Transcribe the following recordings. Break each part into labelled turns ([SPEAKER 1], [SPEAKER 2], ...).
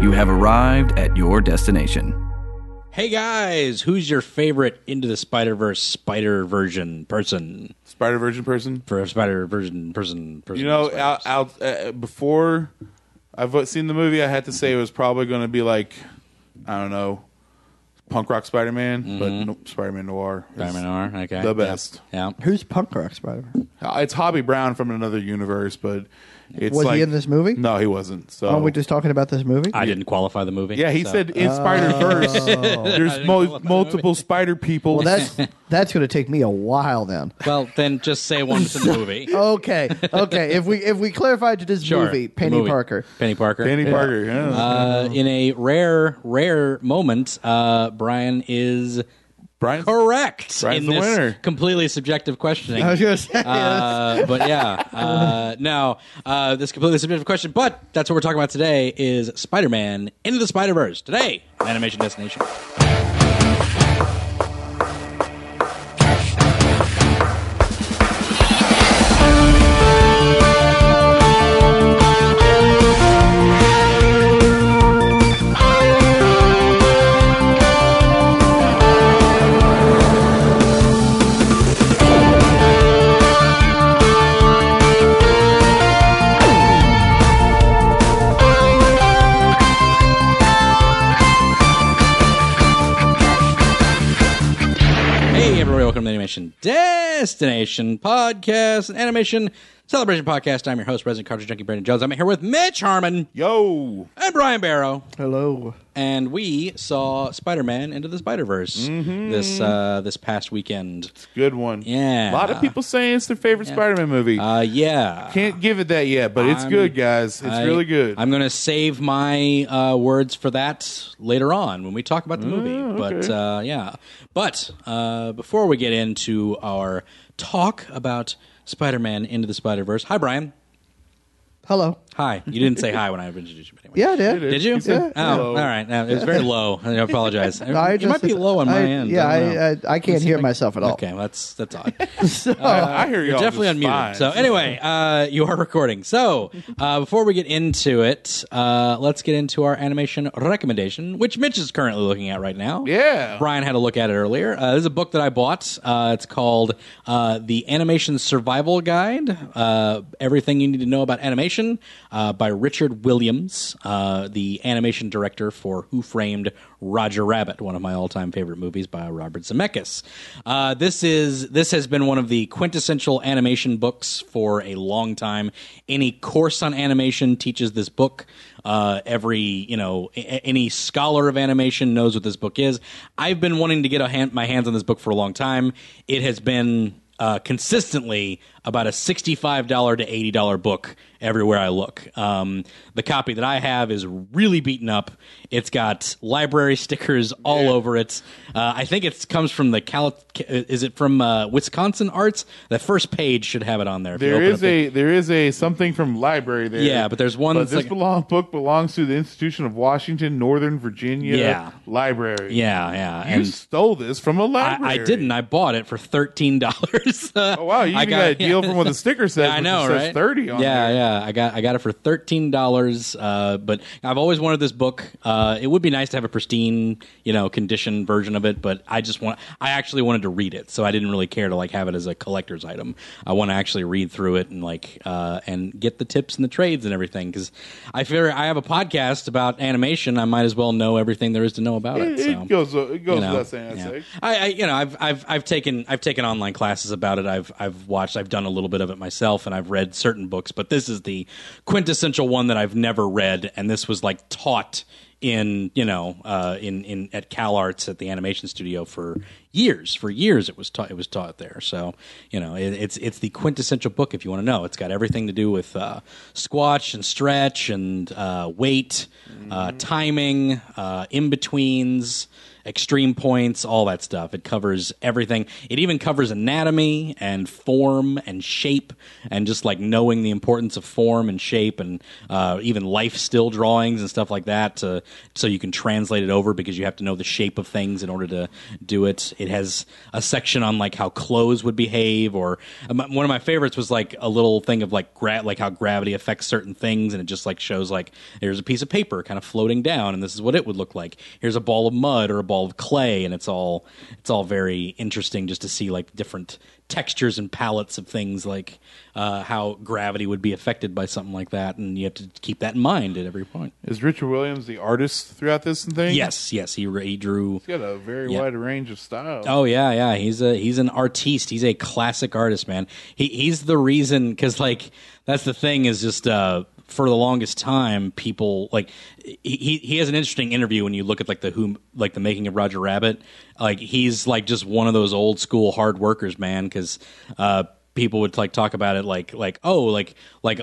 [SPEAKER 1] You have arrived at your destination.
[SPEAKER 2] Hey guys, who's your favorite Into the Spider Verse Spider Version person?
[SPEAKER 3] Spider Virgin person.
[SPEAKER 2] For Spider Version person, person.
[SPEAKER 3] You know,
[SPEAKER 2] Spider-Verse.
[SPEAKER 3] out, out, uh, before I've seen the movie, I had to say it was probably going to be like, I don't know, punk rock Spider Man, but
[SPEAKER 2] Mm-hmm.
[SPEAKER 3] no, Spider Man Noir. is
[SPEAKER 2] Diamond R, okay.
[SPEAKER 3] The best.
[SPEAKER 2] Yeah.
[SPEAKER 4] Who's Punk Rock Spider?
[SPEAKER 3] Uh, It's Hobby Brown from another universe, but it's
[SPEAKER 4] Was he
[SPEAKER 3] like-
[SPEAKER 4] in this movie?
[SPEAKER 3] No, he wasn't. So
[SPEAKER 4] Aren't we just talking about this movie?
[SPEAKER 2] Oh. I didn't qualify the movie.
[SPEAKER 3] yeah, he
[SPEAKER 2] so- uh,
[SPEAKER 3] said in Spider Verse, there's mo- multiple Spider people.
[SPEAKER 4] well, that's that's going to take me a while then.
[SPEAKER 2] Well, then just say one that's in the movie.
[SPEAKER 4] Okay, okay. If we if we clarify to this
[SPEAKER 2] Sure.
[SPEAKER 4] movie,
[SPEAKER 2] The
[SPEAKER 4] Penny
[SPEAKER 2] movie.
[SPEAKER 4] Parker.
[SPEAKER 2] Penny Parker.
[SPEAKER 3] Danny
[SPEAKER 2] Yeah.
[SPEAKER 3] Parker. Yeah.
[SPEAKER 2] Uh, in a rare, rare moment, uh, Brian is
[SPEAKER 3] Brian.
[SPEAKER 2] correct
[SPEAKER 3] Brian's
[SPEAKER 2] in
[SPEAKER 3] the
[SPEAKER 2] this
[SPEAKER 3] winner.
[SPEAKER 2] completely subjective questioning.
[SPEAKER 4] I was going to say.
[SPEAKER 2] Uh, but yeah, uh, no, uh, this is a completely subjective question, but that's what we're talking about today is Spider-Man Into the Spider-Verse today, on Animation Destination. Hey, everybody, welcome to Animation Destination Podcast, an animation celebration podcast. I'm your host, Resident Cartridge Junkie Brandon Jones. I'm here with Mitch Harmon
[SPEAKER 3] Yo.
[SPEAKER 2] and Brian Barrow.
[SPEAKER 4] Hello.
[SPEAKER 2] and we saw Spider-Man into the Spider-Verse this uh, this past weekend.
[SPEAKER 3] Good one.
[SPEAKER 2] Yeah.
[SPEAKER 3] A lot of people saying it's their favorite Spider Man movie.
[SPEAKER 2] Uh, yeah,
[SPEAKER 3] Can't give it that yet, but it's
[SPEAKER 2] I'm-
[SPEAKER 3] good, guys. It's
[SPEAKER 2] I-
[SPEAKER 3] really good.
[SPEAKER 2] I'm gonna save my uh, words for that later on when we talk about the movie. But
[SPEAKER 3] Mm, okay.
[SPEAKER 2] uh, yeah, but uh, before we get into our talk about Spider-Man into the Spider-Verse, hi Brian.
[SPEAKER 4] Hello.
[SPEAKER 2] Hi. You didn't say hi when I introduced you. But anyway.
[SPEAKER 4] Yeah, I did.
[SPEAKER 2] Did you?
[SPEAKER 3] You said
[SPEAKER 2] oh,
[SPEAKER 3] hello.
[SPEAKER 2] all right. No, it was very low. I apologize. It,
[SPEAKER 4] I just,
[SPEAKER 2] might be low on my
[SPEAKER 4] I-
[SPEAKER 2] end.
[SPEAKER 4] Yeah,
[SPEAKER 2] I don't know.
[SPEAKER 4] I, I, I can't hear myself at all.
[SPEAKER 2] Okay, well, that's that's odd.
[SPEAKER 4] Uh,
[SPEAKER 3] I Oh, hear
[SPEAKER 2] You're
[SPEAKER 3] y'all
[SPEAKER 2] definitely
[SPEAKER 3] just
[SPEAKER 2] unmuted.
[SPEAKER 3] fine.
[SPEAKER 2] So anyway, uh, you are recording. So uh, before we get into it, uh, let's get into our animation recommendation, which Mitch is currently looking at right now.
[SPEAKER 3] Yeah.
[SPEAKER 2] Brian had a look at it earlier. Uh, this is a book that I bought. Uh, it's called uh, "The Animation Survival Guide: uh, Everything You Need to Know About Animation" uh, by Richard Williams, uh, the animation director for Who Framed Roger Rabbit, one of my all-time favorite movies by Robert Zemeckis. Uh, this is this has been one of the quintessential animation books for a long time. Any course on animation teaches this book. Uh, every you know a- a- any scholar of animation knows what this book is. I've been wanting to get a hand, my hands on this book for a long time. It has been uh, consistently about a sixty-five dollar to eighty dollar book everywhere I look. Um, the copy that I have is really beaten up. It's got library stickers all over it. Uh, I think it comes from the Cal. Is it from uh, Wisconsin Arts? The first page should have it on there. if you
[SPEAKER 3] There
[SPEAKER 2] open up
[SPEAKER 3] is
[SPEAKER 2] the-
[SPEAKER 3] a there is a something from library there.
[SPEAKER 2] Yeah, but there's one
[SPEAKER 3] But
[SPEAKER 2] that's
[SPEAKER 3] this
[SPEAKER 2] like-
[SPEAKER 3] belong, book belongs to the Institution of Washington, Northern Virginia
[SPEAKER 2] Yeah.
[SPEAKER 3] Library.
[SPEAKER 2] yeah, yeah.
[SPEAKER 3] you stole this from a library.
[SPEAKER 2] I, I didn't. I bought it for thirteen dollars.
[SPEAKER 3] Oh wow, you even got, a deal from what the sticker says.
[SPEAKER 2] I
[SPEAKER 3] which
[SPEAKER 2] know,
[SPEAKER 3] says
[SPEAKER 2] right?
[SPEAKER 3] Thirty on
[SPEAKER 2] yeah,
[SPEAKER 3] there.
[SPEAKER 2] yeah. I got I got it for thirteen dollars. Uh, but I've always wanted this book. Uh, it would be nice to have a pristine, you know, condition version of it. But I just want. I actually wanted to read it, so I didn't really care to like have it as a collector's item. I want to actually read through it and like uh, and get the tips and the trades and everything because I figure I have a podcast about animation. I might as well know everything there is to know about it.
[SPEAKER 3] It,
[SPEAKER 2] so
[SPEAKER 3] it goes. It goes
[SPEAKER 2] you know,
[SPEAKER 3] without saying.
[SPEAKER 2] yeah.
[SPEAKER 3] I say.
[SPEAKER 2] I, I, you know, I've, I've, I've taken, I've taken online classes about it. I've, I've watched, I've done a little bit of it myself, and I've read certain books. But this is the quintessential one that I've never read, and this was like taught in, you know, uh, in, in at CalArts at the animation studio for years. For years, it was taught, it was taught there. So, you know, it, it's, it's the quintessential book if you want to know. It's got everything to do with uh, squash and
[SPEAKER 3] Mm-hmm.
[SPEAKER 2] stretch and uh, weight, uh, timing, uh, in betweens extreme points, all that stuff. It covers everything. It even covers anatomy and form and shape and just like knowing the importance of form and shape and uh, even life still drawings and stuff like that to, so you can translate it over because you have to know the shape of things in order to do it. It has a section on like how clothes would behave or um, one of my favorites was like a little thing of like gra- like how gravity affects certain things and it just like shows like here's a piece of paper kind of floating down and this is what it would look like. Here's a ball of mud or a ball of clay and it's all it's all very interesting just to see like different textures and palettes of things like uh, how gravity would be affected by something like that and you have to keep that in mind at every point.
[SPEAKER 3] Is Richard Williams the artist throughout this thing?
[SPEAKER 2] Yes, yes, he, re- he drew
[SPEAKER 3] He's got a very
[SPEAKER 2] Yeah.
[SPEAKER 3] wide range of styles.
[SPEAKER 2] Oh yeah, yeah. He's a he's an artiste. He's a classic artist, man. He he's the reason because like that's the thing is just uh, for the longest time people like he- he he has an interesting interview when you look at like the who like the making of Roger Rabbit. Like he's like just one of those old school hard workers, man. Because uh, people would like talk about it like like oh like like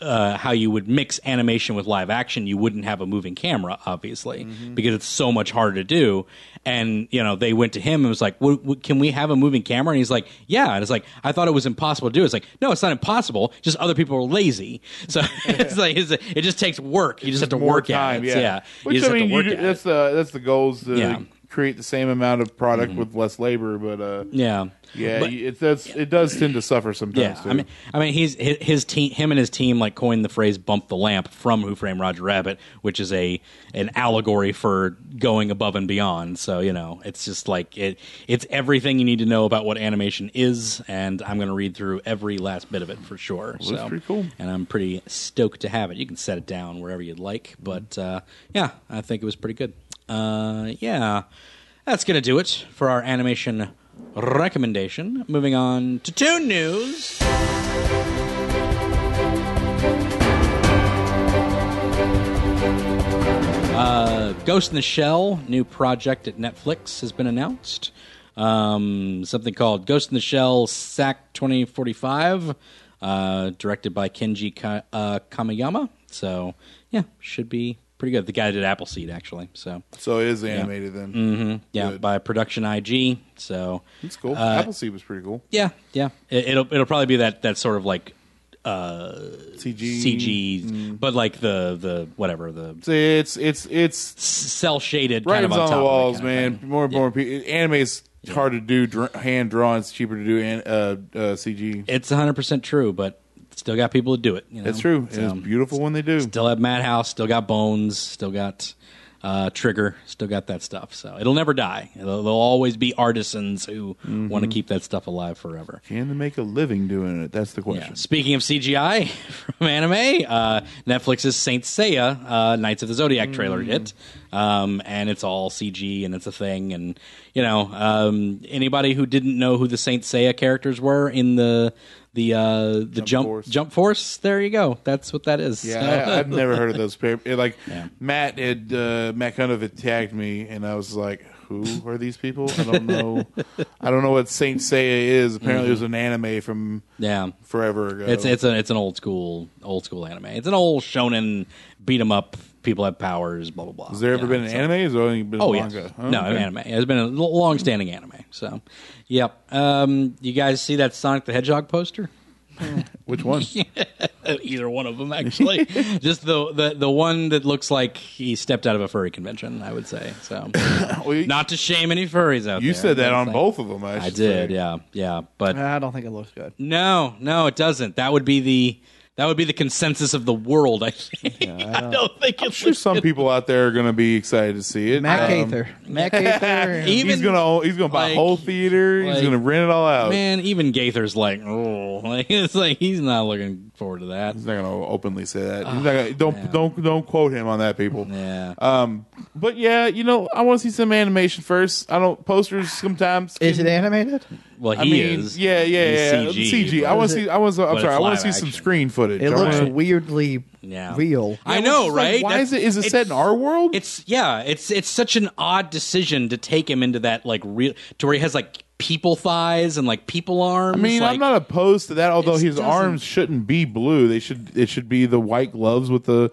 [SPEAKER 2] uh, how you would mix animation with live action, you wouldn't have a moving camera, obviously,
[SPEAKER 3] Mm-hmm.
[SPEAKER 2] because it's so much harder to do. And you know, they went to him and was like, w- w- "Can we have a moving camera?" And he's like, "Yeah." And it's like, "I thought it was impossible to do." It's like, "No, it's not impossible. Just other people are lazy." So it's like it's, it just takes work. You just have to
[SPEAKER 3] More
[SPEAKER 2] work
[SPEAKER 3] time,
[SPEAKER 2] at it.
[SPEAKER 3] yeah.
[SPEAKER 2] you
[SPEAKER 3] Which
[SPEAKER 2] just
[SPEAKER 3] I mean,
[SPEAKER 2] have to
[SPEAKER 3] you
[SPEAKER 2] work
[SPEAKER 3] do,
[SPEAKER 2] at it.
[SPEAKER 3] that's the that's the goals to
[SPEAKER 2] Yeah. Mm-hmm.
[SPEAKER 3] create the same amount of product with less labor, but uh,
[SPEAKER 2] Yeah.
[SPEAKER 3] yeah,
[SPEAKER 2] But-
[SPEAKER 3] you- it does it does tend to suffer sometimes.
[SPEAKER 2] Yeah,
[SPEAKER 3] too.
[SPEAKER 2] I mean, I mean, he's his, his team, him and his team, like coined the phrase "bump the lamp" from Who Framed Roger Rabbit, which is a an allegory for going above and beyond. So you know, it's just like it, it's everything you need to know about what animation is, and I'm going to read through every last bit of it for sure. so
[SPEAKER 3] that's pretty cool.
[SPEAKER 2] and I'm pretty stoked to have it. You can set it down wherever you'd like, but uh, yeah, I think it was pretty good. Uh, yeah, that's gonna do it for our animation recommendation. Moving on to Toon News. Uh, Ghost in the Shell, new project at Netflix, has been announced. Um, something called Ghost in the Shell SAC 2045, uh, directed by Kenji Ka- uh, Kamiyama. So, yeah, should be pretty good. The guy did Appleseed, actually. So,
[SPEAKER 3] so it is animated then. Mm-hmm.
[SPEAKER 2] yeah,
[SPEAKER 3] Good.
[SPEAKER 2] by Production IG. So,
[SPEAKER 3] It's cool.
[SPEAKER 2] Uh,
[SPEAKER 3] Appleseed was pretty cool.
[SPEAKER 2] yeah, yeah, it, it'll it'll probably be that that sort of like
[SPEAKER 3] CG.
[SPEAKER 2] CG,
[SPEAKER 3] Mm.
[SPEAKER 2] but like the the whatever the
[SPEAKER 3] So It's it's it's
[SPEAKER 2] cell shaded kind
[SPEAKER 3] writings
[SPEAKER 2] of on, top
[SPEAKER 3] the
[SPEAKER 2] of that
[SPEAKER 3] walls,
[SPEAKER 2] kind of
[SPEAKER 3] man.
[SPEAKER 2] thing.
[SPEAKER 3] More and more people. Anime is hard to do. Dr- hand drawn. It's cheaper to do an, uh, uh, CG.
[SPEAKER 2] it's 100% true, but still got people to do it. You know?
[SPEAKER 3] That's true. It's
[SPEAKER 2] So,
[SPEAKER 3] beautiful when they do.
[SPEAKER 2] still have Madhouse, still got Bones, still got uh, Trigger, still got that stuff. So it'll never die. It'll, there'll always be artisans who
[SPEAKER 3] Mm-hmm.
[SPEAKER 2] want to keep that stuff alive forever.
[SPEAKER 3] Can they make a living doing it? That's the question.
[SPEAKER 2] Yeah. Speaking of CGI from anime, uh, Netflix's Saint Seiya uh, Knights of the Zodiac trailer hit, um, and it's all CG and it's a thing. And you know, um, anybody who didn't know who the Saint Seiya characters were in the the uh, the jump jump force.
[SPEAKER 3] Force.
[SPEAKER 2] there you go. That's what that is.
[SPEAKER 3] Yeah,
[SPEAKER 2] So-
[SPEAKER 3] I, I've never heard of those. pair. it, like Matt had uh, Matt kind of had tagged me, and I was like, "Who are these people? I don't know. I don't know what Saint Seiya is. Apparently, it was an anime from
[SPEAKER 2] yeah.
[SPEAKER 3] forever ago.
[SPEAKER 2] Mm-hmm. It's it's a, it's an old school old school anime. It's an old shonen beat 'em up. People have powers. Blah blah blah.
[SPEAKER 3] Has there ever been an anime? Has there only been a
[SPEAKER 2] Oh yeah,
[SPEAKER 3] manga? Oh,
[SPEAKER 2] no
[SPEAKER 3] okay.
[SPEAKER 2] anime. It's been a l- long-standing anime. So, yep. Um, you guys see that Sonic the Hedgehog poster?
[SPEAKER 3] Which one? Uh,
[SPEAKER 2] Either one of them, actually. Just the, the the one that looks like he stepped out of a furry convention. I would say so.
[SPEAKER 3] Well, you,
[SPEAKER 2] Not to shame any furries out there.
[SPEAKER 3] you said that
[SPEAKER 2] but
[SPEAKER 3] on
[SPEAKER 2] it's like-
[SPEAKER 3] both Uh, of them. I,
[SPEAKER 2] I
[SPEAKER 3] should
[SPEAKER 2] did,
[SPEAKER 3] say.
[SPEAKER 2] yeah, yeah. But
[SPEAKER 4] I don't think it looks good.
[SPEAKER 2] no, no, it doesn't. That would be the that would be the consensus of the world. I think. I, don't, think it's
[SPEAKER 3] I'm sure some people out there are going to be excited to see it.
[SPEAKER 4] Matt
[SPEAKER 3] Um,
[SPEAKER 4] Gaither. Matt Gaither.
[SPEAKER 2] even
[SPEAKER 3] He's gonna he's gonna buy a
[SPEAKER 2] like-
[SPEAKER 3] whole theater. he's
[SPEAKER 2] like-
[SPEAKER 3] gonna rent it all out.
[SPEAKER 2] Man, even Gaither's like, oh, like it's like he's not looking forward to that.
[SPEAKER 3] He's not gonna openly say that. He's not
[SPEAKER 2] Ah,
[SPEAKER 3] gonna, don't don't don't quote him on that, people.
[SPEAKER 2] Yeah,
[SPEAKER 3] Um, but yeah, you know, I want to see some animation first. I don't posters sometimes.
[SPEAKER 4] Is it animated?
[SPEAKER 2] well, he
[SPEAKER 3] I mean,
[SPEAKER 2] is.
[SPEAKER 3] yeah, yeah, yeah.
[SPEAKER 2] He's
[SPEAKER 3] CG.
[SPEAKER 2] CG,
[SPEAKER 3] I want
[SPEAKER 4] Is
[SPEAKER 3] to
[SPEAKER 4] it-
[SPEAKER 3] see. I want. I'm
[SPEAKER 2] it's
[SPEAKER 3] sorry. I want
[SPEAKER 2] live
[SPEAKER 3] to see some
[SPEAKER 2] action.
[SPEAKER 3] screen footage.
[SPEAKER 4] It
[SPEAKER 3] I
[SPEAKER 4] looks
[SPEAKER 3] wanna-
[SPEAKER 4] weirdly
[SPEAKER 2] Yeah.
[SPEAKER 4] real.
[SPEAKER 2] I
[SPEAKER 3] Yeah,
[SPEAKER 2] know,
[SPEAKER 3] which is like,
[SPEAKER 2] right?
[SPEAKER 3] why
[SPEAKER 2] That's-
[SPEAKER 3] is it? Is it set in our world?
[SPEAKER 2] It's yeah. It's it's such an odd decision to take him into that like real to where he has like people thighs and like people arms.
[SPEAKER 3] I mean,
[SPEAKER 2] like,
[SPEAKER 3] I'm not opposed to that. Although
[SPEAKER 2] It
[SPEAKER 3] his
[SPEAKER 2] doesn't-
[SPEAKER 3] arms shouldn't be blue. They should. It should be the white gloves with the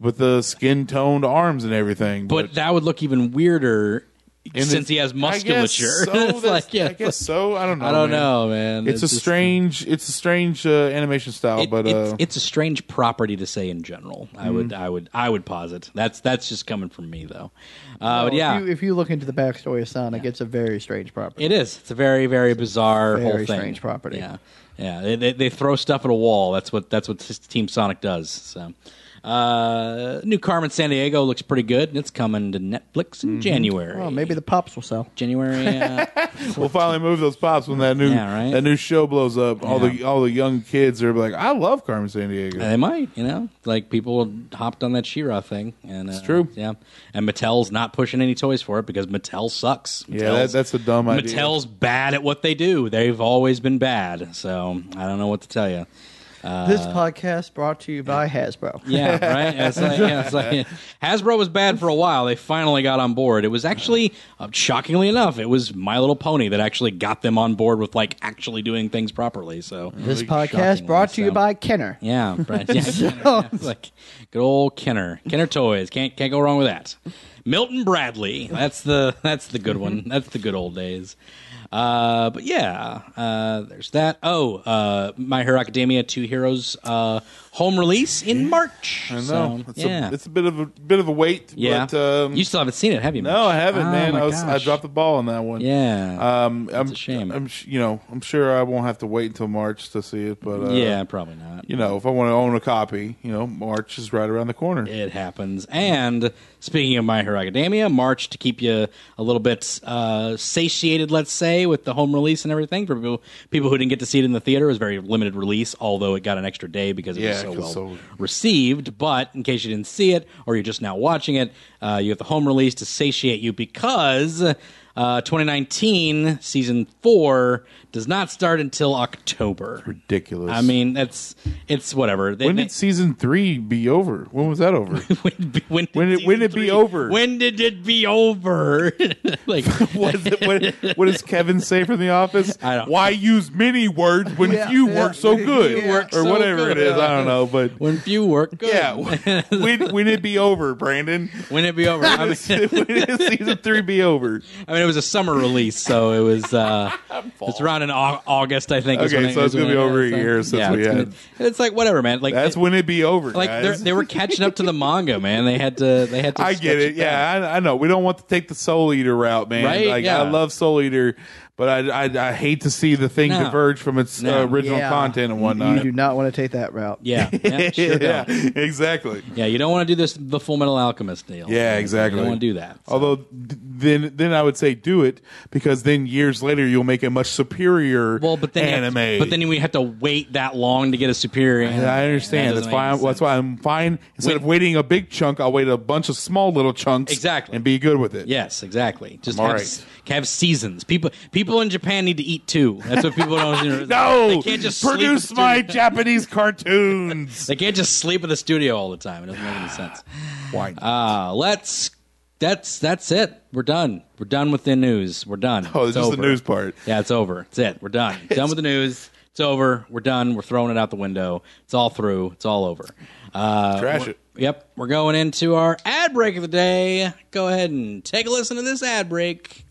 [SPEAKER 3] with the skin toned arms and everything.
[SPEAKER 2] But that would look even weirder
[SPEAKER 3] And
[SPEAKER 2] since he has
[SPEAKER 3] I guess
[SPEAKER 2] musculature.
[SPEAKER 3] so,
[SPEAKER 2] It's
[SPEAKER 3] that's-
[SPEAKER 2] like, yeah,
[SPEAKER 3] I guess so. I don't know.
[SPEAKER 2] I don't
[SPEAKER 3] man.
[SPEAKER 2] know, man.
[SPEAKER 3] It's, a
[SPEAKER 2] just-
[SPEAKER 3] strange. It's a strange uh, animation style,
[SPEAKER 2] it-
[SPEAKER 3] but
[SPEAKER 2] it's,
[SPEAKER 3] uh, Mm.
[SPEAKER 2] it's a strange property to say in general. I would, I would, I would posit that's that's just coming from me though. Uh, but
[SPEAKER 4] Well,
[SPEAKER 2] yeah,
[SPEAKER 4] If you, if you look into the backstory of Sonic, it's a very strange property.
[SPEAKER 2] it is. It's a very, very bizarre
[SPEAKER 4] very
[SPEAKER 2] whole thing.
[SPEAKER 4] strange property.
[SPEAKER 2] Yeah, yeah. They, they, they throw stuff at a wall. That's what that's what Team Sonic does. So, uh, new Carmen San Diego looks pretty good, and it's coming to Netflix in January.
[SPEAKER 4] Well, maybe the pops will sell.
[SPEAKER 2] January. Uh,
[SPEAKER 3] we'll finally move those pops when that new
[SPEAKER 2] Yeah, right.
[SPEAKER 3] that new show blows up. All the all the young kids are like, I love Carmen San Diego.
[SPEAKER 2] They might, you know, like people hopped on that She-Ra thing, and uh, it's
[SPEAKER 3] true.
[SPEAKER 2] Yeah, and Mattel's not pushing any toys for it because Mattel sucks.
[SPEAKER 3] Yeah,
[SPEAKER 2] Mattel's-
[SPEAKER 3] that- that's a dumb idea.
[SPEAKER 2] Mattel's bad at what they do. They've always been bad, so I don't know what to tell you.
[SPEAKER 4] this podcast brought to you by Hasbro.
[SPEAKER 2] Uh, Yeah, right. It's like, yeah, it's like- Hasbro was bad for a while. They finally got on board. It was actually, uh, shockingly enough, it was My Little Pony that actually got them on board with like actually doing things properly. So
[SPEAKER 4] This
[SPEAKER 2] Shockingly
[SPEAKER 4] podcast brought to you
[SPEAKER 2] so.
[SPEAKER 4] by Kenner.
[SPEAKER 2] Yeah, right. Yeah, Kenner, yeah. It's like good old Kenner, Kenner toys. Can't can't go wrong with that. Milton Bradley. That's the that's the good
[SPEAKER 3] Mm-hmm.
[SPEAKER 2] one. That's the good old days. Uh, but yeah, uh, there's that. Oh, uh, My Hero Academia Two Heroes uh, home release in March.
[SPEAKER 3] I know.
[SPEAKER 2] So,
[SPEAKER 3] it's,
[SPEAKER 2] yeah,
[SPEAKER 3] a, it's a bit of a bit of a wait.
[SPEAKER 2] yeah.
[SPEAKER 3] But, um,
[SPEAKER 2] you still haven't seen it, have you?
[SPEAKER 3] no, I haven't,
[SPEAKER 2] Oh,
[SPEAKER 3] man.
[SPEAKER 2] my
[SPEAKER 3] I, was, I
[SPEAKER 2] gosh.
[SPEAKER 3] dropped the ball on that one.
[SPEAKER 2] Yeah,
[SPEAKER 3] Um, I'm,
[SPEAKER 2] a shame.
[SPEAKER 3] I'm, sh- you know, I'm sure I won't have to wait until March to see it, but uh,
[SPEAKER 2] yeah, probably not.
[SPEAKER 3] you know, if I want to own a copy, you know, March is right around the corner.
[SPEAKER 2] It happens. And speaking of My Hero Academia, March to keep you a little bit uh, satiated, let's say, with the home release and everything. For people, people who didn't get to see it in the theater, it was a very limited release, although it got an extra day because it was
[SPEAKER 3] Yeah,
[SPEAKER 2] so
[SPEAKER 3] 'cause
[SPEAKER 2] well
[SPEAKER 3] so-
[SPEAKER 2] received. But in case you didn't see it or you're just now watching it, uh, you have the home release to satiate you because. Uh, 2019 season four does not start until October.
[SPEAKER 3] Ridiculous.
[SPEAKER 2] I mean, that's it's whatever. They-
[SPEAKER 3] when
[SPEAKER 2] they-
[SPEAKER 3] did season three be over? When was that over?
[SPEAKER 2] when, be- when did,
[SPEAKER 3] When it-
[SPEAKER 2] season
[SPEAKER 3] when it be
[SPEAKER 2] three-
[SPEAKER 3] over?
[SPEAKER 2] When did it be over? like
[SPEAKER 3] what, is it, what, what does Kevin say from the office?
[SPEAKER 2] I don't-
[SPEAKER 3] Why use many words when
[SPEAKER 4] Yeah,
[SPEAKER 3] you
[SPEAKER 4] yeah.
[SPEAKER 3] work so good,
[SPEAKER 4] You work
[SPEAKER 3] or
[SPEAKER 2] so
[SPEAKER 3] whatever
[SPEAKER 2] good.
[SPEAKER 3] it is? I don't know, but
[SPEAKER 2] when few work, good.
[SPEAKER 3] yeah, when when it be over, Brandon?
[SPEAKER 2] When it be over? I mean,
[SPEAKER 3] when is season three be over?
[SPEAKER 2] I mean, it was a summer release, so it was. Uh, it's around in Au- August, I think. is
[SPEAKER 3] Okay,
[SPEAKER 2] when it-
[SPEAKER 3] so
[SPEAKER 2] is
[SPEAKER 3] it's gonna
[SPEAKER 2] when
[SPEAKER 3] be
[SPEAKER 2] it-
[SPEAKER 3] over a
[SPEAKER 2] so-
[SPEAKER 3] year since we
[SPEAKER 2] it's gonna-
[SPEAKER 3] had-
[SPEAKER 2] It's like whatever, man. Like
[SPEAKER 3] That's
[SPEAKER 2] it-
[SPEAKER 3] when it be over,
[SPEAKER 2] like they're-
[SPEAKER 3] guys.
[SPEAKER 2] they were catching up to the manga, man. They had to. They had to.
[SPEAKER 3] I
[SPEAKER 2] stretch
[SPEAKER 3] get it.
[SPEAKER 2] back.
[SPEAKER 3] Yeah, I, I know. We don't want to take the Soul Eater route, man.
[SPEAKER 2] Right?
[SPEAKER 3] Like
[SPEAKER 2] Yeah.
[SPEAKER 3] I love Soul Eater, but I I, I hate to see the thing
[SPEAKER 2] No.
[SPEAKER 3] diverge from its
[SPEAKER 2] No.
[SPEAKER 3] uh, original
[SPEAKER 4] Yeah.
[SPEAKER 3] content and
[SPEAKER 4] You
[SPEAKER 3] whatnot.
[SPEAKER 4] do not want to take that route.
[SPEAKER 2] Yeah, yeah, sure
[SPEAKER 3] yeah,
[SPEAKER 2] don't.
[SPEAKER 3] exactly.
[SPEAKER 2] yeah. You don't want to do this the Full Metal Alchemist deal.
[SPEAKER 3] Yeah, exactly. Oh,
[SPEAKER 2] You don't want to do that.
[SPEAKER 3] Although th- then then I would say do it because then years later you'll make a much superior
[SPEAKER 2] Well, but then
[SPEAKER 3] anime.
[SPEAKER 2] You have to, but then we have to wait that long to get a superior. Anime.
[SPEAKER 3] I
[SPEAKER 2] That
[SPEAKER 3] understand. That's
[SPEAKER 2] doesn't
[SPEAKER 3] why.
[SPEAKER 2] make
[SPEAKER 3] I'm,
[SPEAKER 2] any
[SPEAKER 3] that's
[SPEAKER 2] sense.
[SPEAKER 3] why I'm fine. Instead of waiting a big chunk, I'll wait a bunch of small little chunks.
[SPEAKER 2] Exactly.
[SPEAKER 3] And be good with it.
[SPEAKER 2] Yes, exactly. Just
[SPEAKER 3] All
[SPEAKER 2] have,
[SPEAKER 3] right.
[SPEAKER 2] s- have seasons. People people in Japan need to eat too. That's what people don't. you know,
[SPEAKER 3] No.
[SPEAKER 2] they can't just sleep
[SPEAKER 3] produce
[SPEAKER 2] at the
[SPEAKER 3] my
[SPEAKER 2] studio-
[SPEAKER 3] Japanese cartoons.
[SPEAKER 2] They can't just sleep at the studio all the time. It doesn't make any sense.
[SPEAKER 3] Why? not?
[SPEAKER 2] Uh, let's. That's that's it. We're done. We're done with the news. We're done.
[SPEAKER 3] Oh, it's just
[SPEAKER 2] over.
[SPEAKER 3] the news part.
[SPEAKER 2] Yeah, it's over. It's it. We're done. done with the news. It's over. We're done. We're throwing it out the window. It's all through. It's all over. Uh,
[SPEAKER 3] Trash
[SPEAKER 2] we're-
[SPEAKER 3] it.
[SPEAKER 2] Yep. We're going into our ad break of the day. Go ahead and take a listen to this ad break.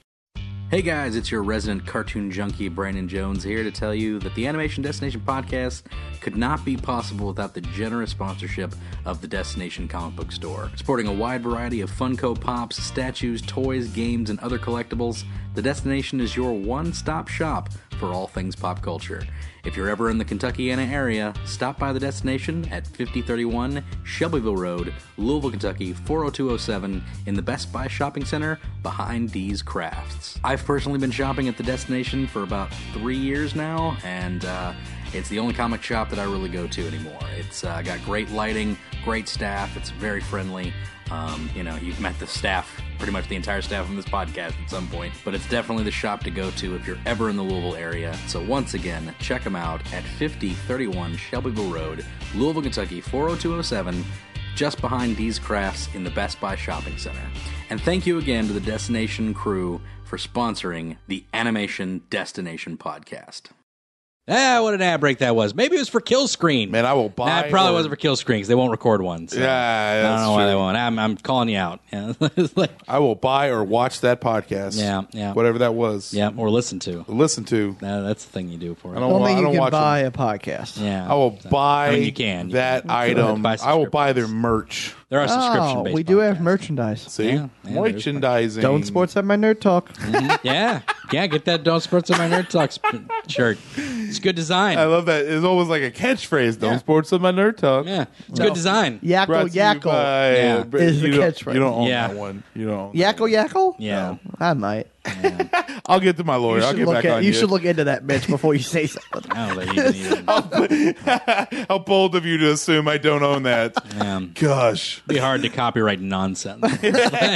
[SPEAKER 2] Hey guys, it's your resident cartoon junkie Brandon Jones here to tell you that the Animation Destination podcast could not be possible without the generous sponsorship of the Destination Comic Book Store. Sporting a wide variety of Funko Pops, statues, toys, games, and other collectibles, the Destination is your one stop shop for all things pop culture. If you're ever in the Kentuckiana area, stop by the Destination at 5031 Shelbyville Road, Louisville, Kentucky 40207 in the Best Buy Shopping Center behind D's Crafts. I've personally been shopping at the Destination for about three years now, and uh, it's the only comic shop that I really go to anymore. It's uh, got great lighting, great staff, it's very friendly. Um, you know, you've met the staff, pretty much the entire staff on this podcast at some point, but it's definitely the shop to go to if you're ever in the Louisville area. So once again, check them out at 5031 Shelbyville Road, Louisville, Kentucky 40207, just behind D's Crafts in the Best Buy Shopping Center. And thank you again to the Destination crew for sponsoring the Animation Destination podcast. Ah, what an ad break that was. Maybe it was for Kill Screen.
[SPEAKER 3] Man, I will
[SPEAKER 2] Nah,
[SPEAKER 3] buy
[SPEAKER 2] it probably
[SPEAKER 3] or-
[SPEAKER 2] wasn't for Kill Screen 'cause they won't record one. so
[SPEAKER 3] Yeah,
[SPEAKER 2] I don't
[SPEAKER 3] that's
[SPEAKER 2] know why they
[SPEAKER 3] true.
[SPEAKER 2] won't. I'm, I'm calling you out. Yeah, It's like-
[SPEAKER 3] I will buy or watch that podcast.
[SPEAKER 2] Yeah, yeah.
[SPEAKER 3] Whatever that was.
[SPEAKER 2] yeah, or listen to.
[SPEAKER 3] Listen to.
[SPEAKER 2] Nah, that's the thing you do for it.
[SPEAKER 3] I don't,
[SPEAKER 4] Don't
[SPEAKER 3] wa-
[SPEAKER 4] think
[SPEAKER 3] I
[SPEAKER 4] you
[SPEAKER 3] don't
[SPEAKER 4] can
[SPEAKER 3] watch
[SPEAKER 4] buy
[SPEAKER 3] them.
[SPEAKER 4] a podcast.
[SPEAKER 2] yeah,
[SPEAKER 3] I will buy
[SPEAKER 2] I mean, you can. You
[SPEAKER 3] that
[SPEAKER 2] can.
[SPEAKER 3] item.
[SPEAKER 2] Buy
[SPEAKER 3] I will buy their merch.
[SPEAKER 2] there are subscription
[SPEAKER 4] Oh,
[SPEAKER 2] based.
[SPEAKER 4] we do have merchandise.
[SPEAKER 2] Yeah,
[SPEAKER 3] See?
[SPEAKER 2] yeah, there is-
[SPEAKER 3] Merchandising.
[SPEAKER 4] Don't sports at my nerd talk.
[SPEAKER 3] Mm-hmm.
[SPEAKER 2] yeah, yeah. Get that "Don't Sports in My Nerd Talks" shirt. It's good design.
[SPEAKER 3] I love that. It's always like a catchphrase. Don't sports with my nerd talk.
[SPEAKER 2] yeah, it's good design.
[SPEAKER 4] Yackle
[SPEAKER 3] Brought to you
[SPEAKER 4] yackle.
[SPEAKER 3] by-
[SPEAKER 2] Yeah.
[SPEAKER 3] Br-
[SPEAKER 4] Is the
[SPEAKER 3] you don't-
[SPEAKER 4] catchphrase.
[SPEAKER 3] You don't own
[SPEAKER 2] Yeah.
[SPEAKER 3] that one. You don't.
[SPEAKER 4] Yackle yackle.
[SPEAKER 2] Yeah.
[SPEAKER 4] Oh, I might.
[SPEAKER 3] I'll get to my lawyer.
[SPEAKER 4] You
[SPEAKER 3] I'll
[SPEAKER 4] should
[SPEAKER 3] get
[SPEAKER 4] look
[SPEAKER 3] back
[SPEAKER 4] at.
[SPEAKER 3] on
[SPEAKER 4] You
[SPEAKER 3] you.
[SPEAKER 4] should look into that bitch before you say something.
[SPEAKER 2] I don't think you can even.
[SPEAKER 3] Oh. How bold of you to assume I don't own that.
[SPEAKER 2] Yeah.
[SPEAKER 3] Gosh.
[SPEAKER 2] It'd be hard to copyright nonsense.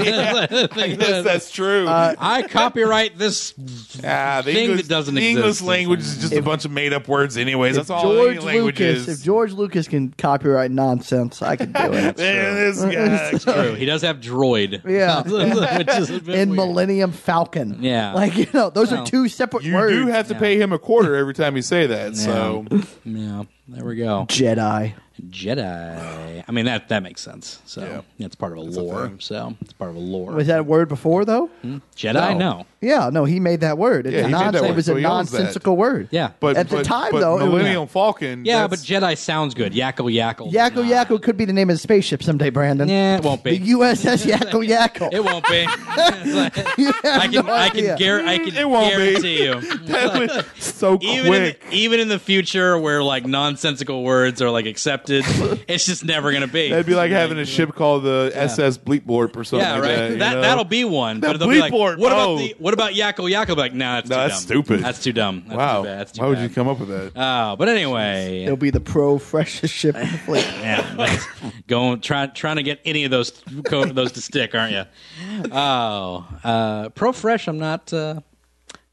[SPEAKER 3] Yes, that's true.
[SPEAKER 4] Uh,
[SPEAKER 2] I copyright this.
[SPEAKER 3] ah, the
[SPEAKER 2] thing
[SPEAKER 3] English,
[SPEAKER 2] that doesn't
[SPEAKER 3] the
[SPEAKER 2] exist
[SPEAKER 3] English
[SPEAKER 2] is-
[SPEAKER 3] language is just a bunch of made up words, anyways. That's all
[SPEAKER 4] George
[SPEAKER 3] any language
[SPEAKER 4] Lucas.
[SPEAKER 3] is.
[SPEAKER 4] If George Lucas can copyright nonsense, I can do
[SPEAKER 3] Man,
[SPEAKER 4] it.
[SPEAKER 3] this guy.
[SPEAKER 2] True. He does have droid.
[SPEAKER 4] Yeah.
[SPEAKER 2] Which is a bit
[SPEAKER 4] and
[SPEAKER 2] weird.
[SPEAKER 4] Millennium Falcon.
[SPEAKER 2] Yeah.
[SPEAKER 4] like you know, those
[SPEAKER 2] Well,
[SPEAKER 4] are two separate
[SPEAKER 3] You
[SPEAKER 4] words.
[SPEAKER 3] do have to pay him a quarter every time you say that. So
[SPEAKER 2] Yeah, there we go.
[SPEAKER 4] Jedi.
[SPEAKER 2] Jedi. I mean that that makes sense. So
[SPEAKER 3] Yeah.
[SPEAKER 2] it's part of a lore. so it's part of a lore.
[SPEAKER 4] Was that a word before though?
[SPEAKER 3] Hmm?
[SPEAKER 2] Jedi? No.
[SPEAKER 4] Yeah, no, he made that word. It's
[SPEAKER 3] Yeah, he made that
[SPEAKER 4] nonsense.
[SPEAKER 3] word,
[SPEAKER 4] It was
[SPEAKER 3] so
[SPEAKER 4] a
[SPEAKER 3] he owns that.
[SPEAKER 4] nonsensical word.
[SPEAKER 2] Yeah.
[SPEAKER 3] but
[SPEAKER 4] At the
[SPEAKER 3] but-
[SPEAKER 4] time,
[SPEAKER 3] but
[SPEAKER 4] though, it was-
[SPEAKER 3] Millennium Falcon.
[SPEAKER 2] Yeah, but
[SPEAKER 3] that's-
[SPEAKER 2] Jedi sounds good. Yackle yackle.
[SPEAKER 4] Yakko
[SPEAKER 2] Nah.
[SPEAKER 4] Yakko could be the name of the spaceship someday, Brandon.
[SPEAKER 2] Nah, it won't be.
[SPEAKER 4] The USS Yakko Yakko.
[SPEAKER 2] it won't be. It's like-
[SPEAKER 4] You have
[SPEAKER 2] I can
[SPEAKER 4] no
[SPEAKER 2] I can
[SPEAKER 4] idea.
[SPEAKER 2] gar- I can
[SPEAKER 3] It won't be.
[SPEAKER 2] guarantee you.
[SPEAKER 3] that was so
[SPEAKER 2] Even in,
[SPEAKER 3] quick.
[SPEAKER 2] the, even in the future where like nonsensical words are like accepted, it's just never gonna be.
[SPEAKER 3] That'd be like having a ship called the SS Bleep Blorp or something.
[SPEAKER 2] yeah,
[SPEAKER 3] like
[SPEAKER 2] right.
[SPEAKER 3] That, you know?
[SPEAKER 2] that will be one.
[SPEAKER 3] That
[SPEAKER 2] but they'll be like,
[SPEAKER 3] bleep
[SPEAKER 2] what
[SPEAKER 3] word,
[SPEAKER 2] about
[SPEAKER 3] oh.
[SPEAKER 2] the what about Yakko Yakko? Like, nah, that's
[SPEAKER 3] No,
[SPEAKER 2] too
[SPEAKER 3] that's
[SPEAKER 2] dumb.
[SPEAKER 3] stupid.
[SPEAKER 2] That's too dumb. That's
[SPEAKER 3] wow.
[SPEAKER 2] Too bad. That's too
[SPEAKER 3] Why would
[SPEAKER 2] bad.
[SPEAKER 3] you come up with that?
[SPEAKER 2] Oh, but anyway,
[SPEAKER 4] It'll be the pro freshest ship in the fleet.
[SPEAKER 2] yeah, that's- going trying trying to get any of those co- those to stick, aren't you? Oh, uh, pro fresh. I'm not uh,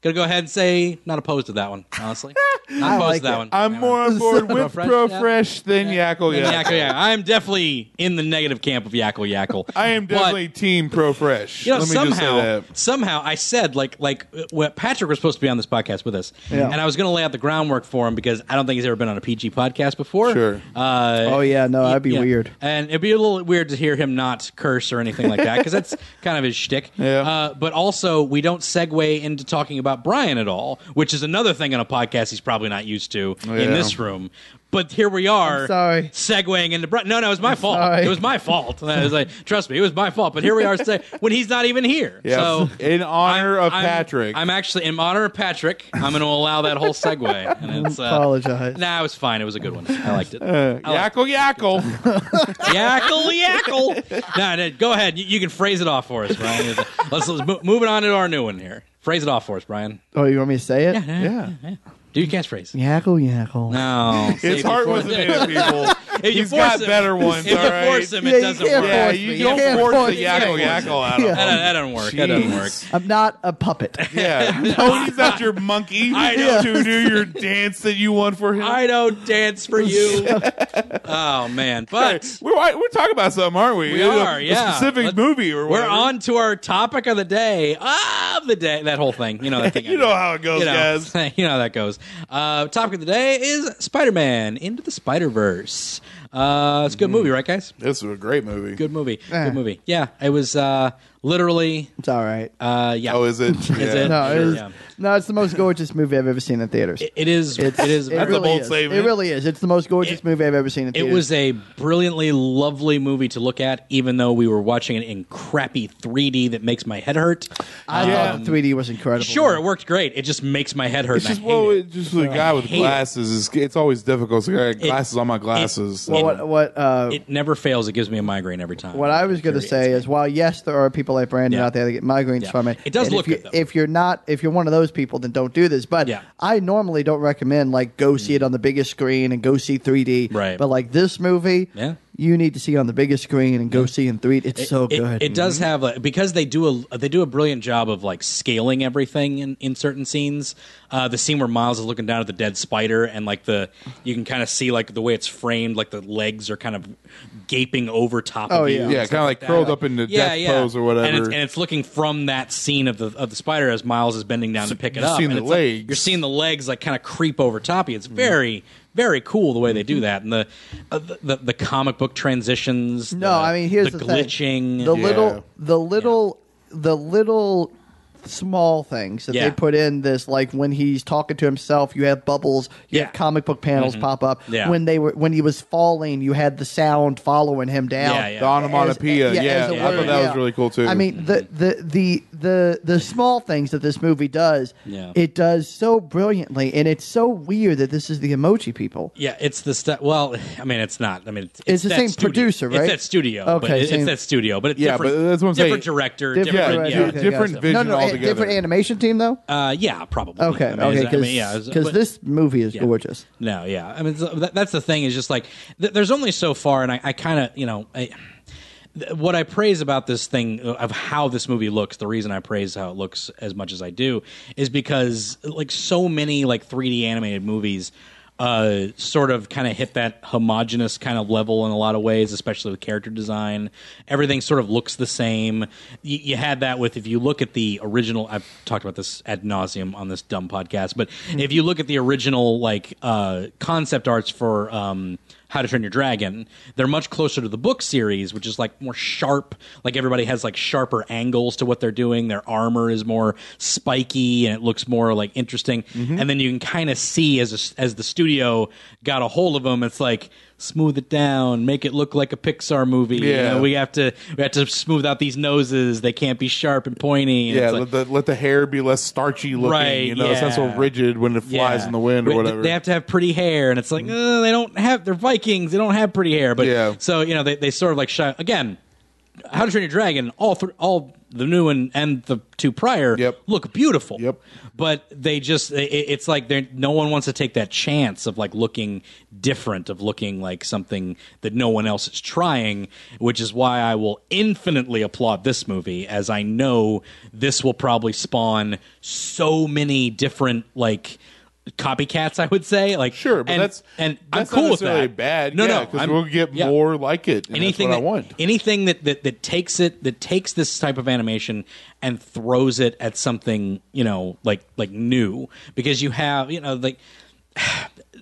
[SPEAKER 2] gonna go ahead and say not opposed to that one. Honestly, not opposed
[SPEAKER 4] like
[SPEAKER 2] to that
[SPEAKER 4] it.
[SPEAKER 2] one.
[SPEAKER 3] I'm more on board with
[SPEAKER 2] Fresh,
[SPEAKER 3] Pro
[SPEAKER 2] yeah.
[SPEAKER 3] Fresh than Yakko.
[SPEAKER 2] Than
[SPEAKER 3] Yeah.
[SPEAKER 2] Yackle, yeah. I'm definitely in the negative camp of Yackle Yackle.
[SPEAKER 3] I am
[SPEAKER 2] But,
[SPEAKER 3] definitely Team Pro Fresh.
[SPEAKER 2] you know,
[SPEAKER 3] Let me
[SPEAKER 2] somehow,
[SPEAKER 3] just say that.
[SPEAKER 2] somehow, I said like like uh, well, Patrick was supposed to be on this podcast with us,
[SPEAKER 4] Yeah.
[SPEAKER 2] and I was going to lay out the groundwork for him because I don't think he's ever been on a PG podcast before.
[SPEAKER 3] Sure.
[SPEAKER 2] Uh,
[SPEAKER 4] Oh yeah, no, that'd be
[SPEAKER 2] Yeah.
[SPEAKER 4] weird.
[SPEAKER 2] And it'd be a little weird to hear him not curse or anything like that because that's kind of his shtick.
[SPEAKER 3] Yeah.
[SPEAKER 2] Uh, but also, we don't segue into talking about Brian at all, which is another thing on a podcast he's probably not used to in
[SPEAKER 3] Yeah.
[SPEAKER 2] this room. But here we are,
[SPEAKER 4] I'm sorry.
[SPEAKER 2] segueing into Brian. No, no, it was my fault.
[SPEAKER 4] sorry.
[SPEAKER 2] It was my fault. And I was like, trust me, it was my fault. But here we are seg- when he's not even here.
[SPEAKER 3] Yes.
[SPEAKER 2] So
[SPEAKER 3] in honor of
[SPEAKER 2] I'm-
[SPEAKER 3] Patrick.
[SPEAKER 2] I'm actually in honor of Patrick. I'm going to allow that whole segue. And it's, uh,
[SPEAKER 4] Apologize.
[SPEAKER 2] Nah, it was fine. It was a good one. I liked it.
[SPEAKER 3] Yakko Yakko.
[SPEAKER 2] Yackle, yackle. no, no, go ahead. You, you can phrase it off for us, Brian. Let's, let's mo- moving on to our new one here. Phrase it off for us, Brian.
[SPEAKER 4] Oh, you want me to say it?
[SPEAKER 3] yeah.
[SPEAKER 2] Do you can't phrase?
[SPEAKER 4] Yakko Yakko.
[SPEAKER 2] No, See,
[SPEAKER 3] His heart
[SPEAKER 2] before-
[SPEAKER 3] wasn't in it, people.
[SPEAKER 2] If you
[SPEAKER 3] He's
[SPEAKER 2] force
[SPEAKER 3] got
[SPEAKER 2] him-
[SPEAKER 3] better ones,
[SPEAKER 2] If you
[SPEAKER 3] all right?
[SPEAKER 2] force him, it
[SPEAKER 4] Yeah, you
[SPEAKER 2] doesn't
[SPEAKER 4] can't
[SPEAKER 2] work.
[SPEAKER 3] Yeah,
[SPEAKER 4] force
[SPEAKER 3] you
[SPEAKER 4] me.
[SPEAKER 3] don't
[SPEAKER 4] Yeah,
[SPEAKER 3] force
[SPEAKER 4] force
[SPEAKER 3] the
[SPEAKER 4] me.
[SPEAKER 3] Yakko Yakko out
[SPEAKER 2] That,
[SPEAKER 3] of him.
[SPEAKER 2] that doesn't work. That doesn't
[SPEAKER 3] Jeez.
[SPEAKER 2] work.
[SPEAKER 4] I'm not a puppet.
[SPEAKER 3] Yeah. Nobody's not your monkey
[SPEAKER 2] I know.
[SPEAKER 3] to do your dance that you want for him.
[SPEAKER 2] I don't dance for you. oh man, but
[SPEAKER 3] We're, we're talking about something, aren't we?
[SPEAKER 2] We
[SPEAKER 3] You know,
[SPEAKER 2] are, yeah.
[SPEAKER 3] A specific
[SPEAKER 2] Let's-
[SPEAKER 3] movie or
[SPEAKER 2] we're
[SPEAKER 3] whatever.
[SPEAKER 2] on to our topic of the day of the day. That whole thing, you know, that thing. I
[SPEAKER 3] You
[SPEAKER 2] do.
[SPEAKER 3] know how it goes,
[SPEAKER 2] you know,
[SPEAKER 3] guys.
[SPEAKER 2] you know how that goes. Uh, topic of the day is Spider Man Into the Spider Verse. Uh,
[SPEAKER 4] Mm-hmm.
[SPEAKER 2] it's a good movie, right, guys?
[SPEAKER 3] This was a great movie.
[SPEAKER 2] Good movie.
[SPEAKER 4] Eh.
[SPEAKER 2] Good movie. Yeah, it was uh, literally.
[SPEAKER 4] It's all right.
[SPEAKER 2] Uh, yeah,
[SPEAKER 3] Oh, is it?
[SPEAKER 2] Is it?
[SPEAKER 4] no,
[SPEAKER 2] sure,
[SPEAKER 4] it's,
[SPEAKER 2] yeah.
[SPEAKER 4] no, it's the most gorgeous movie I've ever seen in theaters.
[SPEAKER 2] It- it is. It is.
[SPEAKER 4] it
[SPEAKER 3] That's a
[SPEAKER 4] really
[SPEAKER 3] bold
[SPEAKER 4] is.
[SPEAKER 3] statement.
[SPEAKER 4] It really is. It's the most gorgeous
[SPEAKER 2] It-
[SPEAKER 4] movie I've ever seen in
[SPEAKER 2] It
[SPEAKER 4] theaters.
[SPEAKER 2] was a brilliantly lovely movie to look at, even though we were watching it in crappy 3D that makes my head hurt.
[SPEAKER 4] I
[SPEAKER 3] Yeah.
[SPEAKER 4] thought the 3D was incredible.
[SPEAKER 2] Sure, it worked great. It just makes my head hurt.
[SPEAKER 3] It's
[SPEAKER 2] and
[SPEAKER 3] just,
[SPEAKER 2] I hate
[SPEAKER 3] well,
[SPEAKER 2] it.
[SPEAKER 3] it, just with a guy with
[SPEAKER 2] hate it.
[SPEAKER 3] glasses, is, it's always difficult. So I got
[SPEAKER 2] It-
[SPEAKER 3] glasses on my glasses.
[SPEAKER 4] Well, what what uh,
[SPEAKER 2] It never fails. It gives me a migraine every time.
[SPEAKER 4] what I was going to
[SPEAKER 2] Infuriates
[SPEAKER 4] say
[SPEAKER 2] me.
[SPEAKER 4] is, while yes, there are people like Brandon
[SPEAKER 2] Yeah.
[SPEAKER 4] out there that get migraines
[SPEAKER 2] Yeah.
[SPEAKER 4] from it.
[SPEAKER 2] It does
[SPEAKER 4] and
[SPEAKER 2] look
[SPEAKER 4] if you,
[SPEAKER 2] good, though.
[SPEAKER 4] If you're not, if you're one of those people, then don't do this. But
[SPEAKER 2] Yeah. Mm.
[SPEAKER 4] I normally don't recommend like go see it on the biggest screen and go see 3D.
[SPEAKER 2] Right.
[SPEAKER 4] But like this movie,
[SPEAKER 2] Yeah.
[SPEAKER 4] you need to see on the biggest screen and go see in three. It's so
[SPEAKER 2] It-
[SPEAKER 4] good.
[SPEAKER 2] It, does have a because they do a they do a brilliant job of like scaling everything in, in certain scenes. Uh, the scene where Miles is looking down at the dead spider and like the you can kind of see like the way it's framed, like the legs are kind of gaping over top
[SPEAKER 4] Oh,
[SPEAKER 2] of you.
[SPEAKER 4] yeah.
[SPEAKER 2] and
[SPEAKER 3] Yeah,
[SPEAKER 2] stuff
[SPEAKER 3] kinda like
[SPEAKER 2] that.
[SPEAKER 3] curled up into death pose or whatever.
[SPEAKER 2] And it's, and it's looking from that scene of the of the spider as Miles is bending down to pick it
[SPEAKER 3] you're
[SPEAKER 2] up.
[SPEAKER 3] seeing
[SPEAKER 2] and
[SPEAKER 3] the
[SPEAKER 2] it's like-
[SPEAKER 3] legs. Mm-hmm.
[SPEAKER 2] you're seeing the legs like kind of creep over top of you. It's very very cool the way they do that, and the uh, the, the, the comic book transitions.
[SPEAKER 4] No,
[SPEAKER 2] the-
[SPEAKER 4] I mean here's
[SPEAKER 2] the,
[SPEAKER 4] the,
[SPEAKER 2] glitching.
[SPEAKER 4] Thing. The
[SPEAKER 3] Yeah.
[SPEAKER 4] little, the little, the little small things that
[SPEAKER 2] Yeah.
[SPEAKER 4] they put in this, like when he's talking to himself, you have bubbles,
[SPEAKER 2] Yeah.
[SPEAKER 4] you
[SPEAKER 2] Mm-hmm.
[SPEAKER 4] have comic book panels pop up.
[SPEAKER 2] Yeah.
[SPEAKER 4] When they were when he was falling, you had the sound following him down.
[SPEAKER 2] Yeah, yeah.
[SPEAKER 3] The onomatopoeia, yeah,
[SPEAKER 4] as a
[SPEAKER 3] I thought
[SPEAKER 4] word,
[SPEAKER 3] that was
[SPEAKER 4] yeah.
[SPEAKER 3] really cool too.
[SPEAKER 4] I mean the the the the the small things that this movie does,
[SPEAKER 2] Yeah.
[SPEAKER 4] it does so brilliantly, and it's so weird that this is the emoji people.
[SPEAKER 2] yeah, it's the stuff. Well, I mean, it's not. I mean, it's,
[SPEAKER 4] It's the
[SPEAKER 2] that
[SPEAKER 4] same
[SPEAKER 2] studio.
[SPEAKER 4] producer,
[SPEAKER 2] It's
[SPEAKER 4] right?
[SPEAKER 2] that studio. but
[SPEAKER 4] Okay,
[SPEAKER 2] it- it's
[SPEAKER 4] same-
[SPEAKER 2] that studio, but it's
[SPEAKER 3] Yeah,
[SPEAKER 2] different,
[SPEAKER 3] but that's what I'm saying.
[SPEAKER 2] different director, different,
[SPEAKER 3] yeah,
[SPEAKER 4] right,
[SPEAKER 2] yeah,
[SPEAKER 4] okay,
[SPEAKER 3] different
[SPEAKER 4] gotcha.
[SPEAKER 3] vision
[SPEAKER 4] no, no, a-
[SPEAKER 3] altogether.
[SPEAKER 4] Different animation team though.
[SPEAKER 2] Uh, yeah, probably.
[SPEAKER 4] Okay,
[SPEAKER 2] I mean,
[SPEAKER 4] okay,
[SPEAKER 2] is-
[SPEAKER 4] because
[SPEAKER 2] I mean, yeah, is- but-
[SPEAKER 4] this movie is
[SPEAKER 2] yeah.
[SPEAKER 4] gorgeous.
[SPEAKER 2] No, yeah. I mean, so that, that's the thing is just like th- there's only so far, and I, I kind of you know. I, th- what I praise about this thing uh, of how this movie looks, the reason I praise how it looks as much as I do is because like so many like 3D animated movies uh sort of kind of hit that homogenous kind of level in a lot of ways especially with character design everything sort of looks the same you, you had that with if you look at the original i've talked about this ad nauseum on this dumb podcast but if you look at the original like uh concept arts for um how to Train Your Dragon. They're much closer to the book series, which is like more sharp. Like everybody has like sharper angles to what they're doing. Their armor is more spiky and it looks more like interesting.
[SPEAKER 3] Mm-hmm.
[SPEAKER 2] And then you can kind of see as a, as the studio got a hold of them, it's like smooth it down, make it look like a Pixar movie. You
[SPEAKER 3] Yeah.
[SPEAKER 2] know, we have to we have to smooth out these noses. They can't be sharp and pointy. And
[SPEAKER 3] yeah,
[SPEAKER 2] it's like-
[SPEAKER 3] let, the, let the hair be less starchy looking.
[SPEAKER 2] Right,
[SPEAKER 3] you know, it's not so
[SPEAKER 2] yeah.
[SPEAKER 3] rigid when it flies in the wind or
[SPEAKER 2] Wait,
[SPEAKER 3] whatever. Mm.
[SPEAKER 2] They have to have pretty hair, and it's like "Uh, they don't have. They're Vikings. They don't have pretty hair. But
[SPEAKER 3] Yeah.
[SPEAKER 2] so you know, they, they sort of like shy again. How to Train Your Dragon, all thr all the new and and the two prior
[SPEAKER 3] Yep.
[SPEAKER 2] look beautiful.
[SPEAKER 3] Yep.
[SPEAKER 2] But they just it, it's like they no one wants to take that chance of like looking different, of looking like something that no one else is trying, which is why I will infinitely applaud this movie as I know this will probably spawn so many different like copycats i would say like
[SPEAKER 3] sure, but
[SPEAKER 2] and,
[SPEAKER 3] that's
[SPEAKER 2] and
[SPEAKER 3] that's
[SPEAKER 2] i'm cool
[SPEAKER 3] not
[SPEAKER 2] with
[SPEAKER 3] necessarily
[SPEAKER 2] that
[SPEAKER 3] bad.
[SPEAKER 2] no
[SPEAKER 3] yeah,
[SPEAKER 2] no
[SPEAKER 3] because
[SPEAKER 2] I'm-
[SPEAKER 3] we'll get
[SPEAKER 2] yeah
[SPEAKER 3] more like it. and that's
[SPEAKER 2] anything
[SPEAKER 3] what
[SPEAKER 2] that,
[SPEAKER 3] I want.
[SPEAKER 2] anything that, that that takes it that takes this type of animation and throws it at something you know like like new because you have you know like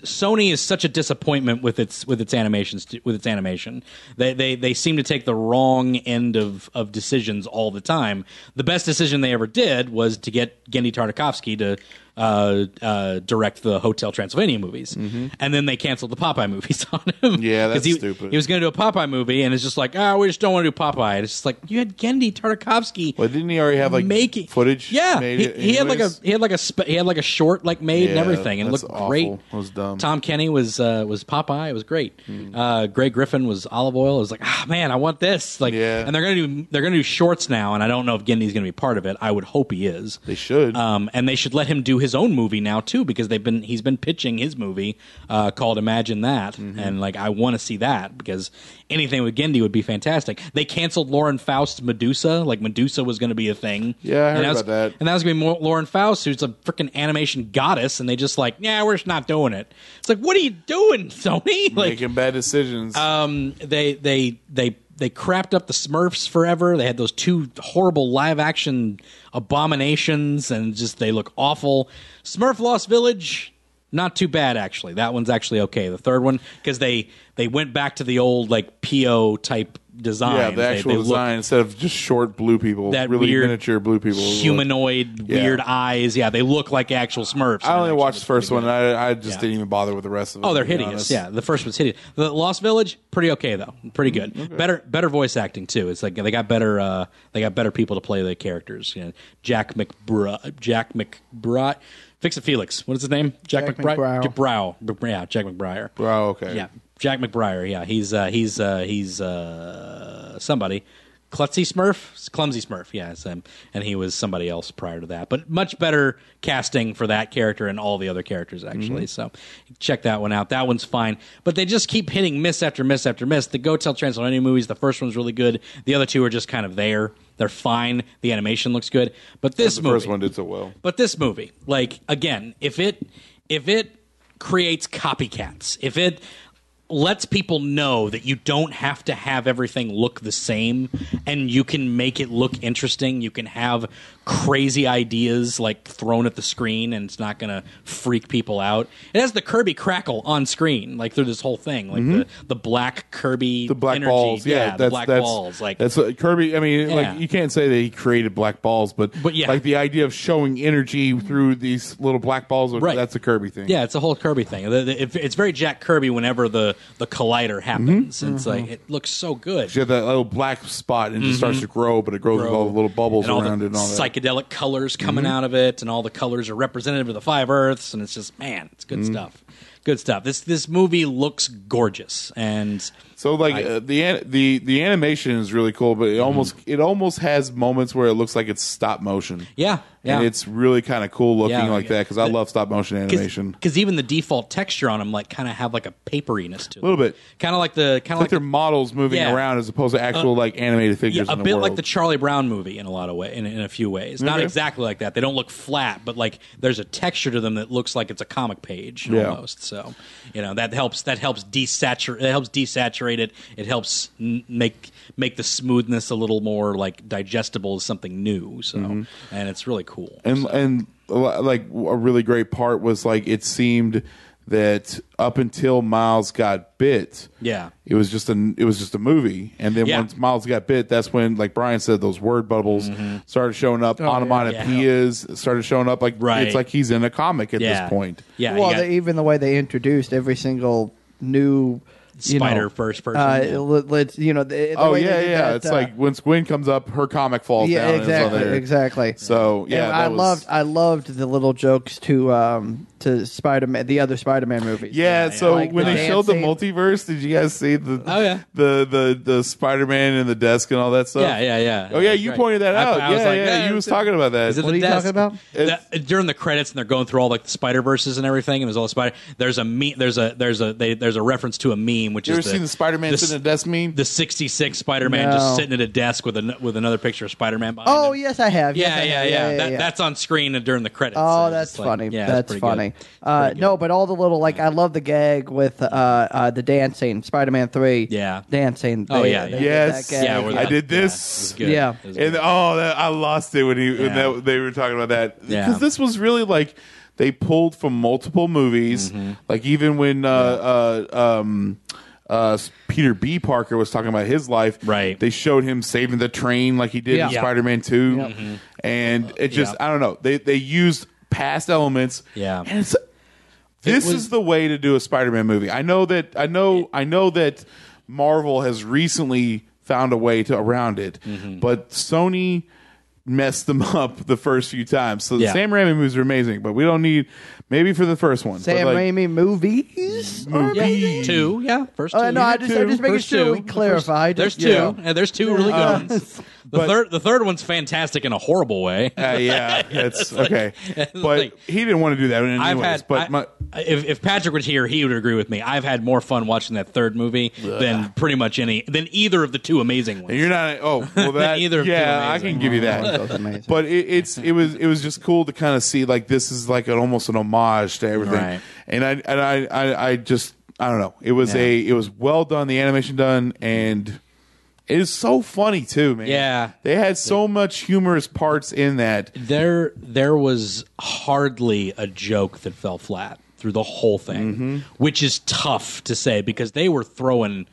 [SPEAKER 2] Sony is such a disappointment with its with its animations with its animation. They they they seem to take the wrong end of of decisions all the time. The best decision they ever did was to get Gendy Tartakovsky to uh, uh, direct the Hotel Transylvania movies, and then they canceled the Popeye movies on him.
[SPEAKER 3] Mm-hmm. Yeah,
[SPEAKER 2] 'Cause
[SPEAKER 3] that's
[SPEAKER 2] he-
[SPEAKER 3] stupid.
[SPEAKER 2] He was going to do a Popeye movie, and it's just like, ah, we just don't want to do Popeye. And it's just like you had Gendy Tartakovsky
[SPEAKER 3] Well, didn't he already have like
[SPEAKER 2] making
[SPEAKER 3] footage?
[SPEAKER 2] Yeah,
[SPEAKER 3] made
[SPEAKER 2] he,
[SPEAKER 3] it
[SPEAKER 2] he had like a
[SPEAKER 3] anyways?
[SPEAKER 2] he had like a sp- he had like a short like made and
[SPEAKER 3] Yeah,
[SPEAKER 2] everything, and it
[SPEAKER 3] that's
[SPEAKER 2] looked great.
[SPEAKER 3] awful. That was dumb. Hmm.
[SPEAKER 2] Tom Kenny was uh, was Popeye. It was great. Uh, Gray Griffin was Olive Oil. It was like, ah, man, I want this. Like,
[SPEAKER 3] Yeah.
[SPEAKER 2] and they're gonna do they're gonna do shorts now, and I don't know if Gendy's gonna be part of it. I would hope he is.
[SPEAKER 3] They should.
[SPEAKER 2] Um, and they should let him do his own movie now too, because they've been he's been pitching his movie uh, called Imagine That,
[SPEAKER 3] Mm-hmm.
[SPEAKER 2] and like I want to see that because anything with Gendy would be fantastic. They canceled Lauren Faust's Medusa, like Medusa was going to be a thing.
[SPEAKER 3] Yeah, I
[SPEAKER 2] and
[SPEAKER 3] heard
[SPEAKER 2] was,
[SPEAKER 3] about that.
[SPEAKER 2] And that was going to be more Lauren Faust, who's a freaking animation goddess, and they just like, nah, we're just not doing it. It's like, what are you doing, Sony? Like,
[SPEAKER 3] making bad decisions.
[SPEAKER 2] um, they they they they crapped up the Smurfs forever. They had those two horrible live action abominations, and just they look awful. Smurf Lost Village, not too bad actually. That one's actually okay. The third one because they they went back to the old like PO type design.
[SPEAKER 3] yeah, the
[SPEAKER 2] They-
[SPEAKER 3] actual
[SPEAKER 2] they look
[SPEAKER 3] design instead of just short blue people,
[SPEAKER 2] that
[SPEAKER 3] really
[SPEAKER 2] weird
[SPEAKER 3] miniature blue people,
[SPEAKER 2] humanoid,
[SPEAKER 3] Yeah.
[SPEAKER 2] weird eyes. Yeah, they look like actual Smurfs.
[SPEAKER 3] I only
[SPEAKER 2] Actually,
[SPEAKER 3] watched the
[SPEAKER 2] they're
[SPEAKER 3] first
[SPEAKER 2] pretty
[SPEAKER 3] one.
[SPEAKER 2] good.
[SPEAKER 3] And I, I just
[SPEAKER 2] Yeah.
[SPEAKER 3] didn't even bother with the rest of it.
[SPEAKER 2] Oh, they're
[SPEAKER 3] to be
[SPEAKER 2] hideous.
[SPEAKER 3] honest.
[SPEAKER 2] Yeah, the first one's hideous. The Lost Village, pretty okay though, pretty good. Better, better voice acting too. It's like they got better, uh, they got better people to play the characters. You know, Jack McBra, Jack McBride, Fix it, Felix. What is his name? Jack,
[SPEAKER 4] Jack
[SPEAKER 2] McBride,
[SPEAKER 4] McBrow.
[SPEAKER 2] Brow. Yeah, Jack McBriar.
[SPEAKER 3] Oh, okay.
[SPEAKER 2] Yeah, Jack McBriar. Yeah, he's uh, he's uh, he's uh, somebody. Klutzy Smurf, Clumsy Smurf, yes, um, and he was somebody else prior to that, but much better casting for that character and all the other characters actually. So
[SPEAKER 3] Mm-hmm.
[SPEAKER 2] check that one out. That one's fine, but they just keep hitting miss after miss after miss. The Go Tell Transylvania movies, the first one's really good. The other two are just kind of there. They're fine. The animation looks good, but this
[SPEAKER 3] The
[SPEAKER 2] movie,
[SPEAKER 3] first one did so well.
[SPEAKER 2] but this movie, like again, if it if it creates copycats, if it lets people know that you don't have to have everything look the same and you can make it look interesting, you can have crazy ideas like thrown at the screen and it's not going to freak people out. It has the Kirby crackle on screen like through this whole thing, like the, the black Kirby
[SPEAKER 3] Mm-hmm. The black
[SPEAKER 2] energy.
[SPEAKER 3] balls, yeah,
[SPEAKER 2] the
[SPEAKER 3] that's,
[SPEAKER 2] black
[SPEAKER 3] that's,
[SPEAKER 2] balls like
[SPEAKER 3] that's what Kirby. I mean,
[SPEAKER 2] Yeah.
[SPEAKER 3] like you can't say that he created black balls, but
[SPEAKER 2] But yeah.
[SPEAKER 3] like the idea of showing energy through these little black balls,
[SPEAKER 2] Right.
[SPEAKER 3] that's a Kirby thing.
[SPEAKER 2] Yeah, it's a whole Kirby thing. The- the- it- It's very Jack Kirby whenever the, the
[SPEAKER 3] Mm-hmm.
[SPEAKER 2] collider happens. It's like it looks so good.
[SPEAKER 3] you have that little black spot and it just starts to grow, but it grows with all the little bubbles
[SPEAKER 2] Mm-hmm. and all
[SPEAKER 3] around
[SPEAKER 2] the
[SPEAKER 3] it and all that. Mm-hmm.
[SPEAKER 2] psychedelic colors coming out of it, and all the colors are representative of the five Earths, and it's just man, it's good
[SPEAKER 3] Mm-hmm.
[SPEAKER 2] stuff. Good stuff. This this movie looks gorgeous, and
[SPEAKER 3] So like uh, the an- the the animation is really cool, but it
[SPEAKER 2] Mm-hmm.
[SPEAKER 3] almost it almost has moments where it looks like it's stop motion.
[SPEAKER 2] Yeah, yeah.
[SPEAKER 3] And it's really kind of cool looking
[SPEAKER 2] Yeah.
[SPEAKER 3] like that because I love stop motion animation.
[SPEAKER 2] because even the default texture on them like kind of have like a paperiness to it, a
[SPEAKER 3] little bit.
[SPEAKER 2] kind of like the kind of
[SPEAKER 3] Like
[SPEAKER 2] like
[SPEAKER 3] they're
[SPEAKER 2] the
[SPEAKER 3] models moving
[SPEAKER 2] Yeah. Uh,
[SPEAKER 3] around as opposed to actual like animated figures.
[SPEAKER 2] Yeah, a
[SPEAKER 3] in the
[SPEAKER 2] bit
[SPEAKER 3] world.
[SPEAKER 2] like the Charlie Brown movie in a lot of way, in, in a few ways. Not
[SPEAKER 3] Okay.
[SPEAKER 2] exactly like that. They don't look flat, but like there's a texture to them that looks like it's a comic page
[SPEAKER 3] Yeah.
[SPEAKER 2] almost. So you know that helps. That helps desaturate. That helps desaturate it. It helps n- make make the smoothness a little more like digestible as something new. So and it's really cool.
[SPEAKER 3] Mm-hmm. and and li- like a really great part was like it seemed that up until Miles got bit,
[SPEAKER 2] Yeah.
[SPEAKER 3] it was just a it was just a movie, and then
[SPEAKER 2] Yeah.
[SPEAKER 3] once Miles got bit, that's when like Brian said those word bubbles
[SPEAKER 2] Mm-hmm.
[SPEAKER 3] started showing
[SPEAKER 4] Oh,
[SPEAKER 3] up, onomatopoeias started showing up, like
[SPEAKER 2] Right.
[SPEAKER 3] it's like he's in a comic at
[SPEAKER 2] yeah.
[SPEAKER 3] this point.
[SPEAKER 2] Yeah.
[SPEAKER 4] well,
[SPEAKER 2] you got
[SPEAKER 4] they, even the way they introduced every single new you know,
[SPEAKER 2] Spider first person,
[SPEAKER 4] Uh,
[SPEAKER 2] yeah.
[SPEAKER 4] let- let's you know. The, the
[SPEAKER 3] Oh
[SPEAKER 4] way they
[SPEAKER 3] yeah,
[SPEAKER 4] did
[SPEAKER 3] yeah.
[SPEAKER 4] that,
[SPEAKER 3] it's
[SPEAKER 4] uh,
[SPEAKER 3] like when Gwen comes up, her comic falls
[SPEAKER 4] yeah,
[SPEAKER 3] down. and it's all
[SPEAKER 4] exactly,
[SPEAKER 3] there.
[SPEAKER 4] exactly.
[SPEAKER 3] So yeah,
[SPEAKER 4] and
[SPEAKER 3] that
[SPEAKER 4] I
[SPEAKER 3] was-
[SPEAKER 4] loved I loved the little jokes to um to Spider Man the other Spider Man movies.
[SPEAKER 3] Yeah, so
[SPEAKER 4] Like
[SPEAKER 3] when
[SPEAKER 4] the
[SPEAKER 3] they showed the
[SPEAKER 4] dancing-
[SPEAKER 3] multiverse, did you guys see the
[SPEAKER 2] Oh, yeah.
[SPEAKER 3] the the the Spider Man and the desk and all that stuff?
[SPEAKER 2] Yeah, yeah, yeah.
[SPEAKER 3] Oh yeah, you
[SPEAKER 2] Right.
[SPEAKER 3] pointed that
[SPEAKER 2] I-
[SPEAKER 3] out.
[SPEAKER 2] I
[SPEAKER 3] yeah,
[SPEAKER 2] was like,
[SPEAKER 3] yeah,
[SPEAKER 2] yeah,
[SPEAKER 3] you was
[SPEAKER 2] it's a-
[SPEAKER 3] talking about that.
[SPEAKER 2] Is it
[SPEAKER 4] What
[SPEAKER 2] the
[SPEAKER 4] are you
[SPEAKER 2] desk?
[SPEAKER 4] talking about?
[SPEAKER 3] It's-
[SPEAKER 2] That- during the credits, and they're going through all like the Spider Verses and everything, and there's all the Spider. There's a me- There's a there's a they, there's a reference to a meme, which
[SPEAKER 3] you
[SPEAKER 2] is
[SPEAKER 3] ever seen the Spider Man
[SPEAKER 2] the,
[SPEAKER 3] sitting at a desk meme?
[SPEAKER 2] the '66 Spider Man
[SPEAKER 4] No.
[SPEAKER 2] just sitting at a desk with a with another picture of Spider Man.
[SPEAKER 4] Oh
[SPEAKER 2] him.
[SPEAKER 4] yes, I have. Yes, I
[SPEAKER 2] Yeah,
[SPEAKER 4] have.
[SPEAKER 2] yeah, yeah, That, That's on screen during the credits.
[SPEAKER 4] Oh,
[SPEAKER 2] It's
[SPEAKER 4] that's
[SPEAKER 2] like-
[SPEAKER 4] funny.
[SPEAKER 2] yeah, it's
[SPEAKER 4] that's
[SPEAKER 2] pretty
[SPEAKER 4] funny.
[SPEAKER 2] good.
[SPEAKER 4] Uh,
[SPEAKER 2] Pretty good.
[SPEAKER 4] no, but all the little like I love the gag with uh, uh, the dancing Spider-Man Three.
[SPEAKER 2] Yeah.
[SPEAKER 4] dancing.
[SPEAKER 2] Oh,
[SPEAKER 4] They-
[SPEAKER 2] yeah,
[SPEAKER 4] they
[SPEAKER 2] yeah.
[SPEAKER 4] did
[SPEAKER 3] yes,
[SPEAKER 4] that gag.
[SPEAKER 2] Yeah, we're
[SPEAKER 3] I
[SPEAKER 2] like-
[SPEAKER 3] did
[SPEAKER 2] yeah, it
[SPEAKER 3] this.
[SPEAKER 2] was good.
[SPEAKER 4] Yeah.
[SPEAKER 2] It was
[SPEAKER 3] and
[SPEAKER 2] good.
[SPEAKER 3] oh, that, I lost it when he when
[SPEAKER 2] Yeah.
[SPEAKER 3] that, they were talking about that because
[SPEAKER 2] Yeah.
[SPEAKER 3] this was really like they pulled from multiple movies.
[SPEAKER 2] Mm-hmm.
[SPEAKER 3] Like even when uh, uh, um, uh, Peter B. Parker was talking about his life,
[SPEAKER 2] Right.
[SPEAKER 3] They showed him saving the train like he did
[SPEAKER 4] Yeah.
[SPEAKER 3] in
[SPEAKER 4] Yeah.
[SPEAKER 3] Spider-Man Two, and it just
[SPEAKER 2] Uh, yeah.
[SPEAKER 3] I don't know. They they used past elements,
[SPEAKER 2] Yeah.
[SPEAKER 3] and it's this
[SPEAKER 2] was-
[SPEAKER 3] is the way to do a Spider-Man movie. I know that I know I know that Marvel has recently found a way to around it,
[SPEAKER 2] Mm-hmm.
[SPEAKER 3] but Sony messed them up the first few times. So
[SPEAKER 2] Yeah.
[SPEAKER 3] the Sam Raimi movies are amazing, but we don't need maybe for the first one.
[SPEAKER 4] Sam
[SPEAKER 3] but like,
[SPEAKER 4] Raimi movies. Movie.
[SPEAKER 2] Yeah, two, yeah, first.
[SPEAKER 4] Uh,
[SPEAKER 2] two.
[SPEAKER 4] no, I just, I'm just making
[SPEAKER 2] First
[SPEAKER 4] sure
[SPEAKER 2] two.
[SPEAKER 4] we clarify.
[SPEAKER 2] There's
[SPEAKER 4] Just,
[SPEAKER 2] two.
[SPEAKER 4] yeah.
[SPEAKER 2] Yeah, there's two really good
[SPEAKER 3] Uh,
[SPEAKER 2] ones. The
[SPEAKER 3] but-
[SPEAKER 2] third, the third one's fantastic in a horrible way.
[SPEAKER 3] uh, yeah, that's okay.
[SPEAKER 2] it's
[SPEAKER 3] but
[SPEAKER 2] like-
[SPEAKER 3] he didn't want to do that. Anyways,
[SPEAKER 2] I've had,
[SPEAKER 3] but
[SPEAKER 2] I-
[SPEAKER 3] my,
[SPEAKER 2] if, if Patrick was here, he would agree with me. I've had more fun watching that third movie than pretty much any than either of the two amazing ones.
[SPEAKER 3] you're not. Oh, well, that
[SPEAKER 2] Either of two
[SPEAKER 3] Yeah, I
[SPEAKER 2] amazing.
[SPEAKER 3] can give you that.
[SPEAKER 4] That was amazing.
[SPEAKER 3] but it, it's it was it was just cool to kind of see like this is like an almost an homage to everything,
[SPEAKER 2] Right.
[SPEAKER 3] and I and I, I I just I don't know. It was a it was well done. The animation done and. It is so funny too, man.
[SPEAKER 2] Yeah.
[SPEAKER 3] they had so much humorous parts in that.
[SPEAKER 2] there there was hardly a joke that fell flat through the whole thing,
[SPEAKER 3] Mm-hmm.
[SPEAKER 2] which is tough to say because they were throwing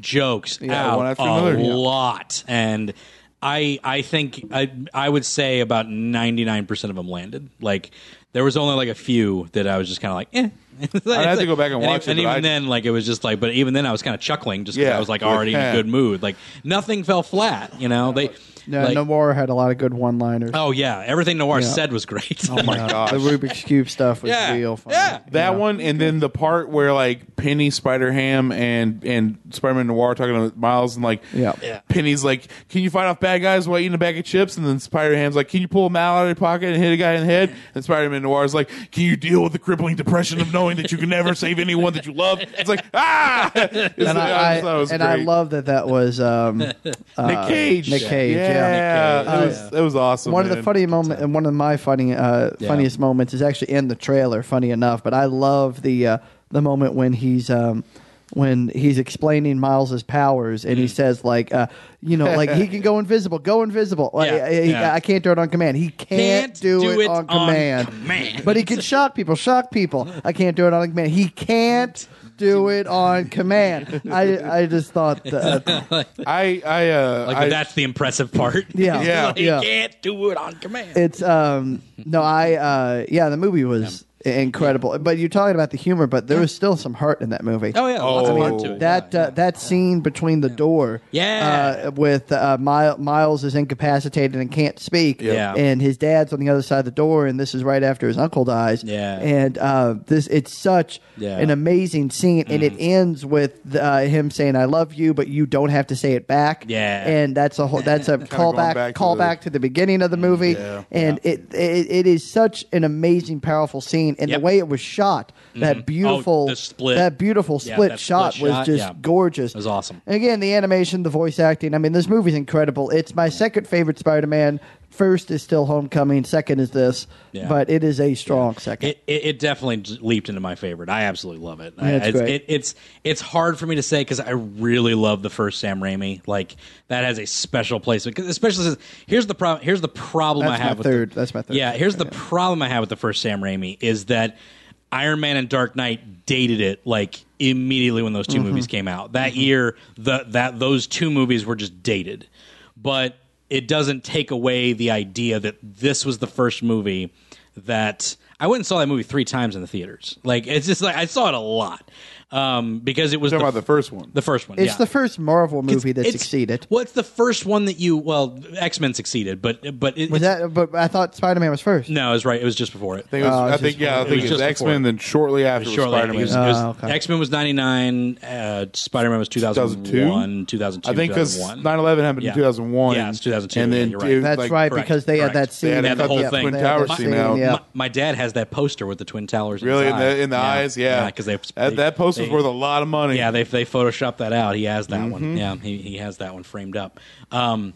[SPEAKER 2] jokes out
[SPEAKER 3] one after
[SPEAKER 2] a
[SPEAKER 3] another, yeah.
[SPEAKER 2] lot, and I I think I I would say about ninety nine percent of them landed. Like There was only like a few that I was just kind of like, eh. i
[SPEAKER 3] have to go back and watch it,
[SPEAKER 2] And
[SPEAKER 3] but
[SPEAKER 2] even
[SPEAKER 3] I-
[SPEAKER 2] then, like it was just like, but even then, I was kind of chuckling just because
[SPEAKER 3] Yeah. eh.
[SPEAKER 2] I was like already in
[SPEAKER 3] Yeah.
[SPEAKER 2] a good mood. Like nothing fell flat, you know. They
[SPEAKER 4] No,
[SPEAKER 2] like-
[SPEAKER 4] Noir had a lot of good one-liners.
[SPEAKER 2] Oh yeah, everything Noir
[SPEAKER 4] Yeah.
[SPEAKER 2] said was great.
[SPEAKER 3] Oh my gosh.
[SPEAKER 4] The Rubik's cube stuff was
[SPEAKER 2] Yeah,
[SPEAKER 4] real fun.
[SPEAKER 2] yeah.
[SPEAKER 3] That one, and then the part where like Penny, Spider Ham, and and Spider Man Noir talking to Miles, and like
[SPEAKER 4] Yeah.
[SPEAKER 2] Yeah.
[SPEAKER 3] Penny's like, "Can you fight off bad guys while eating a bag of chips?" And then Spider Ham's like, "Can you pull a mallet out of your pocket and hit a guy in the head?" And Spider Man Noir's like, "Can you deal with the crippling depression of knowing that you can never save anyone that you love?" It's like ah, It's like,
[SPEAKER 4] And I,
[SPEAKER 3] just thought it
[SPEAKER 4] I
[SPEAKER 3] was
[SPEAKER 4] and I
[SPEAKER 3] great.
[SPEAKER 4] love that that was um,
[SPEAKER 3] Nick Cage.
[SPEAKER 4] Nick Cage,
[SPEAKER 3] yeah,
[SPEAKER 4] yeah.
[SPEAKER 2] Nick Cage.
[SPEAKER 3] It, was, it was awesome.
[SPEAKER 4] one of the
[SPEAKER 3] man.
[SPEAKER 4] funny moment and one of my funny uh,
[SPEAKER 2] Yeah.
[SPEAKER 4] funniest moments is actually in the trailer. Funny enough, but I love the uh, the moment when he's um, when he's explaining Miles's powers and he says like uh, you know like he can go invisible, go invisible. Like,
[SPEAKER 2] Yeah,
[SPEAKER 4] I, I-
[SPEAKER 2] yeah.
[SPEAKER 4] I can't do it on command. He can't, do, it, on, command.
[SPEAKER 2] command.
[SPEAKER 4] But he can shock people. Shock people. I can't do it on command. He can't do it on command. I I just thought that,
[SPEAKER 3] I I uh,
[SPEAKER 2] like
[SPEAKER 3] I,
[SPEAKER 2] that's the impressive part.
[SPEAKER 4] yeah
[SPEAKER 3] Yeah.
[SPEAKER 2] Like,
[SPEAKER 4] yeah.
[SPEAKER 2] You can't do it on command.
[SPEAKER 4] It's um no, I uh yeah, the movie was incredible. But you're talking about the humor, but there was still some heart in that movie.
[SPEAKER 2] oh yeah, lots of
[SPEAKER 3] Oh.
[SPEAKER 2] heart to it.
[SPEAKER 4] That uh, that scene between the door,
[SPEAKER 2] Yeah.
[SPEAKER 4] uh, with uh, My- Miles is incapacitated and can't speak,
[SPEAKER 2] Yeah.
[SPEAKER 4] and his dad's on the other side of the door, and this is right after his uncle dies,
[SPEAKER 2] Yeah.
[SPEAKER 4] and uh, this it's such
[SPEAKER 2] Yeah. Mm.
[SPEAKER 4] an amazing scene, and it ends with uh, him saying "I love you," but you don't have to say it back,
[SPEAKER 2] Yeah.
[SPEAKER 4] and that's a whole that's a callback
[SPEAKER 3] back to
[SPEAKER 4] callback
[SPEAKER 3] the-
[SPEAKER 4] to the beginning
[SPEAKER 2] Mm,
[SPEAKER 4] of the movie,
[SPEAKER 3] Yeah.
[SPEAKER 4] and It, it it is such an amazing, powerful scene,
[SPEAKER 2] Yep.
[SPEAKER 4] and
[SPEAKER 2] Mm-hmm. Oh,
[SPEAKER 4] the way it was shot, that beautiful
[SPEAKER 2] the split.
[SPEAKER 4] that beautiful
[SPEAKER 2] Yeah,
[SPEAKER 4] split
[SPEAKER 2] that split
[SPEAKER 4] shot
[SPEAKER 2] shot,
[SPEAKER 4] was just
[SPEAKER 2] yeah.
[SPEAKER 4] gorgeous.
[SPEAKER 2] It was awesome.
[SPEAKER 4] And again, the animation, the voice acting. I mean, this movie's incredible. It's my second favorite Spider-Man. First is still Homecoming. Second is this,
[SPEAKER 2] Yeah.
[SPEAKER 4] but it is a strong second.
[SPEAKER 2] It, it, it definitely j- leaped into my favorite. I absolutely love it. I-
[SPEAKER 4] Yeah, it's
[SPEAKER 2] it's,
[SPEAKER 4] great.
[SPEAKER 2] It, it's it's hard for me to say because I really love the first Sam Raimi. Like that has a special place because especially since here's the problem. Here's the problem
[SPEAKER 4] That's
[SPEAKER 2] I
[SPEAKER 4] my
[SPEAKER 2] have with
[SPEAKER 4] third-
[SPEAKER 2] The,
[SPEAKER 4] that's my third
[SPEAKER 2] Yeah, here's the problem I have with the first Sam Raimi is that Iron Man and Dark Knight dated it like immediately when those 2
[SPEAKER 3] Mm-hmm.
[SPEAKER 2] movies came out that year. The that those two movies were just dated, but it doesn't take away the idea that this was the first movie that I went and saw that movie three times in the theaters. Like it's just like I saw it a lot um, because it was
[SPEAKER 3] talking
[SPEAKER 2] the,
[SPEAKER 3] about the first one.
[SPEAKER 2] the first one.
[SPEAKER 4] It's
[SPEAKER 2] yeah.
[SPEAKER 4] the first Marvel movie that
[SPEAKER 2] It's-
[SPEAKER 4] succeeded.
[SPEAKER 2] Well, it's the first one that you well X Men succeeded, but but it,
[SPEAKER 4] Was
[SPEAKER 2] it's-
[SPEAKER 4] that? But I thought Spider-Man was first.
[SPEAKER 2] no, it was right. It was just before it.
[SPEAKER 3] I think it was,
[SPEAKER 4] Oh,
[SPEAKER 3] I
[SPEAKER 4] it's
[SPEAKER 3] think
[SPEAKER 4] just-
[SPEAKER 3] yeah, I
[SPEAKER 2] was
[SPEAKER 3] think it was
[SPEAKER 2] just
[SPEAKER 3] X
[SPEAKER 2] before.
[SPEAKER 3] Men. Then shortly after
[SPEAKER 2] Shortly,
[SPEAKER 3] Spider
[SPEAKER 2] it was,
[SPEAKER 3] Man.
[SPEAKER 4] Ah, okay.
[SPEAKER 2] X Men was ninety nine. Uh, Spider Man was two thousand one, two thousand two.
[SPEAKER 3] I think because 9
[SPEAKER 2] one.
[SPEAKER 3] 11 happened
[SPEAKER 2] Yeah.
[SPEAKER 3] in 2001.
[SPEAKER 2] Yeah, it's 2002,
[SPEAKER 3] And then
[SPEAKER 2] yeah, you're right.
[SPEAKER 3] it-
[SPEAKER 4] That's
[SPEAKER 3] like,
[SPEAKER 4] right,
[SPEAKER 2] correct,
[SPEAKER 4] because they had
[SPEAKER 2] correct.
[SPEAKER 4] that scene.
[SPEAKER 3] They had
[SPEAKER 4] that
[SPEAKER 3] that
[SPEAKER 4] cut
[SPEAKER 3] whole
[SPEAKER 4] the-
[SPEAKER 3] thing.
[SPEAKER 4] they had
[SPEAKER 3] Twin Towers
[SPEAKER 4] that
[SPEAKER 3] scene out.
[SPEAKER 4] Yeah.
[SPEAKER 2] My, my dad has that poster with the twin towers. in
[SPEAKER 3] Really
[SPEAKER 2] his
[SPEAKER 3] in
[SPEAKER 2] eye.
[SPEAKER 3] the, in the
[SPEAKER 2] Yeah.
[SPEAKER 3] eyes, yeah.
[SPEAKER 2] because they,
[SPEAKER 3] that,
[SPEAKER 2] they-
[SPEAKER 3] that post was
[SPEAKER 2] they-
[SPEAKER 3] worth a lot of money.
[SPEAKER 2] Yeah, they they photoshopped that out. He has that one. Yeah, he he has that one framed up. Um,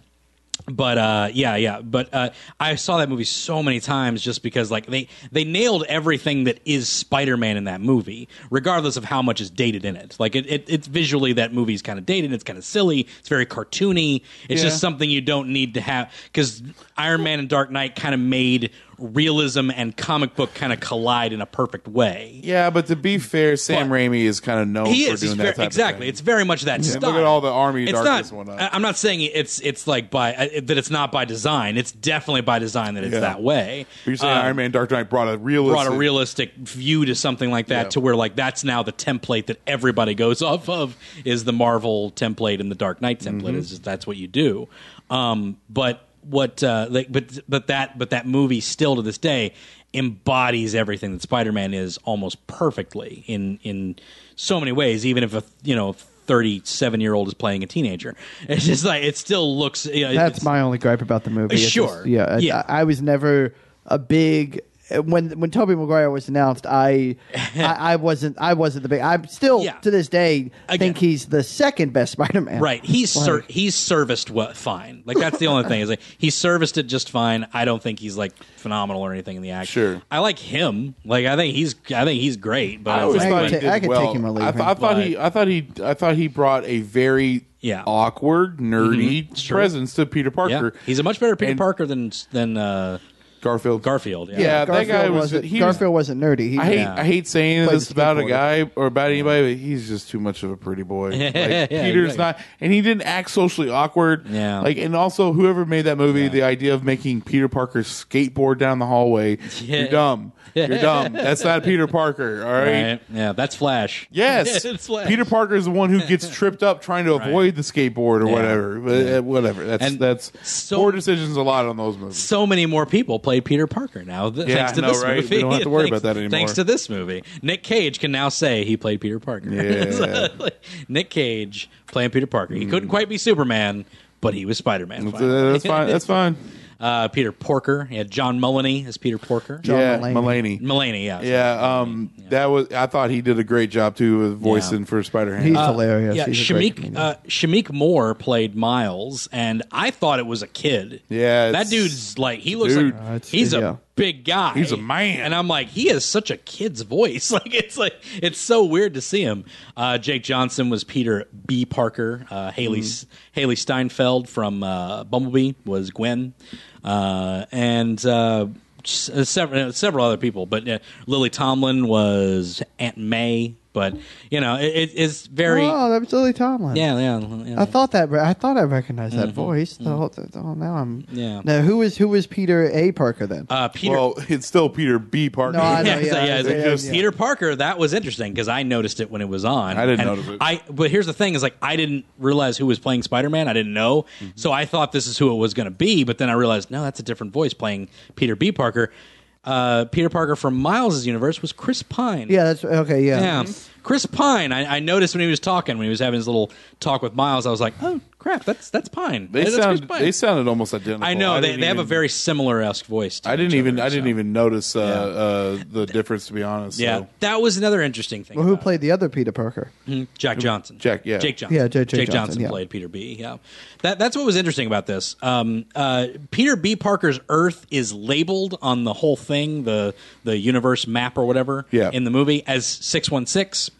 [SPEAKER 2] but uh, yeah, yeah. But uh, I saw that movie so many times just because like they they nailed everything that is Spider Man in that movie, regardless of how much is dated in it. Like it, it it's visually that movie's kind of dated. It's kind of silly. It's very cartoony. It's
[SPEAKER 3] Yeah.
[SPEAKER 2] just something you don't need to have because Iron Man and Dark Knight kind of made realism and comic book kind of collide in a perfect way.
[SPEAKER 3] yeah, but to be fair, Sam
[SPEAKER 2] Mm-hmm. But-
[SPEAKER 3] Raimi is kind of known
[SPEAKER 2] He
[SPEAKER 3] for
[SPEAKER 2] is
[SPEAKER 3] doing
[SPEAKER 2] he's
[SPEAKER 3] that
[SPEAKER 2] very,
[SPEAKER 3] type
[SPEAKER 2] exactly.
[SPEAKER 3] of
[SPEAKER 2] It's
[SPEAKER 3] thing.
[SPEAKER 2] very much that
[SPEAKER 3] And
[SPEAKER 2] style.
[SPEAKER 3] look at all the Army
[SPEAKER 2] It's
[SPEAKER 3] Darkness
[SPEAKER 2] not.
[SPEAKER 3] one up.
[SPEAKER 2] I- I'm not saying it's it's like by uh, that it's not by design. It's definitely by design that it's
[SPEAKER 3] Yeah.
[SPEAKER 2] that way.
[SPEAKER 3] You're saying
[SPEAKER 2] Um,
[SPEAKER 3] Iron Man Dark Knight brought a realistic.
[SPEAKER 2] brought a realistic view to something like that
[SPEAKER 3] Yeah.
[SPEAKER 2] to where like that's now the template that everybody goes off of is the Marvel template and the Dark Knight template is just, that's what you do. Um, but what uh, like but but that but that movie still to this day embodies everything that Spider-Man is almost perfectly in in so many ways even if a you know 37 year old is playing a teenager. It's just like it still looks you know,
[SPEAKER 4] That's
[SPEAKER 2] it's-
[SPEAKER 4] my only gripe about the movie. It's just-
[SPEAKER 2] Sure.
[SPEAKER 4] yeah. I-
[SPEAKER 2] Yeah.
[SPEAKER 4] I, I was never a big when when Toby Maguire was announced. I I, I wasn't I wasn't the big. I'm still
[SPEAKER 2] Yeah.
[SPEAKER 4] to this day
[SPEAKER 2] Again.
[SPEAKER 4] think he's the second best Spider Man.
[SPEAKER 2] Right. He's ser- he's serviced what fine. Like that's the only thing is like he serviced it just fine. I don't think he's like phenomenal or anything in the act.
[SPEAKER 3] Sure.
[SPEAKER 2] I like him. Like I think he's I think he's great. But
[SPEAKER 3] I
[SPEAKER 2] I
[SPEAKER 3] always
[SPEAKER 2] like,
[SPEAKER 4] could
[SPEAKER 3] thought he
[SPEAKER 4] ta-
[SPEAKER 3] did
[SPEAKER 4] I could
[SPEAKER 3] well.
[SPEAKER 4] take him or leave
[SPEAKER 3] I, th- I
[SPEAKER 4] him,
[SPEAKER 3] thought he,
[SPEAKER 2] but-
[SPEAKER 3] I thought he, I thought he brought a very
[SPEAKER 2] Yeah.
[SPEAKER 3] awkward, nerdy
[SPEAKER 2] It's true.
[SPEAKER 3] presence to Peter
[SPEAKER 2] yeah,
[SPEAKER 3] Parker.
[SPEAKER 2] he's a much better Peter
[SPEAKER 3] And-
[SPEAKER 2] Parker than than uh,
[SPEAKER 3] Garfield.
[SPEAKER 2] Garfield. Yeah.
[SPEAKER 3] Yeah, that guy was-
[SPEAKER 4] wasn't,
[SPEAKER 3] he was-
[SPEAKER 4] Garfield wasn't nerdy. He,
[SPEAKER 3] I hate
[SPEAKER 4] yeah.
[SPEAKER 3] I hate saying
[SPEAKER 4] Played
[SPEAKER 3] this
[SPEAKER 4] the
[SPEAKER 3] about a
[SPEAKER 4] skateboarder.
[SPEAKER 3] guy or about anybody, but he's just too much of a pretty boy. Like,
[SPEAKER 2] Yeah,
[SPEAKER 3] Peter's
[SPEAKER 2] exactly.
[SPEAKER 3] not, and he didn't act socially awkward.
[SPEAKER 2] Yeah.
[SPEAKER 3] like and also whoever made that movie, the idea of making Peter Parker skateboard down the hallway,
[SPEAKER 2] Yeah.
[SPEAKER 3] you're dumb. You're dumb. That's not Peter Parker. All right.
[SPEAKER 2] Right? Yeah, that's Flash.
[SPEAKER 3] Yes,
[SPEAKER 2] It's Flash.
[SPEAKER 3] Peter Parker is the one who gets tripped up trying to avoid the skateboard or whatever. But, uh, Whatever. That's
[SPEAKER 2] And
[SPEAKER 3] that's
[SPEAKER 2] so-
[SPEAKER 3] poor decisions a lot on those movies.
[SPEAKER 2] so many more people play Peter Parker now. Th-
[SPEAKER 3] Yeah,
[SPEAKER 2] thanks to
[SPEAKER 3] I know,
[SPEAKER 2] this
[SPEAKER 3] right? We
[SPEAKER 2] movie.
[SPEAKER 3] don't have to worry
[SPEAKER 2] Thanks-
[SPEAKER 3] about that anymore.
[SPEAKER 2] Thanks to this movie, Nick Cage can now say he played Peter Parker.
[SPEAKER 3] Yeah.
[SPEAKER 2] So, like, Nick Cage playing Peter Parker. He couldn't quite be Superman, but he was Spider Man.
[SPEAKER 3] Uh, That's fine. That's fine.
[SPEAKER 2] Uh, Peter Porker. Yeah, John Mulaney as Peter Porker.
[SPEAKER 4] John
[SPEAKER 3] yeah,
[SPEAKER 4] Mulaney.
[SPEAKER 3] Mulaney.
[SPEAKER 2] Mulaney. Yeah.
[SPEAKER 3] Yeah, um, that was. I thought he did a great job too with voicing
[SPEAKER 2] Yeah. Uh,
[SPEAKER 3] for Spider
[SPEAKER 4] He's
[SPEAKER 3] Man.
[SPEAKER 4] hilarious.
[SPEAKER 2] Yeah,
[SPEAKER 4] He's a great
[SPEAKER 2] Shamik
[SPEAKER 4] comedian.
[SPEAKER 2] uh, Shamik Moore played Miles, and I thought it was a kid.
[SPEAKER 3] Yeah, it's-
[SPEAKER 2] that dude's like he looks
[SPEAKER 3] Dude.
[SPEAKER 2] like
[SPEAKER 4] Uh, it's-
[SPEAKER 2] he's
[SPEAKER 4] yeah.
[SPEAKER 2] a big guy.
[SPEAKER 3] He's a man.
[SPEAKER 2] and I'm like he has such a kid's voice. Like it's like it's so weird to see him. Uh, Jake Johnson was Peter B. Parker. Uh,
[SPEAKER 4] Mm-hmm.
[SPEAKER 2] Haley Haley Steinfeld from uh, Bumblebee was Gwen, uh, and. Uh, s- Several, several other people, but uh, Lily Tomlin was Aunt May. But you know, it, it- it's very
[SPEAKER 4] oh, that was Lily Tomlin.
[SPEAKER 2] yeah, yeah. yeah.
[SPEAKER 4] I thought that I thought I recognized that voice. The whole, the, oh, now I'm
[SPEAKER 2] Mm-hmm. Yeah.
[SPEAKER 4] Now who is who is Peter A. Parker then?
[SPEAKER 2] uh, Peter.
[SPEAKER 3] Well, it's still Peter B. Parker.
[SPEAKER 4] No, I know,
[SPEAKER 2] yeah,
[SPEAKER 4] yeah,
[SPEAKER 2] so, yeah,
[SPEAKER 4] yeah,
[SPEAKER 2] so
[SPEAKER 3] yeah,
[SPEAKER 2] just-
[SPEAKER 3] yeah.
[SPEAKER 2] Peter Parker. That was interesting because I noticed it when it was on.
[SPEAKER 3] I didn't
[SPEAKER 2] And
[SPEAKER 3] notice it.
[SPEAKER 2] I but here's the thing: is like I didn't realize who was playing Spider Man. I didn't know,
[SPEAKER 3] Mm-hmm.
[SPEAKER 2] so I thought this is who it was going to be. But then I realized no, that's a different voice playing Peter B. Parker. Uh, Peter Parker from Miles' universe was Chris Pine.
[SPEAKER 4] yeah, that's okay. Yeah,
[SPEAKER 2] Yeah. Chris Pine, I, I noticed when he was talking, when he was having his little talk with Miles, I was like, "Oh crap, that's that's Pine."
[SPEAKER 3] they
[SPEAKER 2] that's Chris
[SPEAKER 3] sound
[SPEAKER 2] Pine.
[SPEAKER 3] they sounded almost identical.
[SPEAKER 2] I know they,
[SPEAKER 3] didn't
[SPEAKER 2] they have a
[SPEAKER 3] even-
[SPEAKER 2] very similar esque voice. To
[SPEAKER 3] I didn't
[SPEAKER 2] each
[SPEAKER 3] even
[SPEAKER 2] other,
[SPEAKER 3] I didn't
[SPEAKER 2] so.
[SPEAKER 3] even notice uh, uh, the difference to be honest. so.
[SPEAKER 2] Yeah, that was another interesting thing.
[SPEAKER 4] Well, who
[SPEAKER 2] about
[SPEAKER 4] played the other Peter Parker?
[SPEAKER 2] it. Jack Johnson?
[SPEAKER 3] Jack, yeah.
[SPEAKER 2] Jake Johnson.
[SPEAKER 4] Yeah, Jake- Jake
[SPEAKER 2] Johnson,
[SPEAKER 4] Johnson, yeah.
[SPEAKER 2] played Peter B. Yeah, that that's what was interesting about this. Um, uh, Peter B. Parker's Earth is labeled on the whole thing, the the universe map or whatever,
[SPEAKER 3] Yeah.
[SPEAKER 2] in the movie as six one six.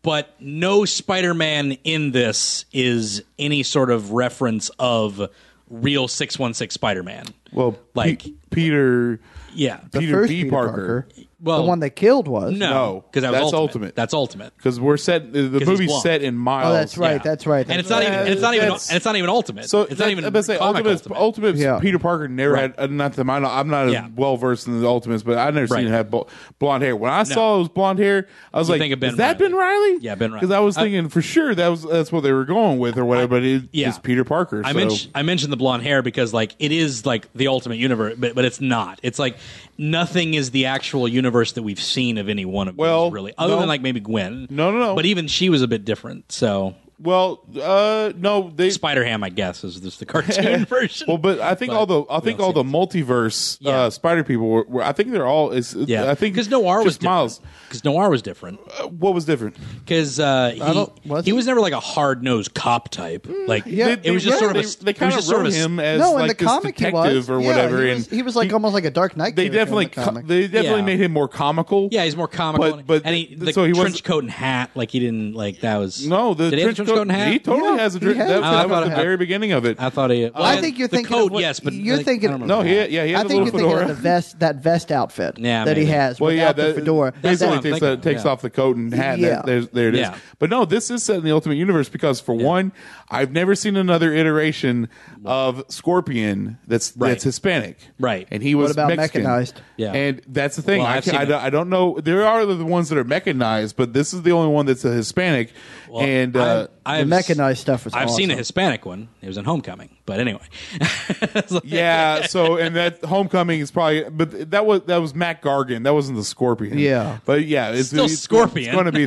[SPEAKER 2] But no Spider-Man in this is any sort of reference of real six one six Spider-Man.
[SPEAKER 3] Well, Pe-
[SPEAKER 2] like
[SPEAKER 3] Peter.
[SPEAKER 2] yeah,
[SPEAKER 4] The
[SPEAKER 3] Peter
[SPEAKER 4] first
[SPEAKER 3] B.
[SPEAKER 4] Peter
[SPEAKER 3] Parker.
[SPEAKER 2] Well-
[SPEAKER 4] the one they killed was
[SPEAKER 2] no, because that was
[SPEAKER 3] that's
[SPEAKER 2] ultimate.
[SPEAKER 3] Ultimate.
[SPEAKER 2] That's ultimate.
[SPEAKER 3] Because we're set. The the
[SPEAKER 2] he's
[SPEAKER 3] movie's
[SPEAKER 2] blonde.
[SPEAKER 3] set in miles.
[SPEAKER 4] Oh, that's right. that's right.
[SPEAKER 2] and
[SPEAKER 4] that's
[SPEAKER 2] it's not
[SPEAKER 4] right.
[SPEAKER 2] even. and It's not even. And
[SPEAKER 3] That's-
[SPEAKER 2] it's not even ultimate.
[SPEAKER 3] So
[SPEAKER 2] it's not even.
[SPEAKER 3] I'm about to say
[SPEAKER 2] comic
[SPEAKER 3] Ultimates.
[SPEAKER 2] ultimate.
[SPEAKER 3] Ultimates.
[SPEAKER 4] Yeah.
[SPEAKER 3] Peter Parker never
[SPEAKER 2] Right.
[SPEAKER 3] had. Uh, not that I know. I'm not as
[SPEAKER 2] Yeah.
[SPEAKER 3] well versed in the Ultimates, but I've never
[SPEAKER 2] Right.
[SPEAKER 3] seen him have bl- blonde hair. When I saw it was blonde hair, I was
[SPEAKER 2] You
[SPEAKER 3] like,
[SPEAKER 2] think of Ben
[SPEAKER 3] "Is that
[SPEAKER 2] Reilly.
[SPEAKER 3] Ben Riley?"
[SPEAKER 2] Yeah, Ben Reilly.
[SPEAKER 3] Because I was
[SPEAKER 2] I-
[SPEAKER 3] thinking for sure that was that's what they were going with or whatever. but it,
[SPEAKER 2] yeah.
[SPEAKER 3] it's Peter Parker.
[SPEAKER 2] I
[SPEAKER 3] so-
[SPEAKER 2] mentioned I mentioned the blonde hair because like it is like the ultimate universe, but but it's not. It's like nothing is the actual universe that we've seen of any one of
[SPEAKER 3] Well,
[SPEAKER 2] these really, other
[SPEAKER 3] no.
[SPEAKER 2] than like maybe Gwen.
[SPEAKER 3] No, no, no.
[SPEAKER 2] But even she was a bit different. So
[SPEAKER 3] Well, uh, no, they.
[SPEAKER 2] Spider Ham, I guess, is just the cartoon version.
[SPEAKER 3] well, but I think all the I think
[SPEAKER 2] don't
[SPEAKER 3] all
[SPEAKER 2] see
[SPEAKER 3] the multiverse
[SPEAKER 2] Yeah.
[SPEAKER 3] uh, Spider people were, were. I think they're all. Is,
[SPEAKER 2] yeah,
[SPEAKER 3] I think
[SPEAKER 2] because Noir was
[SPEAKER 3] just Miles.
[SPEAKER 2] because Noir was different.
[SPEAKER 3] Uh, What was different?
[SPEAKER 2] because uh,
[SPEAKER 4] don't-
[SPEAKER 2] he
[SPEAKER 4] was
[SPEAKER 2] he
[SPEAKER 4] he?
[SPEAKER 2] was never like a hard nosed cop type. Like
[SPEAKER 4] yeah.
[SPEAKER 2] it was just
[SPEAKER 3] Mm, they-
[SPEAKER 2] sort of a,
[SPEAKER 3] they,
[SPEAKER 2] it was
[SPEAKER 3] kind of
[SPEAKER 2] just sort
[SPEAKER 3] wrote
[SPEAKER 2] of a-
[SPEAKER 3] him as
[SPEAKER 4] no, in
[SPEAKER 3] like
[SPEAKER 4] the
[SPEAKER 3] this
[SPEAKER 4] comic he
[SPEAKER 3] detective
[SPEAKER 4] was
[SPEAKER 3] or
[SPEAKER 4] Yeah,
[SPEAKER 3] whatever.
[SPEAKER 4] he was,
[SPEAKER 3] and
[SPEAKER 4] he was like almost like a Dark Knight.
[SPEAKER 3] they
[SPEAKER 4] character
[SPEAKER 3] definitely
[SPEAKER 4] in the comic.
[SPEAKER 3] co- they definitely
[SPEAKER 2] Yeah.
[SPEAKER 3] made him more comical.
[SPEAKER 2] Yeah, he's more comical,
[SPEAKER 3] But-
[SPEAKER 2] and-
[SPEAKER 3] but
[SPEAKER 2] and he, the
[SPEAKER 3] so he wasn't-
[SPEAKER 2] trench coat and hat. Like he didn't like that was
[SPEAKER 3] no, the
[SPEAKER 2] did he have
[SPEAKER 3] trench coat.
[SPEAKER 2] and hat.
[SPEAKER 3] He totally
[SPEAKER 4] Yeah,
[SPEAKER 3] has a
[SPEAKER 4] he
[SPEAKER 3] trench.
[SPEAKER 4] has.
[SPEAKER 3] That,
[SPEAKER 4] I
[SPEAKER 3] that
[SPEAKER 2] thought
[SPEAKER 3] was
[SPEAKER 2] I
[SPEAKER 3] the
[SPEAKER 2] had-
[SPEAKER 3] very beginning of it.
[SPEAKER 2] I thought he. well,
[SPEAKER 4] I think you're
[SPEAKER 2] the
[SPEAKER 4] thinking
[SPEAKER 2] coat,
[SPEAKER 4] of what-
[SPEAKER 2] yes, but
[SPEAKER 4] you're
[SPEAKER 2] like,
[SPEAKER 4] thinking-
[SPEAKER 2] I don't
[SPEAKER 3] no,
[SPEAKER 2] remember
[SPEAKER 3] he
[SPEAKER 2] that.
[SPEAKER 3] yeah, he
[SPEAKER 4] I
[SPEAKER 3] has a
[SPEAKER 4] think
[SPEAKER 3] little
[SPEAKER 4] you're thinking
[SPEAKER 3] fedora.
[SPEAKER 4] of the vest, that vest outfit
[SPEAKER 2] Yeah,
[SPEAKER 4] that he
[SPEAKER 2] maybe.
[SPEAKER 4] has
[SPEAKER 3] well,
[SPEAKER 4] without
[SPEAKER 3] yeah,
[SPEAKER 4] the
[SPEAKER 3] that,
[SPEAKER 4] fedora.
[SPEAKER 2] That's what
[SPEAKER 3] basically
[SPEAKER 2] I'm
[SPEAKER 3] takes,
[SPEAKER 2] thinking,
[SPEAKER 3] that- takes
[SPEAKER 2] yeah.
[SPEAKER 3] off the coat and hat.
[SPEAKER 4] Yeah.
[SPEAKER 3] That, there's, there it is.
[SPEAKER 2] Yeah.
[SPEAKER 3] But no, this is set in the Ultimate Universe because, for one, I've never seen another iteration of Scorpion that's
[SPEAKER 2] Right.
[SPEAKER 3] that's Hispanic,
[SPEAKER 2] Right.
[SPEAKER 3] And he was
[SPEAKER 4] What about
[SPEAKER 3] Mexican.
[SPEAKER 4] mechanized?
[SPEAKER 2] Yeah.
[SPEAKER 3] and that's the thing.
[SPEAKER 2] Well,
[SPEAKER 3] I,
[SPEAKER 2] I've
[SPEAKER 3] can,
[SPEAKER 2] seen
[SPEAKER 3] I,
[SPEAKER 2] it.
[SPEAKER 3] don't, I don't know. There are the ones that are mechanized, but this is the only one that's a Hispanic. and uh,
[SPEAKER 2] I've,
[SPEAKER 4] The mechanized stuff was
[SPEAKER 2] I've seen a
[SPEAKER 4] awesome.
[SPEAKER 2] Hispanic one. It was in Homecoming, but anyway,
[SPEAKER 3] yeah, so and that Homecoming is probably, but that was that was Matt Gargan. That wasn't the Scorpion.
[SPEAKER 4] Yeah.
[SPEAKER 3] but yeah, it's
[SPEAKER 2] Still
[SPEAKER 3] it's-
[SPEAKER 2] Scorpion.
[SPEAKER 3] It's going to be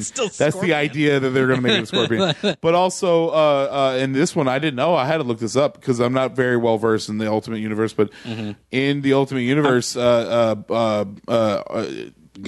[SPEAKER 2] Still
[SPEAKER 3] That's
[SPEAKER 2] Scorpion.
[SPEAKER 3] the idea that they're going to make it a Scorpion. but also, uh, uh, in this one, I didn't know. I had to look this up because I'm not very well versed in the Ultimate Universe. But
[SPEAKER 2] Mm-hmm.
[SPEAKER 3] in the Ultimate Universe, uh, uh, uh, uh, uh,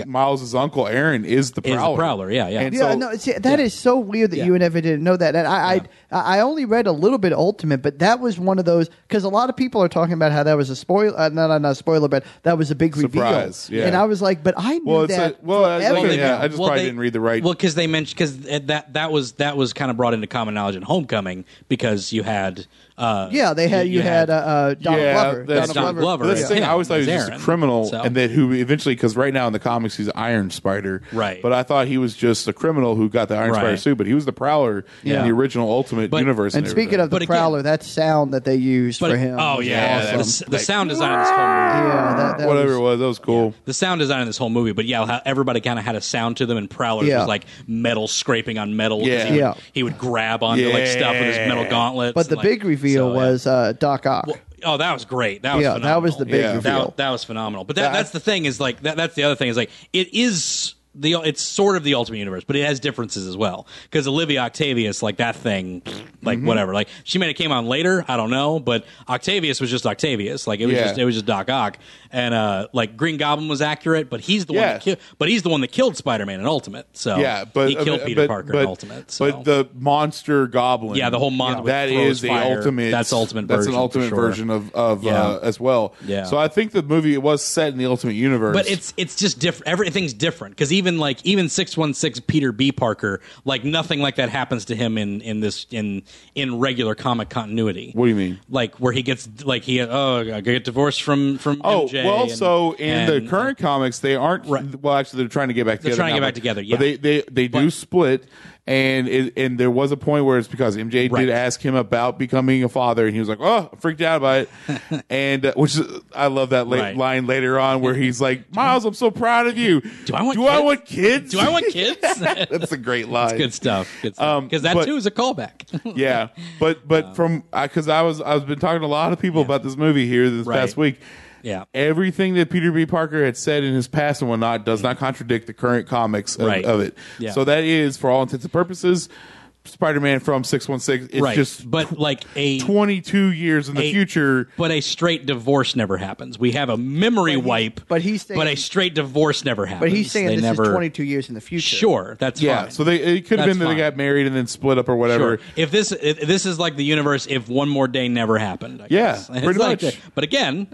[SPEAKER 3] Miles' uncle Aaron is the
[SPEAKER 2] the
[SPEAKER 3] Prowler.
[SPEAKER 2] Prowler, yeah, yeah.
[SPEAKER 3] And
[SPEAKER 4] Yeah,
[SPEAKER 3] so-
[SPEAKER 4] no, see, that is so weird that you and Evan didn't know that. And I, I, I only read a little bit of Ultimate, but that was one of those because a lot of people are talking about how that was a spoiler, uh, no, no, not a spoiler, but that was a big
[SPEAKER 3] Surprise,
[SPEAKER 4] reveal.
[SPEAKER 3] yeah.
[SPEAKER 4] And I was like, but I knew
[SPEAKER 3] Well, it's
[SPEAKER 4] that.
[SPEAKER 3] a- well, I was
[SPEAKER 4] forever.
[SPEAKER 3] looking at- Yeah, I just probably didn't read the right-
[SPEAKER 2] Well, because they mentioned because that that was that was kind of brought into common knowledge in Homecoming because you had Uh,
[SPEAKER 4] Yeah, they had you, had, uh, uh, Donald
[SPEAKER 3] yeah,
[SPEAKER 4] Glover.
[SPEAKER 3] that's
[SPEAKER 2] Donald Glover. Glover,
[SPEAKER 3] That's the
[SPEAKER 2] yeah.
[SPEAKER 3] thing. I always thought he was
[SPEAKER 2] He's
[SPEAKER 3] just a
[SPEAKER 2] Aaron,
[SPEAKER 3] criminal,
[SPEAKER 2] so.
[SPEAKER 3] and then who eventually, because right now in the comics he's Iron Spider,
[SPEAKER 2] Right.
[SPEAKER 3] But I thought he was just a criminal who got the Iron
[SPEAKER 2] Right.
[SPEAKER 3] Spider suit, but he was the Prowler
[SPEAKER 2] Yeah.
[SPEAKER 3] in the original Ultimate
[SPEAKER 2] But-
[SPEAKER 3] Universe.
[SPEAKER 4] And speaking
[SPEAKER 3] everything.
[SPEAKER 4] of the
[SPEAKER 2] But again-
[SPEAKER 4] Prowler, that sound that they used
[SPEAKER 2] but
[SPEAKER 4] for him.
[SPEAKER 2] oh
[SPEAKER 4] was
[SPEAKER 2] yeah,
[SPEAKER 4] awesome.
[SPEAKER 2] the, s- the sound design of this whole movie.
[SPEAKER 4] yeah, that, that
[SPEAKER 3] whatever
[SPEAKER 4] was-
[SPEAKER 3] it was, that was cool.
[SPEAKER 2] the sound design in this whole movie, but yeah, how everybody kind of had a sound to them, and Prowler
[SPEAKER 4] Yeah.
[SPEAKER 2] was like metal scraping on metal. 'cause
[SPEAKER 3] Yeah.
[SPEAKER 2] He, would,
[SPEAKER 4] Yeah.
[SPEAKER 2] he would grab onto like stuff with his metal
[SPEAKER 3] Yeah.
[SPEAKER 2] gauntlets.
[SPEAKER 4] But the
[SPEAKER 2] and, like-
[SPEAKER 4] big reveal
[SPEAKER 2] so, yeah.
[SPEAKER 4] was uh, Doc Ock.
[SPEAKER 2] Oh, that was great. That was
[SPEAKER 4] Yeah,
[SPEAKER 2] phenomenal.
[SPEAKER 4] that was the big
[SPEAKER 3] Yeah.
[SPEAKER 2] That-
[SPEAKER 4] reveal.
[SPEAKER 2] That, was phenomenal. But that, that's the thing is like that, that's the other thing is like it is the it's sort of the ultimate universe, but it has differences as well. Because Olivia Octavius, like that thing, like whatever, like she may have came on later, I don't know, but Octavius was just Octavius, like it was
[SPEAKER 3] Yeah.
[SPEAKER 2] just it was just Doc Ock, and uh like Green Goblin was accurate, but he's the one that
[SPEAKER 3] Yeah.
[SPEAKER 2] ki- but he's the one that killed Spider Man in Ultimate, so
[SPEAKER 3] Yeah, but
[SPEAKER 2] he killed
[SPEAKER 3] uh,
[SPEAKER 2] Peter
[SPEAKER 3] but-
[SPEAKER 2] Parker
[SPEAKER 3] but-
[SPEAKER 2] in Ultimate, so.
[SPEAKER 3] But the monster goblin,
[SPEAKER 2] Yeah, the whole mon- with
[SPEAKER 3] that
[SPEAKER 2] throws
[SPEAKER 3] is the
[SPEAKER 2] fire.
[SPEAKER 3] ultimate.
[SPEAKER 2] That's ultimate
[SPEAKER 3] That's
[SPEAKER 2] version,
[SPEAKER 3] an
[SPEAKER 2] for
[SPEAKER 3] ultimate
[SPEAKER 2] sure.
[SPEAKER 3] version of of
[SPEAKER 2] Yeah.
[SPEAKER 3] uh, as well.
[SPEAKER 2] Yeah.
[SPEAKER 3] So I think the movie it was set in the Ultimate Universe,
[SPEAKER 2] But it's it's just different. Everything's different because even like even six one six Peter B Parker, like nothing like that happens to him in in this in in regular comic continuity.
[SPEAKER 3] What do you mean?
[SPEAKER 2] Like where he gets like he oh I get divorced from from
[SPEAKER 3] Oh
[SPEAKER 2] MJ
[SPEAKER 3] well,
[SPEAKER 2] and-
[SPEAKER 3] so in
[SPEAKER 2] and-
[SPEAKER 3] the current comics, they aren't.
[SPEAKER 2] Right.
[SPEAKER 3] Well, actually, they're trying to get back
[SPEAKER 2] They're
[SPEAKER 3] together.
[SPEAKER 2] trying to get
[SPEAKER 3] now,
[SPEAKER 2] back
[SPEAKER 3] but-
[SPEAKER 2] together, yeah.
[SPEAKER 3] but they they they do split, and it, and there was a point where it's because MJ
[SPEAKER 2] Right.
[SPEAKER 3] did ask him about becoming a father, and he was like, "Oh, I'm freaked out about it," and uh, which is- I love that late
[SPEAKER 2] Right.
[SPEAKER 3] line later on where he's like, "Miles, I'm so proud of you. Do
[SPEAKER 2] I want
[SPEAKER 3] do I
[SPEAKER 2] kids?
[SPEAKER 3] want kids?
[SPEAKER 2] do I want kids?
[SPEAKER 3] That's a great line.
[SPEAKER 2] Good stuff. Good stuff.
[SPEAKER 3] Um,
[SPEAKER 2] Because that
[SPEAKER 3] but-
[SPEAKER 2] too is a callback.
[SPEAKER 3] yeah, but
[SPEAKER 2] Um,
[SPEAKER 3] but from because I, was I've been talking to a lot of people about this movie here this
[SPEAKER 2] Right.
[SPEAKER 3] past week.
[SPEAKER 2] Yeah.
[SPEAKER 3] everything that Peter B. Parker had said in his past and whatnot does not contradict the current comics of,
[SPEAKER 2] Right.
[SPEAKER 3] of it.
[SPEAKER 2] Yeah.
[SPEAKER 3] So that is, for all intents and purposes, Spider-Man from six one six. It's
[SPEAKER 2] right.
[SPEAKER 3] just
[SPEAKER 2] but like a
[SPEAKER 3] twenty-two years in the
[SPEAKER 2] a-
[SPEAKER 3] future.
[SPEAKER 2] But a straight divorce never happens. We have a memory wipe,
[SPEAKER 4] but he's saying-
[SPEAKER 2] but a straight divorce never happens.
[SPEAKER 4] But he's saying
[SPEAKER 2] They
[SPEAKER 4] this
[SPEAKER 2] never,
[SPEAKER 4] is 22 years in the future.
[SPEAKER 2] Sure, that's
[SPEAKER 3] Yeah,
[SPEAKER 2] fine.
[SPEAKER 3] so they it could have
[SPEAKER 2] That's
[SPEAKER 3] been that
[SPEAKER 2] fine.
[SPEAKER 3] they got married and then split up or whatever.
[SPEAKER 2] Sure. If this if this is like the universe, if one more day never happened. I
[SPEAKER 3] Yeah,
[SPEAKER 2] guess. It's
[SPEAKER 3] pretty
[SPEAKER 2] like
[SPEAKER 3] much.
[SPEAKER 2] that. But again,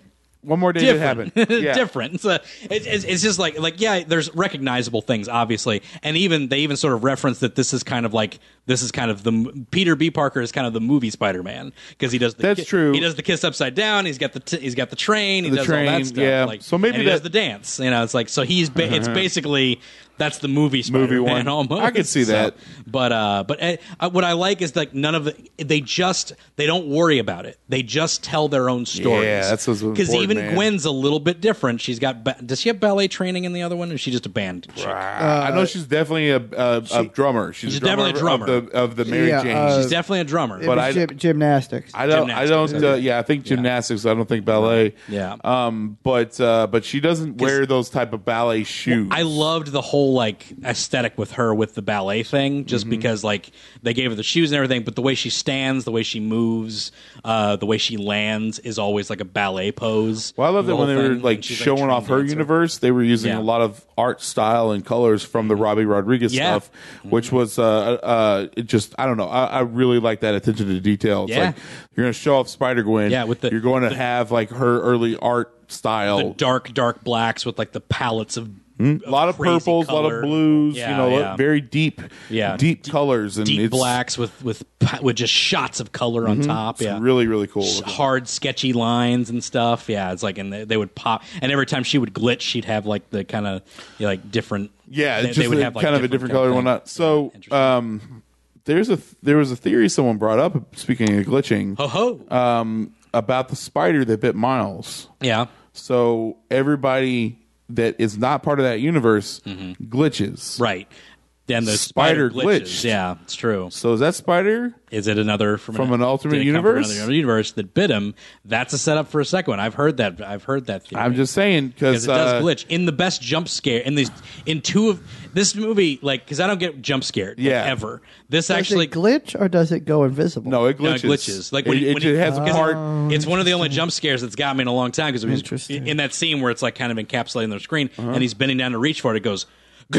[SPEAKER 3] One more day did happen.
[SPEAKER 2] different.
[SPEAKER 3] Yeah.
[SPEAKER 2] different. So it's, it's, it's just like like yeah, there's recognizable things obviously, and even they even sort of reference that this is kind of like this is kind of the m- Peter B. Parker is kind of the movie Spider Man because he does the
[SPEAKER 3] That's
[SPEAKER 2] ki-
[SPEAKER 3] true.
[SPEAKER 2] He does the kiss upside down. He's got the t- he's got the train. He
[SPEAKER 3] The
[SPEAKER 2] does all
[SPEAKER 3] train,
[SPEAKER 2] that stuff.
[SPEAKER 3] yeah.
[SPEAKER 2] Like,
[SPEAKER 3] So maybe
[SPEAKER 2] and he
[SPEAKER 3] that- Uh-huh.
[SPEAKER 2] does the dance. You know, it's like so he's ba- it's basically that's the movie Spider
[SPEAKER 3] Movie one.
[SPEAKER 2] Man almost.
[SPEAKER 3] I could see
[SPEAKER 2] So-
[SPEAKER 3] that.
[SPEAKER 2] but uh, but uh, what I like is like none of the, they just they don't worry about it. They just tell their own stories.
[SPEAKER 3] that's what's
[SPEAKER 2] because
[SPEAKER 3] important,
[SPEAKER 2] even
[SPEAKER 3] man.
[SPEAKER 2] Gwen's a little bit different. She's got ba- does she have ballet training in the other one? Or is she just a band? chick?
[SPEAKER 3] I know she's definitely a, a, a drummer. She's,
[SPEAKER 2] She's
[SPEAKER 3] a drummer
[SPEAKER 2] definitely a drummer.
[SPEAKER 3] of the, of the Mary
[SPEAKER 4] Yeah,
[SPEAKER 3] Jane.
[SPEAKER 4] uh,
[SPEAKER 2] She's definitely a drummer.
[SPEAKER 4] It
[SPEAKER 3] But
[SPEAKER 4] was
[SPEAKER 3] I-
[SPEAKER 4] gy- gymnastics.
[SPEAKER 3] I don't. I
[SPEAKER 2] Gymnastics,
[SPEAKER 3] don't.
[SPEAKER 2] okay.
[SPEAKER 3] Uh, yeah, I think gymnastics. I don't think ballet.
[SPEAKER 2] Yeah.
[SPEAKER 3] Um. But uh. But she doesn't wear those type of ballet shoes.
[SPEAKER 2] I loved the whole like aesthetic with her with the ballet thing,
[SPEAKER 3] Mm-hmm.
[SPEAKER 2] just because like they gave her the shoes and everything, but the way she stands, the way she moves, uh, the way she lands is always like a ballet pose.
[SPEAKER 3] Well, I love
[SPEAKER 2] The
[SPEAKER 3] that when
[SPEAKER 2] whole
[SPEAKER 3] they were
[SPEAKER 2] thing,
[SPEAKER 3] like
[SPEAKER 2] and she's,
[SPEAKER 3] showing
[SPEAKER 2] trained
[SPEAKER 3] off her
[SPEAKER 2] dancer.
[SPEAKER 3] universe, they were using
[SPEAKER 2] Yeah. Mm-hmm.
[SPEAKER 3] a lot of art style and colors from the Robbie Rodriguez
[SPEAKER 2] Yeah. Mm-hmm.
[SPEAKER 3] stuff, which was uh uh it just I don't know. I, I really like that attention to detail. It's
[SPEAKER 2] Yeah.
[SPEAKER 3] like you're gonna show off Spider Gwen.
[SPEAKER 2] Yeah, with the-
[SPEAKER 3] you're going to
[SPEAKER 2] the-
[SPEAKER 3] have like her early art style.
[SPEAKER 2] the dark, dark blacks with like the palettes of
[SPEAKER 3] a lot of
[SPEAKER 2] crazy
[SPEAKER 3] purples, a lot
[SPEAKER 2] color.
[SPEAKER 3] of blues,
[SPEAKER 2] Yeah,
[SPEAKER 3] you know,
[SPEAKER 2] yeah.
[SPEAKER 3] very deep,
[SPEAKER 2] Yeah.
[SPEAKER 3] deep colors and
[SPEAKER 2] deep
[SPEAKER 3] it's Mm-hmm.
[SPEAKER 2] blacks with with pa- with just shots of color on top. Yeah,
[SPEAKER 3] really really cool.
[SPEAKER 2] S- hard sketchy lines and stuff. Yeah, it's like and they, they would pop, and every time she would glitch, she'd have like the kind of you know, like different.
[SPEAKER 3] Yeah,
[SPEAKER 2] they,
[SPEAKER 3] it's
[SPEAKER 2] they
[SPEAKER 3] just
[SPEAKER 2] would
[SPEAKER 3] a-
[SPEAKER 2] have like
[SPEAKER 3] kind of a different
[SPEAKER 2] kind
[SPEAKER 3] color and
[SPEAKER 2] thing.
[SPEAKER 3] whatnot. So,
[SPEAKER 2] interesting.
[SPEAKER 3] um, there's a there was a theory someone brought up. Speaking of glitching,
[SPEAKER 2] Ho Oh, ho.
[SPEAKER 3] um, about the spider that bit Miles.
[SPEAKER 2] yeah.
[SPEAKER 3] So everybody that is not part of that universe glitches.
[SPEAKER 2] Mm-hmm. Right. Then the spider,
[SPEAKER 3] Spider
[SPEAKER 2] glitches.
[SPEAKER 3] glitched.
[SPEAKER 2] Yeah, it's true.
[SPEAKER 3] So is that spider?
[SPEAKER 2] Is it another from,
[SPEAKER 3] From an alternate
[SPEAKER 2] did it come from
[SPEAKER 3] universe?
[SPEAKER 2] another universe that bit him. That's a setup for a second one. I've heard that. I've heard that theory.
[SPEAKER 3] I'm just saying uh, because
[SPEAKER 2] because it does glitch in the best jump scare in these in two of this movie like because i don't get jump scared like,
[SPEAKER 3] Yeah.
[SPEAKER 2] ever this
[SPEAKER 4] Does
[SPEAKER 2] actually
[SPEAKER 4] it glitch or does it go invisible?
[SPEAKER 3] No, it Uh, glitches.
[SPEAKER 2] no, it glitches. Like when
[SPEAKER 3] it,
[SPEAKER 2] you-
[SPEAKER 3] it
[SPEAKER 2] when you- Uh,
[SPEAKER 3] has a
[SPEAKER 2] because
[SPEAKER 3] part.
[SPEAKER 2] It's one of the only jump scares that's got me in a long time because
[SPEAKER 4] Interesting.
[SPEAKER 2] in that scene where it's like kind of encapsulating their screen
[SPEAKER 3] Uh-huh.
[SPEAKER 2] and he's bending down to reach for it. It goes,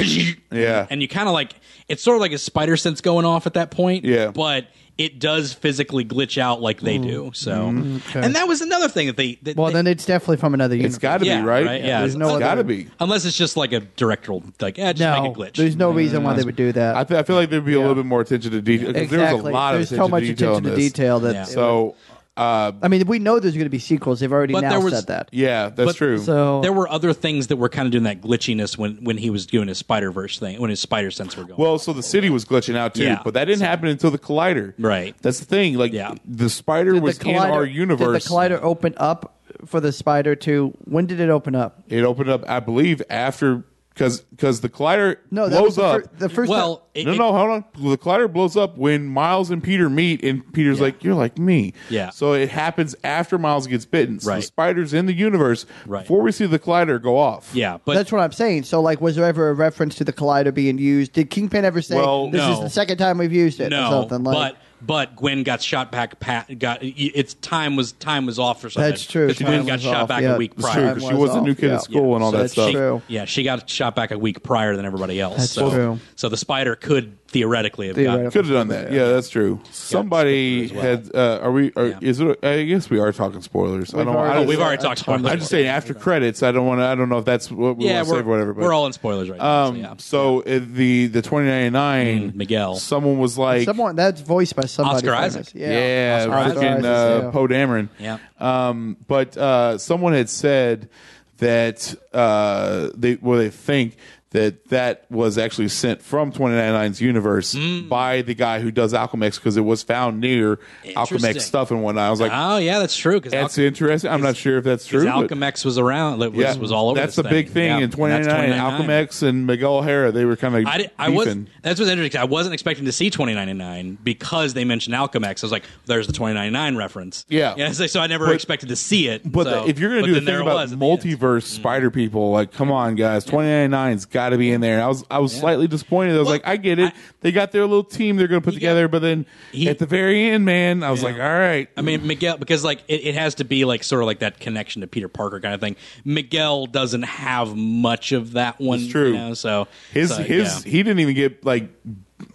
[SPEAKER 2] yeah, and you kind of like it's sort of like a spider sense going off at that point.
[SPEAKER 3] Yeah.
[SPEAKER 2] but it does physically glitch out like they do.
[SPEAKER 3] Mm.
[SPEAKER 2] So,
[SPEAKER 3] Mm-hmm.
[SPEAKER 2] and that was another thing that they. That
[SPEAKER 4] Well,
[SPEAKER 2] they-
[SPEAKER 4] then it's definitely from another universe.
[SPEAKER 3] It's got to
[SPEAKER 2] Yeah,
[SPEAKER 3] be right.
[SPEAKER 2] right? Yeah.
[SPEAKER 4] There's no
[SPEAKER 3] it's got
[SPEAKER 4] other-
[SPEAKER 3] to be.
[SPEAKER 2] unless it's just like a directorial like, eh, just
[SPEAKER 4] no,
[SPEAKER 2] make a glitch.
[SPEAKER 4] there's no reason why they would do that.
[SPEAKER 3] I, th- I feel like there'd be a little bit more attention to detail. 'cause
[SPEAKER 4] exactly.
[SPEAKER 3] There was a lot
[SPEAKER 4] there's
[SPEAKER 3] of
[SPEAKER 4] so much
[SPEAKER 3] attention to detail
[SPEAKER 4] attention
[SPEAKER 3] in
[SPEAKER 4] to
[SPEAKER 3] this.
[SPEAKER 4] detail that
[SPEAKER 2] Yeah.
[SPEAKER 4] it
[SPEAKER 3] So
[SPEAKER 4] I mean, we know there's going to be sequels. They've already
[SPEAKER 2] But
[SPEAKER 4] now
[SPEAKER 2] there was-
[SPEAKER 4] said that.
[SPEAKER 3] Yeah, that's
[SPEAKER 2] But-
[SPEAKER 3] true.
[SPEAKER 4] So
[SPEAKER 2] there were other things that were kind of doing that glitchiness when when he was doing his Spider Verse thing, when his spider sense were going.
[SPEAKER 3] well, so the city was glitching out too,
[SPEAKER 2] Yeah.
[SPEAKER 3] but that didn't happen until the collider.
[SPEAKER 2] Right.
[SPEAKER 3] That's the thing. Like
[SPEAKER 2] Yeah.
[SPEAKER 3] the spider
[SPEAKER 4] did
[SPEAKER 3] was
[SPEAKER 4] the
[SPEAKER 3] in
[SPEAKER 4] collider,
[SPEAKER 3] our
[SPEAKER 4] did
[SPEAKER 3] universe.
[SPEAKER 4] the collider open up for the spider to? When did it open up?
[SPEAKER 3] it opened up, I believe, after because because the collider
[SPEAKER 4] No, that
[SPEAKER 3] blows
[SPEAKER 4] was the,
[SPEAKER 3] up.
[SPEAKER 4] fir- the first.
[SPEAKER 2] well,
[SPEAKER 4] time-
[SPEAKER 2] it-
[SPEAKER 3] no,
[SPEAKER 2] it-
[SPEAKER 3] no, hold on. The collider blows up when Miles and Peter meet, and Peter's like, "You're like me."
[SPEAKER 2] Yeah.
[SPEAKER 3] So it happens after Miles gets bitten. So the
[SPEAKER 2] Right.
[SPEAKER 3] spider's in the universe
[SPEAKER 2] Right.
[SPEAKER 3] before we see the collider go off.
[SPEAKER 2] yeah, but
[SPEAKER 4] that's what I'm saying. So, like, was there ever a reference to the collider being used? Did Kingpin ever say
[SPEAKER 3] Well,
[SPEAKER 4] this is
[SPEAKER 2] no.
[SPEAKER 4] the second time we've used it or
[SPEAKER 2] no,
[SPEAKER 4] something? Like,
[SPEAKER 2] but but Gwen got shot back. Pat got it's time was time was off or something.
[SPEAKER 4] That's true.
[SPEAKER 2] Because
[SPEAKER 4] Time
[SPEAKER 2] Gwen got
[SPEAKER 4] was
[SPEAKER 2] shot
[SPEAKER 4] off,
[SPEAKER 2] back
[SPEAKER 4] yeah.
[SPEAKER 2] a week
[SPEAKER 4] That's
[SPEAKER 3] It's
[SPEAKER 2] prior.
[SPEAKER 3] true
[SPEAKER 4] Time
[SPEAKER 3] because she
[SPEAKER 4] was
[SPEAKER 3] was a new
[SPEAKER 4] off,
[SPEAKER 3] kid
[SPEAKER 4] yeah.
[SPEAKER 3] at school and all
[SPEAKER 2] So
[SPEAKER 3] that
[SPEAKER 2] that's
[SPEAKER 3] stuff.
[SPEAKER 2] she-
[SPEAKER 4] True.
[SPEAKER 2] Yeah, she got shot back a week prior than everybody else.
[SPEAKER 4] That's
[SPEAKER 2] so,
[SPEAKER 4] true.
[SPEAKER 2] So the spider could theoretically have
[SPEAKER 4] Theoretically.
[SPEAKER 2] gotten.
[SPEAKER 3] Could have done that. Yeah, that's true. Somebody had. Uh, are we? Are, Is it? I guess we are talking spoilers. I don't. I
[SPEAKER 4] already-
[SPEAKER 3] don't-
[SPEAKER 2] Oh, we've already
[SPEAKER 4] A
[SPEAKER 2] talked
[SPEAKER 4] ton
[SPEAKER 2] about
[SPEAKER 4] of
[SPEAKER 2] it.
[SPEAKER 3] I'm just saying after credits. I don't want to. I don't know if that's what we
[SPEAKER 2] yeah,
[SPEAKER 3] want to
[SPEAKER 2] we're,
[SPEAKER 3] save or whatever. But,
[SPEAKER 2] we're all in spoilers right now.
[SPEAKER 3] Um.
[SPEAKER 2] so yeah.
[SPEAKER 3] So uh, the the 2099
[SPEAKER 2] Mm, Miguel.
[SPEAKER 3] Someone was like
[SPEAKER 4] someone that's voiced by somebody.
[SPEAKER 2] Oscar
[SPEAKER 4] famous.
[SPEAKER 2] Isaac.
[SPEAKER 4] Yeah.
[SPEAKER 3] Yeah,
[SPEAKER 4] Oscar
[SPEAKER 3] freaking
[SPEAKER 4] Isaac,
[SPEAKER 3] uh,
[SPEAKER 4] yeah.
[SPEAKER 3] Poe Dameron.
[SPEAKER 2] Yeah.
[SPEAKER 3] Um, but uh, someone had said that uh, they well they think that that was actually sent from 2099's universe
[SPEAKER 2] Mm.
[SPEAKER 3] by the guy who does Alchemex because it was found near
[SPEAKER 2] Interesting.
[SPEAKER 3] Alchemex stuff and whatnot. I was like,
[SPEAKER 2] oh yeah, that's true. Because
[SPEAKER 3] that's interesting. I'm not sure if that's true. but-
[SPEAKER 2] Alchemex was around. like, Was,
[SPEAKER 3] yeah,
[SPEAKER 2] was all over.
[SPEAKER 3] That's
[SPEAKER 2] this
[SPEAKER 3] the big thing
[SPEAKER 2] Yeah,
[SPEAKER 3] in
[SPEAKER 2] and that's
[SPEAKER 3] 2099.
[SPEAKER 2] 2099.
[SPEAKER 3] Alchemex and Miguel O'Hara, they were kind of
[SPEAKER 2] I, did, I was that's what's interesting. 'cause I wasn't expecting to see 2099 because they mentioned Alchemex. I was like, "There's the 2099 reference."
[SPEAKER 3] Yeah.
[SPEAKER 2] so, so I never
[SPEAKER 3] But-
[SPEAKER 2] expected to see it.
[SPEAKER 3] But
[SPEAKER 2] so-
[SPEAKER 3] the- if you're going
[SPEAKER 2] but
[SPEAKER 3] to do
[SPEAKER 2] then
[SPEAKER 3] the thing
[SPEAKER 2] there it
[SPEAKER 3] about
[SPEAKER 2] was at the end. Mm.
[SPEAKER 3] multiverse spider people, like, come on, guys, 2099's got to be in there. I was, I was slightly disappointed. I was
[SPEAKER 2] Well,
[SPEAKER 3] like, I get it. they got their little team they're going to put together, but then
[SPEAKER 2] He-
[SPEAKER 3] at the very end, man, I was like, all right.
[SPEAKER 2] I mean, Miguel, because like it, it has to be like sort of like that connection to Peter Parker kind of thing. Miguel doesn't have much of that one.
[SPEAKER 3] It's true.
[SPEAKER 2] you know, so
[SPEAKER 3] his,
[SPEAKER 2] so,
[SPEAKER 3] his,
[SPEAKER 2] yeah.
[SPEAKER 3] he didn't even get like,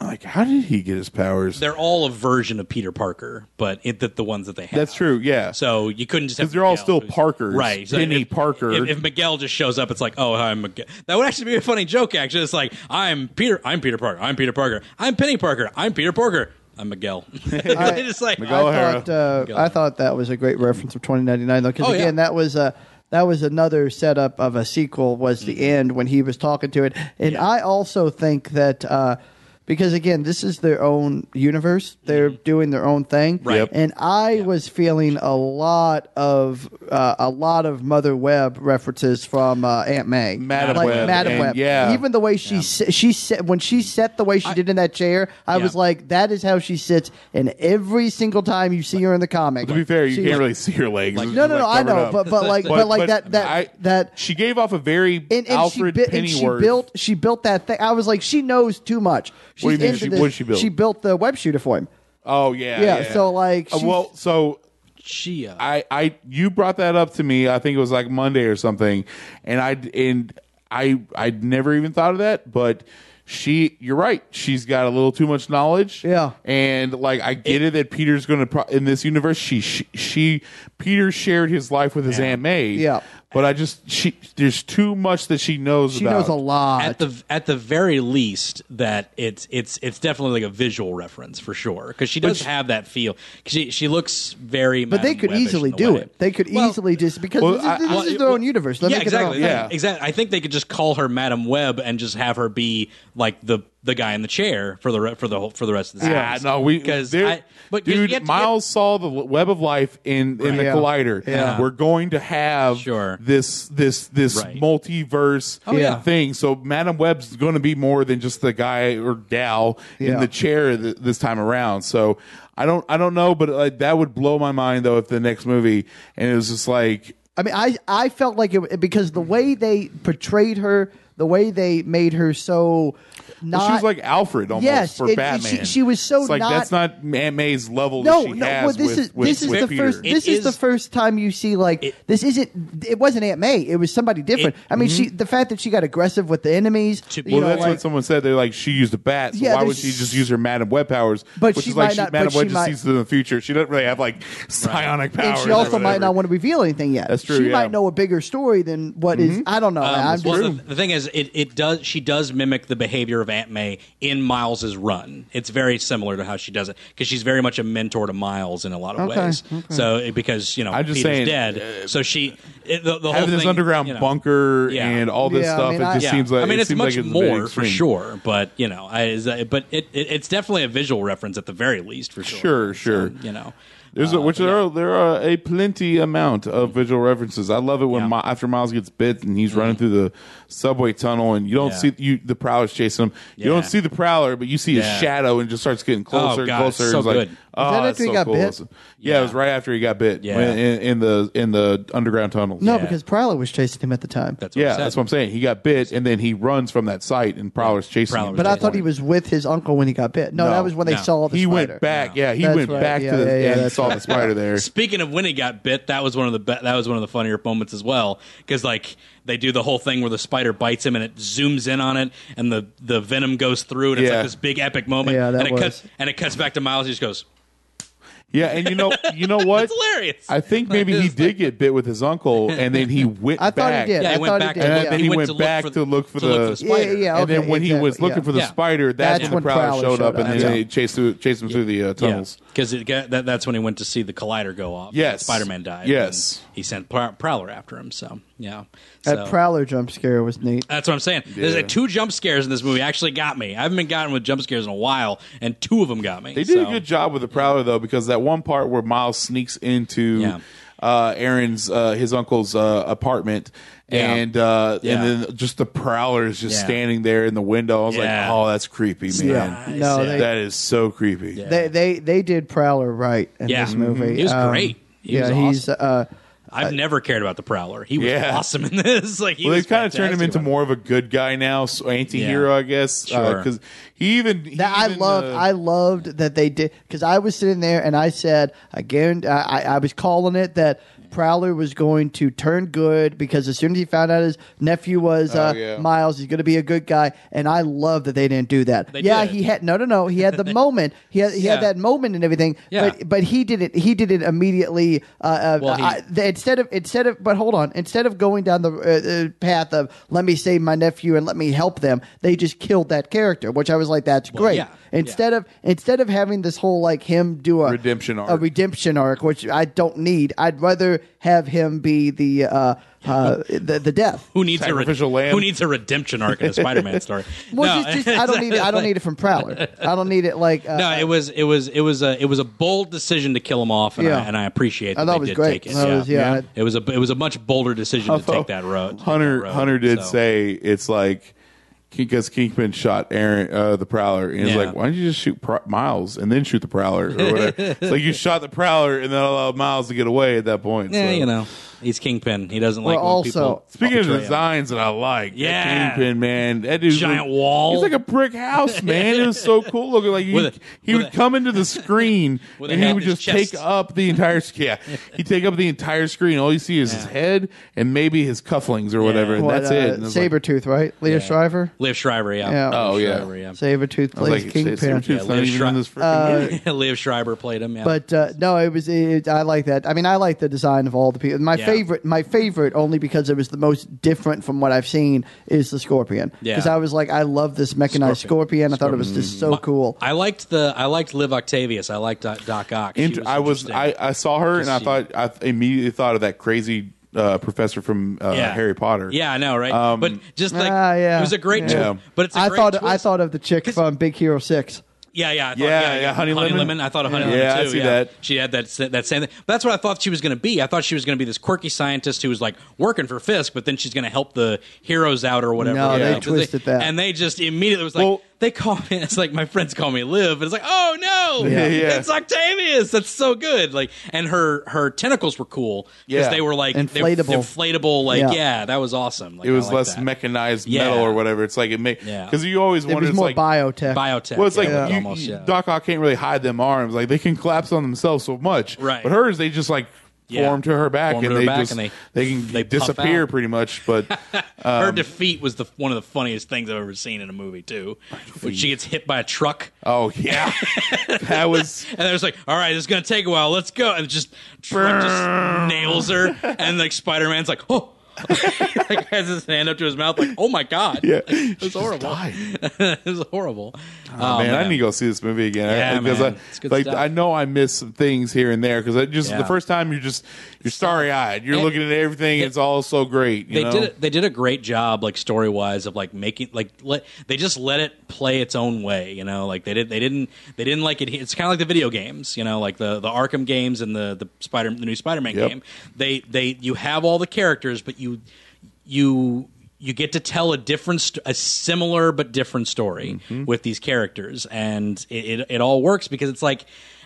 [SPEAKER 3] like, how did he get his powers?
[SPEAKER 2] they're all a version of Peter Parker, but it, the, the ones that they have.
[SPEAKER 3] That's true. Yeah.
[SPEAKER 2] So you couldn't just because
[SPEAKER 3] they're all still Parkers.
[SPEAKER 2] right? So
[SPEAKER 3] Penny
[SPEAKER 2] if-
[SPEAKER 3] Parker.
[SPEAKER 2] If, if Miguel just shows up, it's like, oh, I'm Miguel. That would actually be a funny joke. Actually, it's like I'm Peter. I'm Peter Parker. I'm Peter Parker. I'm Penny Parker. I'm Peter Parker. I'm Miguel.
[SPEAKER 4] I-
[SPEAKER 2] just like
[SPEAKER 3] Miguel
[SPEAKER 4] I
[SPEAKER 3] O'Hara.
[SPEAKER 4] thought, uh, I thought that was a great reference of 2099 though, because
[SPEAKER 2] Oh, yeah.
[SPEAKER 4] again, that was a that was another setup of a sequel. Was
[SPEAKER 2] Mm-hmm.
[SPEAKER 4] the end when he was talking to it, and I also think that. Uh, because again, this is their own universe. They're doing their own thing,
[SPEAKER 2] Mm-hmm. Right. Yep.
[SPEAKER 4] and I was feeling a lot of uh, a lot of Mother Webb references from uh, Aunt May,
[SPEAKER 3] Madam
[SPEAKER 4] like
[SPEAKER 3] Webb,
[SPEAKER 4] Madam
[SPEAKER 3] and-
[SPEAKER 4] Webb.
[SPEAKER 3] yeah.
[SPEAKER 4] even the way she si- she sat, when she sat the way she did in that chair, I
[SPEAKER 2] Yeah.
[SPEAKER 4] was like, that is how she sits. And every single time you see her in the comic,
[SPEAKER 3] to be fair, you
[SPEAKER 4] she-
[SPEAKER 3] can't really see her legs. It's
[SPEAKER 4] No, no,
[SPEAKER 3] just,
[SPEAKER 4] no,
[SPEAKER 3] like,
[SPEAKER 4] I
[SPEAKER 3] covered
[SPEAKER 4] know,
[SPEAKER 3] up.
[SPEAKER 4] but but like but, like that that
[SPEAKER 3] I-
[SPEAKER 4] that.
[SPEAKER 3] she gave off a very
[SPEAKER 4] and, and
[SPEAKER 3] Alfred
[SPEAKER 4] she, bui- and she
[SPEAKER 3] Pennyworth.
[SPEAKER 4] built she built that thing. I was like, she knows too much. She's
[SPEAKER 3] What do you mean?
[SPEAKER 4] into
[SPEAKER 3] She-
[SPEAKER 4] this.
[SPEAKER 3] what did she build?
[SPEAKER 4] She built the web shooter for him.
[SPEAKER 3] Oh yeah,
[SPEAKER 4] Yeah, so, like,
[SPEAKER 3] Uh,
[SPEAKER 4] she's-
[SPEAKER 3] well, so
[SPEAKER 2] Chia.
[SPEAKER 3] I, I, you brought that up to me. I think it was like Monday or something, and I, and I, I never even thought of that. But she, you're right. She's got a little too much knowledge.
[SPEAKER 4] Yeah.
[SPEAKER 3] and like I get it, that Peter's going to pro- in this universe. She, she, she, Peter shared his life with his aunt May.
[SPEAKER 4] Yeah.
[SPEAKER 3] but I just she, there's too much that she knows.
[SPEAKER 4] She
[SPEAKER 3] about.
[SPEAKER 4] knows a lot.
[SPEAKER 2] at the at the very least that it's it's it's definitely like a visual reference for sure because she does have that feel. 'Cause She she looks very.
[SPEAKER 4] but they
[SPEAKER 2] Madame
[SPEAKER 4] could
[SPEAKER 2] Webbish
[SPEAKER 4] easily
[SPEAKER 2] in the
[SPEAKER 4] do
[SPEAKER 2] way.
[SPEAKER 4] it. They could
[SPEAKER 2] Well,
[SPEAKER 4] easily just because
[SPEAKER 3] Well,
[SPEAKER 4] this, is,
[SPEAKER 3] I-
[SPEAKER 4] this
[SPEAKER 3] well,
[SPEAKER 4] is
[SPEAKER 2] it-
[SPEAKER 4] their
[SPEAKER 2] well,
[SPEAKER 4] own universe. They're
[SPEAKER 2] yeah,
[SPEAKER 4] making their own
[SPEAKER 2] exactly.
[SPEAKER 4] thing.
[SPEAKER 3] Yeah.
[SPEAKER 2] exactly. I think they could just call her Madam Web and just have her be like the the guy in the chair for the re- for the whole, for the rest of the
[SPEAKER 3] Yeah,
[SPEAKER 2] series.
[SPEAKER 3] Ah, no, we
[SPEAKER 2] because
[SPEAKER 3] there-
[SPEAKER 2] I- but you- you
[SPEAKER 3] dude,
[SPEAKER 2] have to-
[SPEAKER 3] Miles saw the web of life in in the
[SPEAKER 4] Yeah.
[SPEAKER 3] collider.
[SPEAKER 4] Yeah.
[SPEAKER 3] We're going to have
[SPEAKER 2] Sure.
[SPEAKER 3] this this this
[SPEAKER 2] Right. Oh,
[SPEAKER 3] multiverse
[SPEAKER 4] yeah.
[SPEAKER 3] thing. So Madam Web's going to be more than just the guy or gal in
[SPEAKER 4] Yeah.
[SPEAKER 3] the chair th- this time around. So I don't I don't know, but like that would blow my mind though if the next movie and it was just like
[SPEAKER 4] I mean, I I felt like it because the way they portrayed her, the way they made her so not.
[SPEAKER 3] well, she was like Alfred almost
[SPEAKER 4] Yes,
[SPEAKER 3] for
[SPEAKER 4] it- she-
[SPEAKER 3] Batman.
[SPEAKER 4] she was so
[SPEAKER 3] It's like
[SPEAKER 4] not-
[SPEAKER 3] that's not Aunt May's level.
[SPEAKER 4] no,
[SPEAKER 3] that she
[SPEAKER 4] no.
[SPEAKER 3] Has
[SPEAKER 4] Well, this
[SPEAKER 3] with,
[SPEAKER 4] is
[SPEAKER 3] with-
[SPEAKER 4] this is
[SPEAKER 3] with
[SPEAKER 4] the
[SPEAKER 3] Peter.
[SPEAKER 4] first. This
[SPEAKER 2] It
[SPEAKER 4] is, the
[SPEAKER 2] is-
[SPEAKER 4] first time you see like this isn't. It wasn't Aunt May. It was somebody different.
[SPEAKER 2] It- Mm-hmm.
[SPEAKER 4] I mean, she the fact that she got aggressive with the enemies.
[SPEAKER 2] To be-
[SPEAKER 4] you
[SPEAKER 3] Well,
[SPEAKER 4] know,
[SPEAKER 3] that's
[SPEAKER 4] like,
[SPEAKER 3] what someone said. They're like, she used a bat. So
[SPEAKER 4] Yeah,
[SPEAKER 3] why would
[SPEAKER 4] there's-
[SPEAKER 3] she just use her Madam Web powers?
[SPEAKER 4] But
[SPEAKER 3] Which
[SPEAKER 4] she
[SPEAKER 3] is like
[SPEAKER 4] might not-
[SPEAKER 3] Madam
[SPEAKER 4] but
[SPEAKER 3] Web
[SPEAKER 4] she
[SPEAKER 3] just
[SPEAKER 4] might-
[SPEAKER 3] sees it in the future. She doesn't really have like psionic powers.
[SPEAKER 4] and she
[SPEAKER 3] or
[SPEAKER 4] also might
[SPEAKER 3] whatever.
[SPEAKER 4] not want to reveal anything yet.
[SPEAKER 3] That's true,
[SPEAKER 4] She
[SPEAKER 3] yeah. Mm-hmm.
[SPEAKER 4] might know a bigger story than what is. I don't know.
[SPEAKER 2] Um,
[SPEAKER 4] I'm
[SPEAKER 2] well,
[SPEAKER 4] just,
[SPEAKER 2] the, the thing is, it, it does she does mimic the behavior of Aunt May in Miles's run. It's very similar to how she does it because she's very much a mentor to Miles in a lot of
[SPEAKER 4] Okay,
[SPEAKER 2] ways. So it- because you know
[SPEAKER 3] I'm just
[SPEAKER 2] Peter's
[SPEAKER 3] saying, uh,
[SPEAKER 2] dead, so she it, the, the whole
[SPEAKER 3] Having this
[SPEAKER 2] thing,
[SPEAKER 3] underground
[SPEAKER 2] you know,
[SPEAKER 3] bunker
[SPEAKER 2] Yeah.
[SPEAKER 3] and all this
[SPEAKER 4] Yeah, I
[SPEAKER 3] stuff,
[SPEAKER 4] mean,
[SPEAKER 3] it
[SPEAKER 4] I-
[SPEAKER 3] just
[SPEAKER 4] Yeah.
[SPEAKER 3] seems like
[SPEAKER 2] I mean,
[SPEAKER 3] it
[SPEAKER 2] it's
[SPEAKER 3] seems
[SPEAKER 2] much
[SPEAKER 3] like a big
[SPEAKER 2] more for
[SPEAKER 3] extreme.
[SPEAKER 2] sure, but you know, I, is that- but it, it it's definitely a visual reference at the very least for sure.
[SPEAKER 3] Sure, sure.
[SPEAKER 2] you know,
[SPEAKER 3] There's
[SPEAKER 2] Uh,
[SPEAKER 3] a, which there are there are a plenty amount of visual references. I love it when
[SPEAKER 2] Yeah. Mm-hmm.
[SPEAKER 3] Mi- after Miles gets bit and he's running through the subway tunnel and you don't
[SPEAKER 2] Yeah.
[SPEAKER 3] see you the prowler's chasing him. You
[SPEAKER 2] Yeah.
[SPEAKER 3] don't see the prowler, but you see his
[SPEAKER 2] Yeah. Oh,
[SPEAKER 3] shadow and it just starts getting closer
[SPEAKER 2] God,
[SPEAKER 3] and closer.
[SPEAKER 2] it's so
[SPEAKER 3] It's like,
[SPEAKER 2] good.
[SPEAKER 3] Oh,
[SPEAKER 4] Was that
[SPEAKER 3] that's
[SPEAKER 4] after he
[SPEAKER 3] so
[SPEAKER 4] got
[SPEAKER 3] cool.
[SPEAKER 4] bit?
[SPEAKER 3] Yeah, it was right after he got bit.
[SPEAKER 2] Yeah.
[SPEAKER 3] when- in, in the in the underground tunnel.
[SPEAKER 4] No,
[SPEAKER 2] Yeah.
[SPEAKER 4] because Prowler was chasing him at the time.
[SPEAKER 2] that's what
[SPEAKER 3] yeah,
[SPEAKER 2] I said.
[SPEAKER 3] that's what I'm saying. He got bit and then he runs from that site and prowler's chasing
[SPEAKER 2] Prowler's
[SPEAKER 3] him.
[SPEAKER 4] but I thought
[SPEAKER 2] Yeah.
[SPEAKER 4] he was with his uncle when he got bit. No,
[SPEAKER 3] No,
[SPEAKER 4] that was when they
[SPEAKER 2] no.
[SPEAKER 4] saw the
[SPEAKER 3] he
[SPEAKER 4] spider.
[SPEAKER 3] went back.
[SPEAKER 2] Yeah.
[SPEAKER 3] Yeah, he
[SPEAKER 4] That's
[SPEAKER 3] went
[SPEAKER 4] right.
[SPEAKER 3] back
[SPEAKER 4] Yeah,
[SPEAKER 3] to the
[SPEAKER 4] yeah, yeah,
[SPEAKER 3] and
[SPEAKER 4] that's
[SPEAKER 3] saw the spider there.
[SPEAKER 2] Speaking of when he got bit, that was one of the be- that was one of the funnier moments as well because like they do the whole thing where the spider bites him and it zooms in on it and the the venom goes through and it's
[SPEAKER 3] Yeah.
[SPEAKER 2] like this big epic moment
[SPEAKER 4] Yeah, that
[SPEAKER 2] and it
[SPEAKER 4] was-
[SPEAKER 2] cuts and it cuts back to Miles. He just goes,
[SPEAKER 3] Yeah, and you know you know what?
[SPEAKER 2] "That's hilarious."
[SPEAKER 3] I think maybe he
[SPEAKER 2] It's
[SPEAKER 3] did get bit with his uncle, and then he went
[SPEAKER 4] I thought he
[SPEAKER 3] back.
[SPEAKER 4] did.
[SPEAKER 2] yeah,
[SPEAKER 4] I
[SPEAKER 2] he went
[SPEAKER 4] thought he
[SPEAKER 2] back.
[SPEAKER 4] did,
[SPEAKER 2] to
[SPEAKER 3] And
[SPEAKER 4] yeah.
[SPEAKER 2] look-
[SPEAKER 3] then he, went, back to look for
[SPEAKER 2] to
[SPEAKER 3] the,
[SPEAKER 2] look for the spider.
[SPEAKER 4] Yeah, yeah,
[SPEAKER 3] and then
[SPEAKER 4] okay,
[SPEAKER 3] when he
[SPEAKER 4] exactly,
[SPEAKER 3] was looking
[SPEAKER 4] yeah.
[SPEAKER 3] for the
[SPEAKER 2] Yeah.
[SPEAKER 3] spider, that's,
[SPEAKER 4] That's
[SPEAKER 3] when, Prowler, showed, up, and
[SPEAKER 4] yeah.
[SPEAKER 3] then they chased through, chased him through the uh, tunnels.
[SPEAKER 2] because that, that's when he went to see the collider go off.
[SPEAKER 3] Yes.
[SPEAKER 2] Spider Man died.
[SPEAKER 3] Yes.
[SPEAKER 2] and he sent Prow- Prowler after him. So yeah, so,
[SPEAKER 4] That Prowler jump scare was neat.
[SPEAKER 2] that's what I'm saying. There's like two jump scares in this movie. Actually, got me. I haven't been gotten with jump scares in a while, and two of them got me.
[SPEAKER 3] They did
[SPEAKER 2] so.
[SPEAKER 3] a good job with the Prowler though, because that one part where Miles sneaks into
[SPEAKER 2] Yeah.
[SPEAKER 3] uh, Aaron's uh, his uncle's uh, apartment,
[SPEAKER 2] Yeah.
[SPEAKER 3] and uh,
[SPEAKER 2] Yeah.
[SPEAKER 3] and then just the Prowler is just
[SPEAKER 2] Yeah.
[SPEAKER 3] standing there in the window. I was
[SPEAKER 2] Yeah.
[SPEAKER 3] like, oh, that's creepy, man.
[SPEAKER 4] Yeah. No, they-
[SPEAKER 3] that is so creepy.
[SPEAKER 4] They they they did Prowler right in
[SPEAKER 2] Yeah.
[SPEAKER 4] this movie. Um,
[SPEAKER 2] Mhm. He was great. He
[SPEAKER 4] yeah,
[SPEAKER 2] was
[SPEAKER 4] he's uh,
[SPEAKER 2] I've never cared about the Prowler. He was
[SPEAKER 3] Yeah.
[SPEAKER 2] awesome in this. Like he
[SPEAKER 3] well,
[SPEAKER 2] was
[SPEAKER 3] they've kind of turned him
[SPEAKER 2] fantastic
[SPEAKER 3] into
[SPEAKER 2] about
[SPEAKER 3] more of a good guy now, so anti-hero,
[SPEAKER 2] Yeah.
[SPEAKER 3] I guess.
[SPEAKER 2] Sure.
[SPEAKER 3] Because he even he
[SPEAKER 4] that I
[SPEAKER 3] even,
[SPEAKER 4] loved.
[SPEAKER 3] uh,
[SPEAKER 4] I loved that they did because I was sitting there and I said I guarantee I, I, I was calling it that Prowler was going to turn good because as soon as he found out his nephew was
[SPEAKER 2] Oh,
[SPEAKER 4] uh,
[SPEAKER 3] yeah.
[SPEAKER 4] Miles, he's going to be a good guy. And I love that they didn't do that.
[SPEAKER 2] They
[SPEAKER 4] yeah,
[SPEAKER 2] did.
[SPEAKER 4] he had no, no, no. He had the moment. He had he had
[SPEAKER 2] Yeah.
[SPEAKER 4] that moment and everything.
[SPEAKER 2] Yeah.
[SPEAKER 4] But but he did it. He did it immediately. Uh, uh,
[SPEAKER 2] Well, he-
[SPEAKER 4] I, the, instead of instead of but hold on instead of going down the uh, uh, path of let me save my nephew and let me help them they just killed that character which i was like that's great
[SPEAKER 2] yeah,
[SPEAKER 4] instead of instead of having this whole like him do a
[SPEAKER 3] Redemption
[SPEAKER 4] a
[SPEAKER 3] arc.
[SPEAKER 4] redemption arc which i don't need i'd rather have him be the uh uh the, the death
[SPEAKER 2] Who needs a re-
[SPEAKER 3] Sacrificial lamb.
[SPEAKER 2] Who needs a redemption arc in a Spider-Man story?
[SPEAKER 4] well
[SPEAKER 2] no,
[SPEAKER 4] just, just i don't need it i don't need it from prowler i don't need it like uh,
[SPEAKER 2] no, it was it was it was a it was a bold decision to kill him off, and, I,
[SPEAKER 4] Yeah.
[SPEAKER 2] and I appreciate that
[SPEAKER 4] I thought
[SPEAKER 2] they
[SPEAKER 4] it was
[SPEAKER 2] did
[SPEAKER 4] great.
[SPEAKER 2] take it.
[SPEAKER 4] I thought it
[SPEAKER 2] yeah.
[SPEAKER 4] was- yeah, I-
[SPEAKER 2] it was a it was a much bolder decision to take that road. to take
[SPEAKER 3] Hunter
[SPEAKER 2] that road,
[SPEAKER 3] Hunter did
[SPEAKER 2] so.
[SPEAKER 3] say it's like because Kingpin shot Aaron uh, the Prowler, and he's
[SPEAKER 2] Yeah.
[SPEAKER 3] like, "Why don't you just shoot Pro- Miles and then shoot the Prowler?" Or whatever. it's like you shot the Prowler and then allowed Miles to get away at that point.
[SPEAKER 2] "Yeah,
[SPEAKER 3] so.
[SPEAKER 2] you know, he's kingpin. He doesn't
[SPEAKER 4] Well,
[SPEAKER 2] like when people."
[SPEAKER 4] also-
[SPEAKER 3] Speaking of
[SPEAKER 2] betray him.
[SPEAKER 3] designs that I like, that
[SPEAKER 2] Yeah.
[SPEAKER 3] Kingpin man, that dude,
[SPEAKER 2] Giant wall.
[SPEAKER 3] He's like a brick house, man. it was so cool looking. Like he,
[SPEAKER 2] With a-
[SPEAKER 3] he
[SPEAKER 2] with
[SPEAKER 3] would
[SPEAKER 2] a-
[SPEAKER 3] come into the screen
[SPEAKER 2] With a
[SPEAKER 3] and
[SPEAKER 2] hat
[SPEAKER 3] he
[SPEAKER 2] in
[SPEAKER 3] would
[SPEAKER 2] his
[SPEAKER 3] just
[SPEAKER 2] chest.
[SPEAKER 3] take up the entire. Yeah, he take up the entire screen. All you see is his
[SPEAKER 2] Yeah.
[SPEAKER 3] head and maybe his cufflings or whatever, and
[SPEAKER 4] what,
[SPEAKER 3] that's
[SPEAKER 4] uh,
[SPEAKER 3] it. And it's like-
[SPEAKER 4] sabretooth right leah shriver
[SPEAKER 2] Liv Schreiber, yeah,
[SPEAKER 4] Yeah.
[SPEAKER 3] Oh,
[SPEAKER 2] Liv
[SPEAKER 3] yeah.
[SPEAKER 2] Schreiber, yeah.
[SPEAKER 4] sabretooth
[SPEAKER 3] I was
[SPEAKER 4] plays
[SPEAKER 3] like,
[SPEAKER 4] kingpin
[SPEAKER 3] Sabretooth's not
[SPEAKER 2] Yeah, Uh,
[SPEAKER 3] even in this freaking movie.
[SPEAKER 2] Liv Schreiber played him, yeah.
[SPEAKER 4] But uh, no, it was. It, I like that. I mean, I like the design of all the people. My
[SPEAKER 2] Yeah.
[SPEAKER 4] favorite, my favorite, only because it was the most different from what I've seen is the scorpion.
[SPEAKER 2] Yeah.
[SPEAKER 4] Because I was like, I love this mechanized
[SPEAKER 2] Scorpion.
[SPEAKER 4] scorpion. I thought it was just so cool.
[SPEAKER 2] I liked the I liked Liv Octavius. I liked Doc, Doc Ock. She
[SPEAKER 3] Int- I was I,
[SPEAKER 2] interesting.
[SPEAKER 3] I saw her and I
[SPEAKER 2] she-
[SPEAKER 3] thought I th- immediately thought of that crazy uh, professor from uh, Harry Potter.
[SPEAKER 2] Yeah, I know, right? but just like
[SPEAKER 4] Ah, yeah.
[SPEAKER 2] it was a great
[SPEAKER 4] Yeah.
[SPEAKER 2] twist. But it's a
[SPEAKER 4] I
[SPEAKER 2] great
[SPEAKER 4] thought. I
[SPEAKER 2] twist.
[SPEAKER 4] thought of the chick
[SPEAKER 2] 'Cause-
[SPEAKER 4] from Big Hero Six.
[SPEAKER 2] Yeah, yeah, I thought,
[SPEAKER 3] Yeah, yeah, Honey
[SPEAKER 2] Lemon.
[SPEAKER 3] Lemon.
[SPEAKER 2] I thought of Honey
[SPEAKER 3] Yeah.
[SPEAKER 2] Lemon
[SPEAKER 3] Yeah, I
[SPEAKER 2] too.
[SPEAKER 3] see
[SPEAKER 2] yeah,
[SPEAKER 3] that.
[SPEAKER 2] she had that sa- that same thing. But that's what I thought she was going to be. I thought she was going to be this quirky scientist who was like working for Fisk, but then she's going to help the heroes out or whatever.
[SPEAKER 4] No,
[SPEAKER 2] you
[SPEAKER 3] they
[SPEAKER 2] know, 'cause
[SPEAKER 4] twisted that.
[SPEAKER 2] and they just immediately was like,
[SPEAKER 3] Well-
[SPEAKER 2] they call me. It's like my friends call me Liv, and it's like, oh no,
[SPEAKER 3] Yeah. Yeah.
[SPEAKER 2] it's Octavius. That's so good. Like, and her her tentacles were cool because
[SPEAKER 3] Yeah.
[SPEAKER 2] they were like they're-
[SPEAKER 4] Inflatable.
[SPEAKER 2] inflatable. Like, yeah.
[SPEAKER 4] Yeah.
[SPEAKER 2] that was awesome. Like,
[SPEAKER 3] it
[SPEAKER 2] I
[SPEAKER 3] was
[SPEAKER 2] liked
[SPEAKER 3] less
[SPEAKER 2] that.
[SPEAKER 3] mechanized
[SPEAKER 2] Yeah.
[SPEAKER 3] metal or whatever. It's like it make
[SPEAKER 2] Yeah.
[SPEAKER 3] because you always
[SPEAKER 4] It
[SPEAKER 3] wanted
[SPEAKER 4] was
[SPEAKER 3] it's
[SPEAKER 4] more
[SPEAKER 3] like,
[SPEAKER 4] biotech.
[SPEAKER 2] biotech.
[SPEAKER 3] Well, it's like
[SPEAKER 2] yeah,
[SPEAKER 3] you,
[SPEAKER 2] almost
[SPEAKER 3] you-
[SPEAKER 2] yeah.
[SPEAKER 3] Doc Ock can't really hide them arms. Like they can collapse on themselves so much,
[SPEAKER 2] Right.
[SPEAKER 3] But hers, they just like
[SPEAKER 2] Yeah.
[SPEAKER 3] form to her back,
[SPEAKER 2] Form
[SPEAKER 3] and,
[SPEAKER 2] to her
[SPEAKER 3] they
[SPEAKER 2] back
[SPEAKER 3] just,
[SPEAKER 2] and they-
[SPEAKER 3] they, can
[SPEAKER 2] they puff
[SPEAKER 3] disappear
[SPEAKER 2] out.
[SPEAKER 3] pretty much. But Um,
[SPEAKER 2] her defeat was the one of the funniest things I've ever seen in a movie too. When she gets hit by a truck,
[SPEAKER 3] oh yeah, that was
[SPEAKER 2] and there's like, "All right, it's gonna take a while. Let's go." And just truck just nails her, and like Spider Man's like, "Oh." like has his hand up to his mouth, like, oh my god,
[SPEAKER 3] Yeah.
[SPEAKER 2] it
[SPEAKER 3] She
[SPEAKER 2] was
[SPEAKER 3] just
[SPEAKER 2] horrible.
[SPEAKER 3] died.
[SPEAKER 2] it was horrible. Oh,
[SPEAKER 3] Ah, man, I need to go see this movie again.
[SPEAKER 2] Yeah,
[SPEAKER 3] I, because
[SPEAKER 2] man.
[SPEAKER 3] I,
[SPEAKER 2] It's good
[SPEAKER 3] like
[SPEAKER 2] stuff.
[SPEAKER 3] I know I missed some things here and there because I just
[SPEAKER 2] Yeah.
[SPEAKER 3] the first time you're just you're starry eyed. You're
[SPEAKER 2] And-
[SPEAKER 3] looking at everything. it's all so great. You
[SPEAKER 2] they
[SPEAKER 3] know?
[SPEAKER 2] did it, they did a great job like story wise of like making like let they just let it play its own way you know like they did they didn't they didn't like it it's kind of like the video games you know like the the Arkham games and the the Spider the new Spider Man
[SPEAKER 3] Yep.
[SPEAKER 2] game they they you have all the characters but you you you get to tell a different st- a similar but different story
[SPEAKER 3] Mm-hmm.
[SPEAKER 2] with these characters and it, it it all works because it's like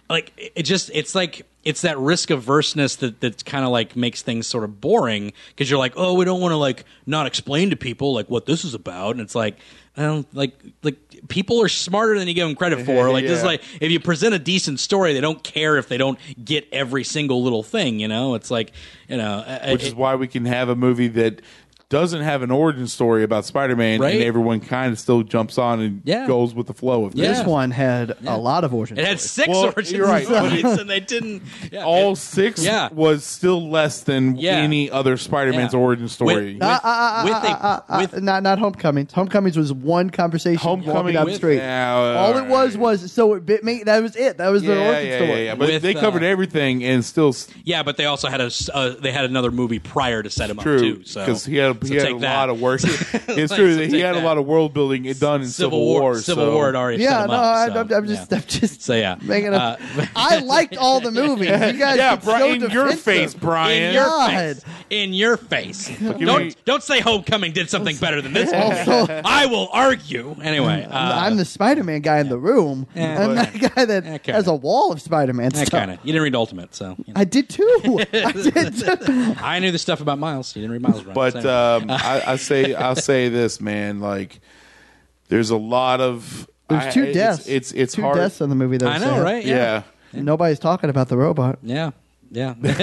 [SPEAKER 2] like it it just it's like it's that risk averseness that that kind of like makes things sort of boring because you're like oh we don't want to like not explain to people like what this is about and it's like I don't like like people are smarter than you give them credit for like this is
[SPEAKER 3] Yeah.
[SPEAKER 2] like if you present a decent story they don't care if they don't get every single little thing you know it's like you know uh, I- I-
[SPEAKER 3] which is why we can have a movie that doesn't have an origin story about Spider Man,
[SPEAKER 2] Right.
[SPEAKER 3] and everyone kind of still jumps on and
[SPEAKER 2] Yeah.
[SPEAKER 3] goes with the flow of this.
[SPEAKER 2] Yeah.
[SPEAKER 4] This one had a lot of origin.
[SPEAKER 2] It had
[SPEAKER 4] stories.
[SPEAKER 2] six
[SPEAKER 3] Well,
[SPEAKER 2] origins
[SPEAKER 3] you're right, but
[SPEAKER 2] stories, and they didn't. yeah,
[SPEAKER 3] All
[SPEAKER 2] it-
[SPEAKER 3] six
[SPEAKER 2] Yeah.
[SPEAKER 3] was still less than
[SPEAKER 2] Yeah.
[SPEAKER 3] any other Spider Man's
[SPEAKER 2] yeah.
[SPEAKER 3] origin
[SPEAKER 2] With,
[SPEAKER 3] story.
[SPEAKER 2] with,
[SPEAKER 4] Ah,
[SPEAKER 2] with a-
[SPEAKER 4] Uh,
[SPEAKER 2] with-
[SPEAKER 4] not not homecomings. Homecomings was one conversation
[SPEAKER 3] Homecoming
[SPEAKER 4] walking down the
[SPEAKER 3] with-
[SPEAKER 4] street.
[SPEAKER 3] Yeah,
[SPEAKER 2] uh,
[SPEAKER 4] all it was
[SPEAKER 3] alright.
[SPEAKER 4] was so it bit me. That was it. That was
[SPEAKER 3] yeah,
[SPEAKER 4] their
[SPEAKER 3] yeah,
[SPEAKER 4] origin
[SPEAKER 3] yeah,
[SPEAKER 4] story.
[SPEAKER 3] yeah. But
[SPEAKER 2] With,
[SPEAKER 3] they
[SPEAKER 2] uh,
[SPEAKER 3] covered everything and still s-
[SPEAKER 2] yeah, but they also had a s- uh, they had another movie prior to set him
[SPEAKER 3] true
[SPEAKER 2] up too. So
[SPEAKER 3] because he had
[SPEAKER 2] so
[SPEAKER 3] he had a
[SPEAKER 2] take that.
[SPEAKER 3] lot of work. it's
[SPEAKER 2] so
[SPEAKER 3] true that he
[SPEAKER 2] take
[SPEAKER 3] had
[SPEAKER 2] that.
[SPEAKER 3] a lot of world building done in
[SPEAKER 2] Civil War, Civil
[SPEAKER 3] so-
[SPEAKER 2] War had already set
[SPEAKER 4] Yeah,
[SPEAKER 2] him
[SPEAKER 4] no,
[SPEAKER 2] up.
[SPEAKER 4] I,
[SPEAKER 2] so,
[SPEAKER 4] I'm, I'm just,
[SPEAKER 2] yeah.
[SPEAKER 4] I'm just
[SPEAKER 2] So, yeah.
[SPEAKER 4] making up.
[SPEAKER 2] Uh,
[SPEAKER 4] I liked all the movies. You guys,
[SPEAKER 3] Yeah,
[SPEAKER 4] get
[SPEAKER 3] Bri-
[SPEAKER 4] so
[SPEAKER 3] in your
[SPEAKER 4] defensive.
[SPEAKER 3] face, Brian.
[SPEAKER 2] In your
[SPEAKER 4] God.
[SPEAKER 2] face. In your face.
[SPEAKER 3] give
[SPEAKER 2] Don't
[SPEAKER 3] me-
[SPEAKER 2] don't say Homecoming did something better than this. movie. I will argue anyway. Uh,
[SPEAKER 4] I'm the Spider-Man guy in the room.
[SPEAKER 2] Yeah.
[SPEAKER 4] I'm that guy that
[SPEAKER 2] That kinda.
[SPEAKER 4] has a wall of Spider-Man
[SPEAKER 2] that
[SPEAKER 4] stuff.
[SPEAKER 2] kind of you didn't read Ultimate, so you know.
[SPEAKER 4] I did too. I did too.
[SPEAKER 2] I knew the stuff about Miles. You didn't read Miles, Run,
[SPEAKER 3] But
[SPEAKER 2] so-
[SPEAKER 3] um, I, I say I say this, man. Like, there's a lot of I-
[SPEAKER 4] There's two
[SPEAKER 3] it's-
[SPEAKER 4] deaths.
[SPEAKER 3] It's it's,
[SPEAKER 4] two
[SPEAKER 3] hard.
[SPEAKER 4] deaths in the movie. That
[SPEAKER 2] I
[SPEAKER 4] was
[SPEAKER 2] know,
[SPEAKER 4] sad.
[SPEAKER 2] right?
[SPEAKER 3] yeah.
[SPEAKER 4] And nobody's talking about the robot.
[SPEAKER 2] Yeah. Yeah.
[SPEAKER 3] Nobody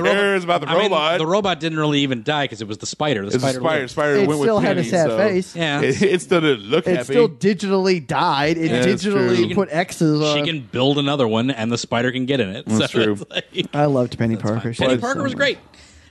[SPEAKER 3] cares about the
[SPEAKER 2] I mean,
[SPEAKER 3] robot.
[SPEAKER 2] the robot didn't really even die because it was the spider. The
[SPEAKER 3] It's a
[SPEAKER 2] spider.
[SPEAKER 3] spider.
[SPEAKER 2] lived.
[SPEAKER 3] Spider
[SPEAKER 4] It
[SPEAKER 3] went
[SPEAKER 4] still
[SPEAKER 3] with
[SPEAKER 4] had a
[SPEAKER 3] Penny,
[SPEAKER 4] sad
[SPEAKER 3] so
[SPEAKER 4] face.
[SPEAKER 2] Yeah.
[SPEAKER 3] It, it still didn't look
[SPEAKER 4] It
[SPEAKER 3] happy.
[SPEAKER 4] still digitally died. It
[SPEAKER 3] Yeah, that's
[SPEAKER 4] digitally
[SPEAKER 3] true.
[SPEAKER 4] put X's on.
[SPEAKER 2] She can build another one, and the spider can get in it.
[SPEAKER 3] That's
[SPEAKER 2] so
[SPEAKER 3] true.
[SPEAKER 2] it's like-
[SPEAKER 4] I loved Penny Parker. She
[SPEAKER 2] Penny
[SPEAKER 4] was
[SPEAKER 2] Parker
[SPEAKER 4] so
[SPEAKER 3] um,
[SPEAKER 2] was
[SPEAKER 4] nice.
[SPEAKER 2] great.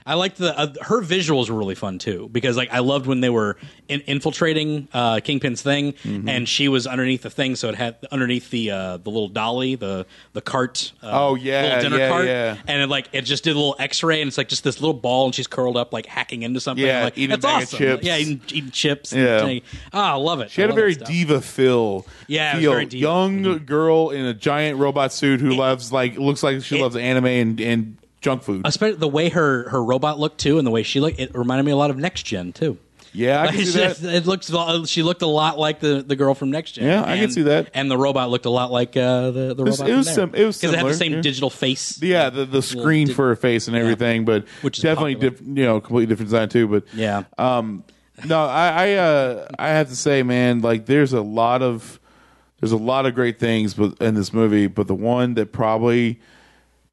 [SPEAKER 2] I liked the uh, her visuals were really fun too because like I loved when they were in, infiltrating uh, Kingpin's thing
[SPEAKER 3] Mm-hmm.
[SPEAKER 2] and she was underneath the thing so it had underneath the uh, the little dolly the the cart uh,
[SPEAKER 3] Oh, yeah,
[SPEAKER 2] little dinner
[SPEAKER 3] yeah,
[SPEAKER 2] cart
[SPEAKER 3] yeah.
[SPEAKER 2] and it like it just did a little X ray and it's like just this little ball and she's curled up like hacking into something
[SPEAKER 3] Yeah,
[SPEAKER 2] I'm like,
[SPEAKER 3] eating
[SPEAKER 2] that's
[SPEAKER 3] a bag of
[SPEAKER 2] awesome
[SPEAKER 3] chips.
[SPEAKER 2] yeah eating, eating chips
[SPEAKER 3] Yeah.
[SPEAKER 2] and, ah I love it
[SPEAKER 3] She had a very diva feel.
[SPEAKER 2] Yeah, it was
[SPEAKER 3] feel.
[SPEAKER 2] very diva. Mm-hmm.
[SPEAKER 3] young girl in a giant robot suit who loves like looks like she
[SPEAKER 2] it-
[SPEAKER 3] loves anime and, and junk food.
[SPEAKER 2] especially the way her her robot looked too and the way she looked it reminded me a lot of Next Gen too.
[SPEAKER 3] Yeah, I can see that.
[SPEAKER 2] It looks. She looked a lot like the, the girl from Next Gen.
[SPEAKER 3] Yeah, I can
[SPEAKER 2] And-
[SPEAKER 3] see that.
[SPEAKER 2] And the robot looked a lot like uh, the the
[SPEAKER 3] was-
[SPEAKER 2] robot.
[SPEAKER 3] it
[SPEAKER 2] from
[SPEAKER 3] was sim- it was
[SPEAKER 2] because it had the
[SPEAKER 3] similar,
[SPEAKER 2] same
[SPEAKER 3] yeah.
[SPEAKER 2] digital face.
[SPEAKER 3] Yeah, the the screen
[SPEAKER 2] did-
[SPEAKER 3] for her face and everything, but
[SPEAKER 2] Which is
[SPEAKER 3] definitely
[SPEAKER 2] popular.
[SPEAKER 3] diff, you know completely different design too. But
[SPEAKER 2] Yeah.
[SPEAKER 3] um, no, I I, uh, I have to say, man, like there's a lot of there's a lot of great things, but in this movie, but the one that probably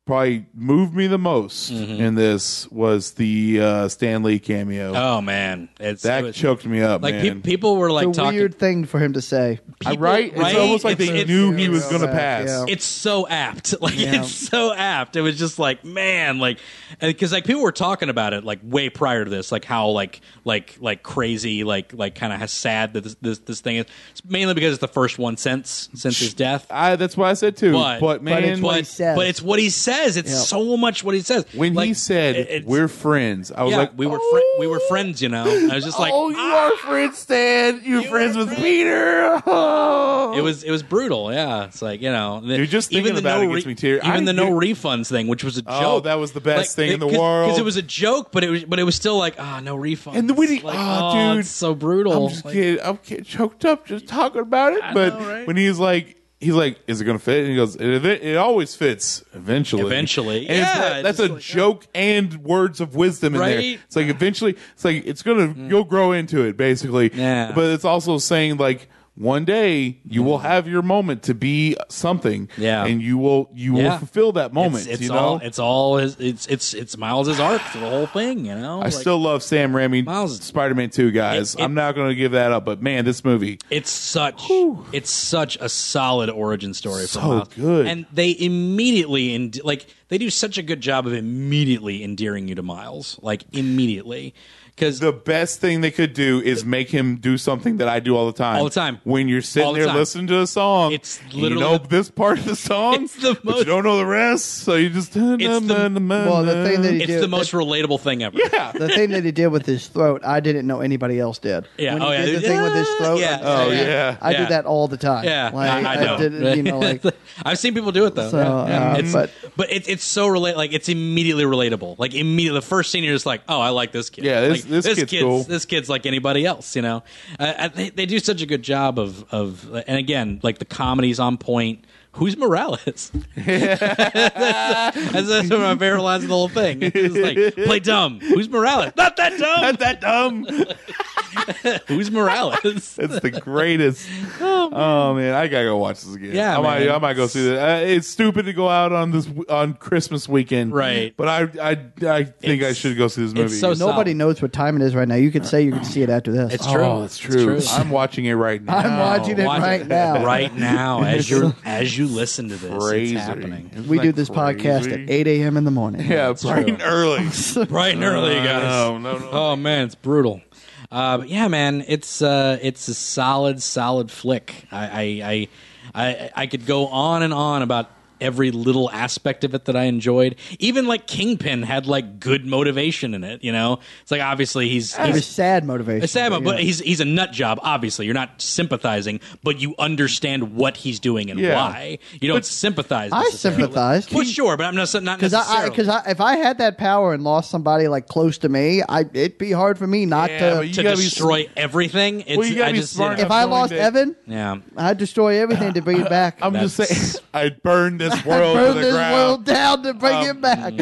[SPEAKER 3] probably moved me the most in this was the uh, Stan Lee cameo.
[SPEAKER 2] Mm-hmm. Oh man, it's
[SPEAKER 3] that
[SPEAKER 2] it was-
[SPEAKER 3] choked me up,
[SPEAKER 2] like pe-
[SPEAKER 3] man.
[SPEAKER 2] people were like
[SPEAKER 4] It's a
[SPEAKER 2] talking.
[SPEAKER 4] weird thing for him to say.
[SPEAKER 3] I-
[SPEAKER 2] right?
[SPEAKER 3] right? It's almost like
[SPEAKER 2] It's-
[SPEAKER 3] they
[SPEAKER 2] it's-
[SPEAKER 3] knew he
[SPEAKER 4] it's-
[SPEAKER 3] was going to
[SPEAKER 4] Yeah.
[SPEAKER 3] pass.
[SPEAKER 2] it's so apt like
[SPEAKER 4] Yeah.
[SPEAKER 2] it's so apt it was just like man like because like people were talking about it like way prior to this like how like like like crazy like like kind of how sad that this, this this thing is it's mainly because it's the first one since since his death
[SPEAKER 3] I, that's what I said too.
[SPEAKER 2] but
[SPEAKER 3] But, man,
[SPEAKER 4] it's what he
[SPEAKER 2] but,
[SPEAKER 4] says.
[SPEAKER 2] but it's what he says. It's
[SPEAKER 4] Yeah.
[SPEAKER 2] so much what he says.
[SPEAKER 3] when he
[SPEAKER 2] Like,
[SPEAKER 3] said
[SPEAKER 2] it- it's-
[SPEAKER 3] we're friends, I was
[SPEAKER 2] yeah,
[SPEAKER 3] like,
[SPEAKER 2] we were
[SPEAKER 3] "Oh,
[SPEAKER 2] fri- we were friends, you know. I was just like,
[SPEAKER 3] oh, you
[SPEAKER 2] "Ah!"
[SPEAKER 3] are friends, Stan. You're friends
[SPEAKER 2] are
[SPEAKER 3] with Peter. Oh.
[SPEAKER 2] It was it was brutal. Yeah, it's like you know, the-
[SPEAKER 3] Dude, just
[SPEAKER 2] even
[SPEAKER 3] thinking
[SPEAKER 2] the
[SPEAKER 3] about
[SPEAKER 2] no
[SPEAKER 3] it gets me tear-
[SPEAKER 2] even
[SPEAKER 3] I
[SPEAKER 2] the no
[SPEAKER 3] do-
[SPEAKER 2] refunds thing, which was a joke.
[SPEAKER 3] Oh, that was the best thing in the world.
[SPEAKER 2] because it was a joke, but it was but it was still like ah no refunds.
[SPEAKER 3] And the witty-
[SPEAKER 2] like,
[SPEAKER 3] ah,
[SPEAKER 2] oh,
[SPEAKER 3] dude.
[SPEAKER 2] it's so brutal.
[SPEAKER 3] I'm just
[SPEAKER 2] Like,
[SPEAKER 3] kidding. I'm getting choked up just talking about it. but
[SPEAKER 2] know, right?
[SPEAKER 3] when he's like, he's like, is it going to fit? And he goes, it, it, it always fits eventually.
[SPEAKER 2] Eventually.
[SPEAKER 3] And it's
[SPEAKER 2] Yeah,
[SPEAKER 3] like- that's
[SPEAKER 2] just
[SPEAKER 3] a
[SPEAKER 2] like,
[SPEAKER 3] joke and words of wisdom in
[SPEAKER 2] Right? Mm.
[SPEAKER 3] there. It's like eventually, it's like, it's going to, you'll grow into it basically.
[SPEAKER 2] Yeah. Mm.
[SPEAKER 3] But it's also saying like, one day you will have your moment to be something,
[SPEAKER 2] Yeah.
[SPEAKER 3] and you will you
[SPEAKER 2] Yeah.
[SPEAKER 3] will fulfill that moment.
[SPEAKER 2] It's, it's
[SPEAKER 3] you know,
[SPEAKER 2] all it's all his, it's it's it's Miles's arc for the whole thing. You know,
[SPEAKER 3] I still love Sam Raimi
[SPEAKER 2] Miles-
[SPEAKER 3] Spider-Man 2 guys.
[SPEAKER 2] It- it-
[SPEAKER 3] I'm not going to give that up, but man, this movie.
[SPEAKER 2] It's such it's such a solid origin story. for
[SPEAKER 3] So
[SPEAKER 2] Miles.
[SPEAKER 3] good.
[SPEAKER 2] and they immediately in, like they do such a good job of immediately endearing you to Miles, like immediately. Because
[SPEAKER 3] The best thing they could do is make him do something that I do all the time.
[SPEAKER 2] All the time.
[SPEAKER 3] When you're
[SPEAKER 2] All
[SPEAKER 3] sitting
[SPEAKER 2] the
[SPEAKER 3] there
[SPEAKER 2] time.
[SPEAKER 3] listening to a song,
[SPEAKER 2] It's
[SPEAKER 3] and
[SPEAKER 2] literally
[SPEAKER 3] you know
[SPEAKER 2] the-
[SPEAKER 3] this part of the song,
[SPEAKER 2] It's the
[SPEAKER 3] but
[SPEAKER 2] most-
[SPEAKER 3] you don't know the rest, so you just
[SPEAKER 2] the-
[SPEAKER 4] Well, the thing that he
[SPEAKER 2] it's
[SPEAKER 4] did-
[SPEAKER 2] the most relatable thing ever.
[SPEAKER 3] yeah.
[SPEAKER 4] the thing that he did with his throat, I didn't know anybody else did.
[SPEAKER 2] Yeah.
[SPEAKER 4] When he
[SPEAKER 2] Oh, yeah.
[SPEAKER 4] did the thing with his throat.
[SPEAKER 2] Yeah.
[SPEAKER 4] like,
[SPEAKER 2] Oh,
[SPEAKER 3] yeah.
[SPEAKER 4] I
[SPEAKER 2] Yeah.
[SPEAKER 4] do that all the time.
[SPEAKER 2] Yeah,
[SPEAKER 4] Like,
[SPEAKER 2] I, I
[SPEAKER 4] I
[SPEAKER 2] know.
[SPEAKER 4] did it, you know, like-
[SPEAKER 2] I've seen people do it though.
[SPEAKER 4] So,
[SPEAKER 2] Yeah.
[SPEAKER 4] uh,
[SPEAKER 2] it's, but
[SPEAKER 4] but-
[SPEAKER 2] it, it's so relate. Like it's immediately relatable. Like immediately, the first scene you're just like, oh, I like this kid.
[SPEAKER 3] Yeah, this-
[SPEAKER 2] Like,
[SPEAKER 3] this kid's cool.
[SPEAKER 2] this kid's like anybody else. You know, uh, I- they, they do such a good job of of. And again, like the comedy's on point. Who's Morales? that's, that's one of my favorite lines of the whole thing. It's like play dumb. Who's Morales? Not that dumb.
[SPEAKER 3] Not that dumb.
[SPEAKER 2] Who's Morales?
[SPEAKER 3] It's the greatest. Oh man. I gotta go watch this again.
[SPEAKER 2] Yeah,
[SPEAKER 3] I might.
[SPEAKER 2] man.
[SPEAKER 3] I might go see that. Uh, it's stupid to go out on this on Christmas weekend,
[SPEAKER 2] Right.
[SPEAKER 3] But I, I, I think I
[SPEAKER 2] It's-
[SPEAKER 3] should go see this movie.
[SPEAKER 2] so
[SPEAKER 3] again.
[SPEAKER 4] Nobody
[SPEAKER 2] solid.
[SPEAKER 4] knows what time it is right now. You could say you could see it after this.
[SPEAKER 2] It's
[SPEAKER 4] Oh,
[SPEAKER 2] true.
[SPEAKER 3] Oh, that's true.
[SPEAKER 2] It's
[SPEAKER 3] I'm watching it right now.
[SPEAKER 4] I'm watching it
[SPEAKER 2] Watch
[SPEAKER 4] right
[SPEAKER 2] it.
[SPEAKER 4] now.
[SPEAKER 2] right now as you as you listen to this
[SPEAKER 3] Crazy.
[SPEAKER 2] it's happening
[SPEAKER 4] We
[SPEAKER 3] Isn't
[SPEAKER 4] do
[SPEAKER 3] that
[SPEAKER 4] this podcast
[SPEAKER 3] crazy?
[SPEAKER 4] at 8 a.m. in the morning.
[SPEAKER 3] Yeah, bright
[SPEAKER 2] true.
[SPEAKER 3] and early.
[SPEAKER 2] bright and early guys
[SPEAKER 3] Uh, No, no, no.
[SPEAKER 2] oh man it's brutal uh, but yeah man it's uh, it's a solid solid flick I, I I I I could go on and on about every little aspect of it that I enjoyed even like Kingpin had like good motivation in it you know it's like obviously he's,
[SPEAKER 4] It
[SPEAKER 2] he's
[SPEAKER 4] was sad motivation.
[SPEAKER 2] It's sad, but,
[SPEAKER 4] yeah.
[SPEAKER 2] he's he's a nut job. Obviously, you're not sympathizing, but you understand what he's doing and
[SPEAKER 3] Yeah.
[SPEAKER 2] why. You don't sympathize.
[SPEAKER 4] I
[SPEAKER 2] necessarily.
[SPEAKER 4] sympathized.
[SPEAKER 2] Well, sure, but I'm not not
[SPEAKER 4] Because I,
[SPEAKER 2] necessarily.
[SPEAKER 4] because I, if I had that power and lost somebody like close to me, I it'd be hard for me not
[SPEAKER 3] Yeah,
[SPEAKER 4] to.
[SPEAKER 3] but you
[SPEAKER 2] to
[SPEAKER 3] gotta be-
[SPEAKER 2] destroy everything. It's,
[SPEAKER 3] you gotta
[SPEAKER 2] I
[SPEAKER 3] be
[SPEAKER 2] just,
[SPEAKER 3] smart
[SPEAKER 2] you
[SPEAKER 4] if
[SPEAKER 2] know,
[SPEAKER 3] enough-
[SPEAKER 4] I
[SPEAKER 3] knowing
[SPEAKER 4] lost
[SPEAKER 3] that-
[SPEAKER 4] Evan,
[SPEAKER 2] yeah.
[SPEAKER 4] I'd destroy everything to bring it back.
[SPEAKER 3] I'm just
[SPEAKER 2] That's-
[SPEAKER 3] saying, I'd burn this world
[SPEAKER 4] burn
[SPEAKER 3] to the
[SPEAKER 4] this
[SPEAKER 3] ground.
[SPEAKER 4] world down to bring it back.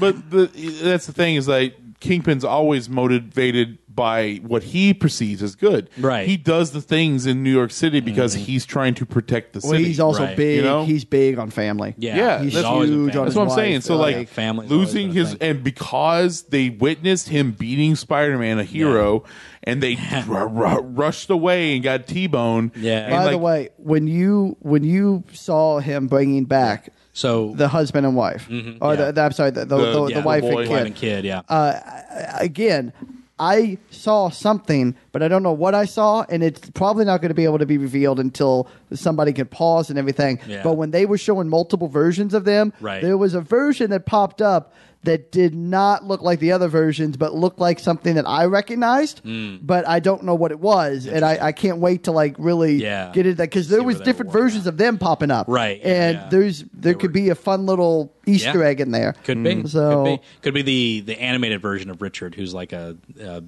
[SPEAKER 3] but the, that's the thing is like Kingpin's always motivated by what he perceives as good.
[SPEAKER 2] Right.
[SPEAKER 3] He does the things in New York City because he's trying to protect the
[SPEAKER 4] Mm-hmm. Well,
[SPEAKER 3] city.
[SPEAKER 4] he's also
[SPEAKER 2] Right.
[SPEAKER 4] big.
[SPEAKER 3] You know?
[SPEAKER 4] He's big on family.
[SPEAKER 2] Yeah.
[SPEAKER 3] Yeah,
[SPEAKER 4] he's,
[SPEAKER 3] that's-
[SPEAKER 2] always been
[SPEAKER 4] huge
[SPEAKER 2] family.
[SPEAKER 4] on.
[SPEAKER 3] That's
[SPEAKER 4] his
[SPEAKER 3] what I'm
[SPEAKER 4] wife.
[SPEAKER 3] saying. So like,
[SPEAKER 2] like, family's always
[SPEAKER 3] losing
[SPEAKER 2] been a
[SPEAKER 3] his
[SPEAKER 2] thing.
[SPEAKER 3] and because they witnessed him beating Spider-Man, a hero, and they r- r- rushed away and got T-boned.
[SPEAKER 2] Yeah.
[SPEAKER 3] and,
[SPEAKER 4] by the
[SPEAKER 3] like,
[SPEAKER 4] way, when you when you saw him bringing back
[SPEAKER 2] So
[SPEAKER 4] the husband and wife, or
[SPEAKER 2] yeah.
[SPEAKER 4] the, the- I'm sorry, the the,
[SPEAKER 3] The-
[SPEAKER 4] the, the
[SPEAKER 2] yeah,
[SPEAKER 4] wife
[SPEAKER 3] boy.
[SPEAKER 2] wife
[SPEAKER 4] and kid. Uh,
[SPEAKER 2] and kid. Yeah.
[SPEAKER 4] Again, I saw something, but I don't know what I saw, and it's probably not going to be able to be revealed until somebody can pause and everything.
[SPEAKER 2] Yeah.
[SPEAKER 4] But when they were showing multiple versions of them,
[SPEAKER 2] Right.
[SPEAKER 4] there was a version that popped up that did not look like the other versions, but looked like something that I recognized,
[SPEAKER 2] Mm.
[SPEAKER 4] but I don't know what it was, and I, I can't wait to like really
[SPEAKER 2] Yeah.
[SPEAKER 4] get into that because there
[SPEAKER 2] where
[SPEAKER 4] was
[SPEAKER 2] they
[SPEAKER 4] different
[SPEAKER 2] were,
[SPEAKER 4] versions of them popping up,
[SPEAKER 2] Right, yeah,
[SPEAKER 4] And
[SPEAKER 2] yeah.
[SPEAKER 4] there's there could be a fun little Easter
[SPEAKER 2] Yeah.
[SPEAKER 4] egg in there.
[SPEAKER 2] Could be.
[SPEAKER 4] So-
[SPEAKER 2] could be. Could be the the animated version of Richard, who's like a, a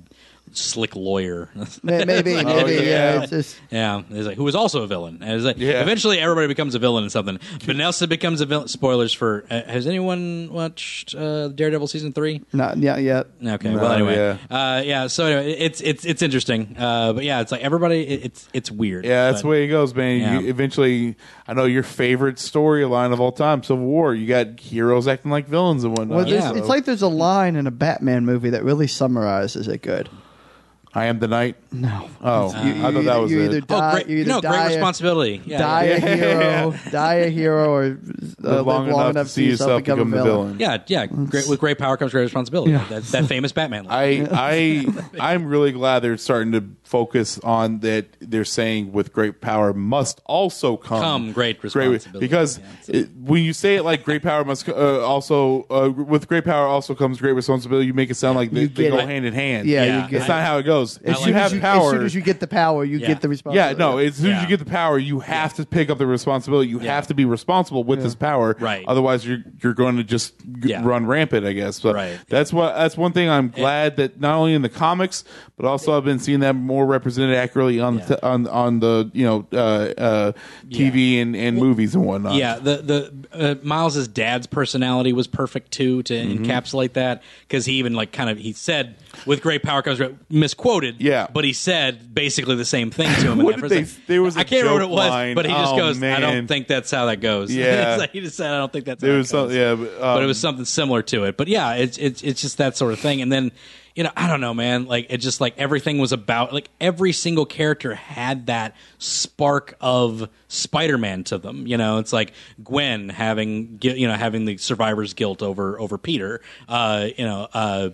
[SPEAKER 2] slick lawyer.
[SPEAKER 4] May- Maybe, maybe,
[SPEAKER 3] yeah.
[SPEAKER 4] yeah. it's just,
[SPEAKER 2] Oh, Yeah, he's like, who was also a villain. And it's like,
[SPEAKER 3] Yeah.
[SPEAKER 2] eventually everybody becomes a villain in something. But Nelson becomes a villain. Spoilers for uh, has anyone watched uh, Daredevil season three?
[SPEAKER 4] not yet yet.
[SPEAKER 2] Okay,
[SPEAKER 3] No,
[SPEAKER 2] well anyway, yeah. Uh, yeah. So anyway, it's it's it's interesting. Uh, but yeah, it's like everybody. It, it's it's weird.
[SPEAKER 3] Yeah, that's
[SPEAKER 2] but,
[SPEAKER 3] the way it goes, man.
[SPEAKER 2] Yeah.
[SPEAKER 3] You eventually, I know your favorite storyline of all time, Civil War. You got heroes acting like villains and whatnot.
[SPEAKER 4] Well, there's,
[SPEAKER 2] yeah.
[SPEAKER 4] it's like there's a line in a Batman movie that really summarizes it good.
[SPEAKER 3] I am the knight.
[SPEAKER 4] No,
[SPEAKER 2] Uh,
[SPEAKER 3] Oh, I thought that was
[SPEAKER 4] you
[SPEAKER 3] it.
[SPEAKER 4] either
[SPEAKER 2] Oh,
[SPEAKER 4] die,
[SPEAKER 2] great!
[SPEAKER 4] you either
[SPEAKER 2] no,
[SPEAKER 4] die
[SPEAKER 2] great responsibility.
[SPEAKER 4] A,
[SPEAKER 2] Yeah,
[SPEAKER 4] die
[SPEAKER 2] yeah.
[SPEAKER 4] a hero, die a hero, or uh, live
[SPEAKER 3] long enough to see yourself become a villain.
[SPEAKER 2] Yeah, yeah. Great with great power comes great responsibility. That, that famous Batman. Line.
[SPEAKER 3] I I I'm really glad they're starting to focus on that. They're saying with great power must also come,
[SPEAKER 2] Come great responsibility.
[SPEAKER 3] because it, when you say it like great power must co- uh, also uh, with great power also comes great responsibility. You make it sound like they,
[SPEAKER 4] You
[SPEAKER 3] they
[SPEAKER 4] get
[SPEAKER 3] go
[SPEAKER 4] it.
[SPEAKER 3] hand in hand.
[SPEAKER 4] Yeah,
[SPEAKER 2] Yeah.
[SPEAKER 4] you
[SPEAKER 3] it's
[SPEAKER 4] get.
[SPEAKER 3] not how it goes.
[SPEAKER 4] as
[SPEAKER 3] If
[SPEAKER 4] soon
[SPEAKER 3] you
[SPEAKER 4] as
[SPEAKER 3] have
[SPEAKER 4] you-
[SPEAKER 3] power,
[SPEAKER 4] as soon as you get the power, you
[SPEAKER 2] Yeah.
[SPEAKER 4] get the
[SPEAKER 2] Yeah,
[SPEAKER 3] yeah,
[SPEAKER 4] responsibility.
[SPEAKER 3] no. As soon as
[SPEAKER 2] Yeah.
[SPEAKER 3] you get the power, you have to pick up the responsibility. You have to be responsible with this power,
[SPEAKER 2] Right.
[SPEAKER 3] Otherwise, you're you're going to just g-
[SPEAKER 2] Yeah.
[SPEAKER 3] run rampant, I guess. But
[SPEAKER 2] Right.
[SPEAKER 3] that's what that's one thing I'm glad that not only in the comics, but also I've been seeing that more represented accurately on
[SPEAKER 2] Yeah.
[SPEAKER 3] the, on on the you know uh, uh, TV and, and movies and whatnot.
[SPEAKER 2] Yeah, the the uh, Miles's dad's personality was perfect too to
[SPEAKER 3] Mm-hmm.
[SPEAKER 2] encapsulate that because he even like kind of he said with great power comes great misquoted.
[SPEAKER 3] Yeah.
[SPEAKER 2] but he said basically the same thing to him. in that
[SPEAKER 3] What did
[SPEAKER 2] first
[SPEAKER 3] they-
[SPEAKER 2] sentence.
[SPEAKER 3] there was a
[SPEAKER 2] I can't remember what
[SPEAKER 3] joke
[SPEAKER 2] it was,
[SPEAKER 3] line.
[SPEAKER 2] but he just
[SPEAKER 3] Oh,
[SPEAKER 2] goes, "I don't
[SPEAKER 3] man.
[SPEAKER 2] think that's how that goes."
[SPEAKER 3] Yeah.
[SPEAKER 2] It's like, he just said, "I don't think that's."
[SPEAKER 3] There
[SPEAKER 2] how
[SPEAKER 3] was
[SPEAKER 2] it
[SPEAKER 3] some-
[SPEAKER 2] goes."
[SPEAKER 3] yeah, but,
[SPEAKER 2] but it
[SPEAKER 3] um,
[SPEAKER 2] was something similar to it. But yeah, it's it's it's just that sort of thing. And then you know, I don't know, man. Like it just like everything was about like every single character had that spark of Spider-Man to them. You know, it's like Gwen having gui- you know having the survivor's guilt over over Peter. Uh, you know, uh,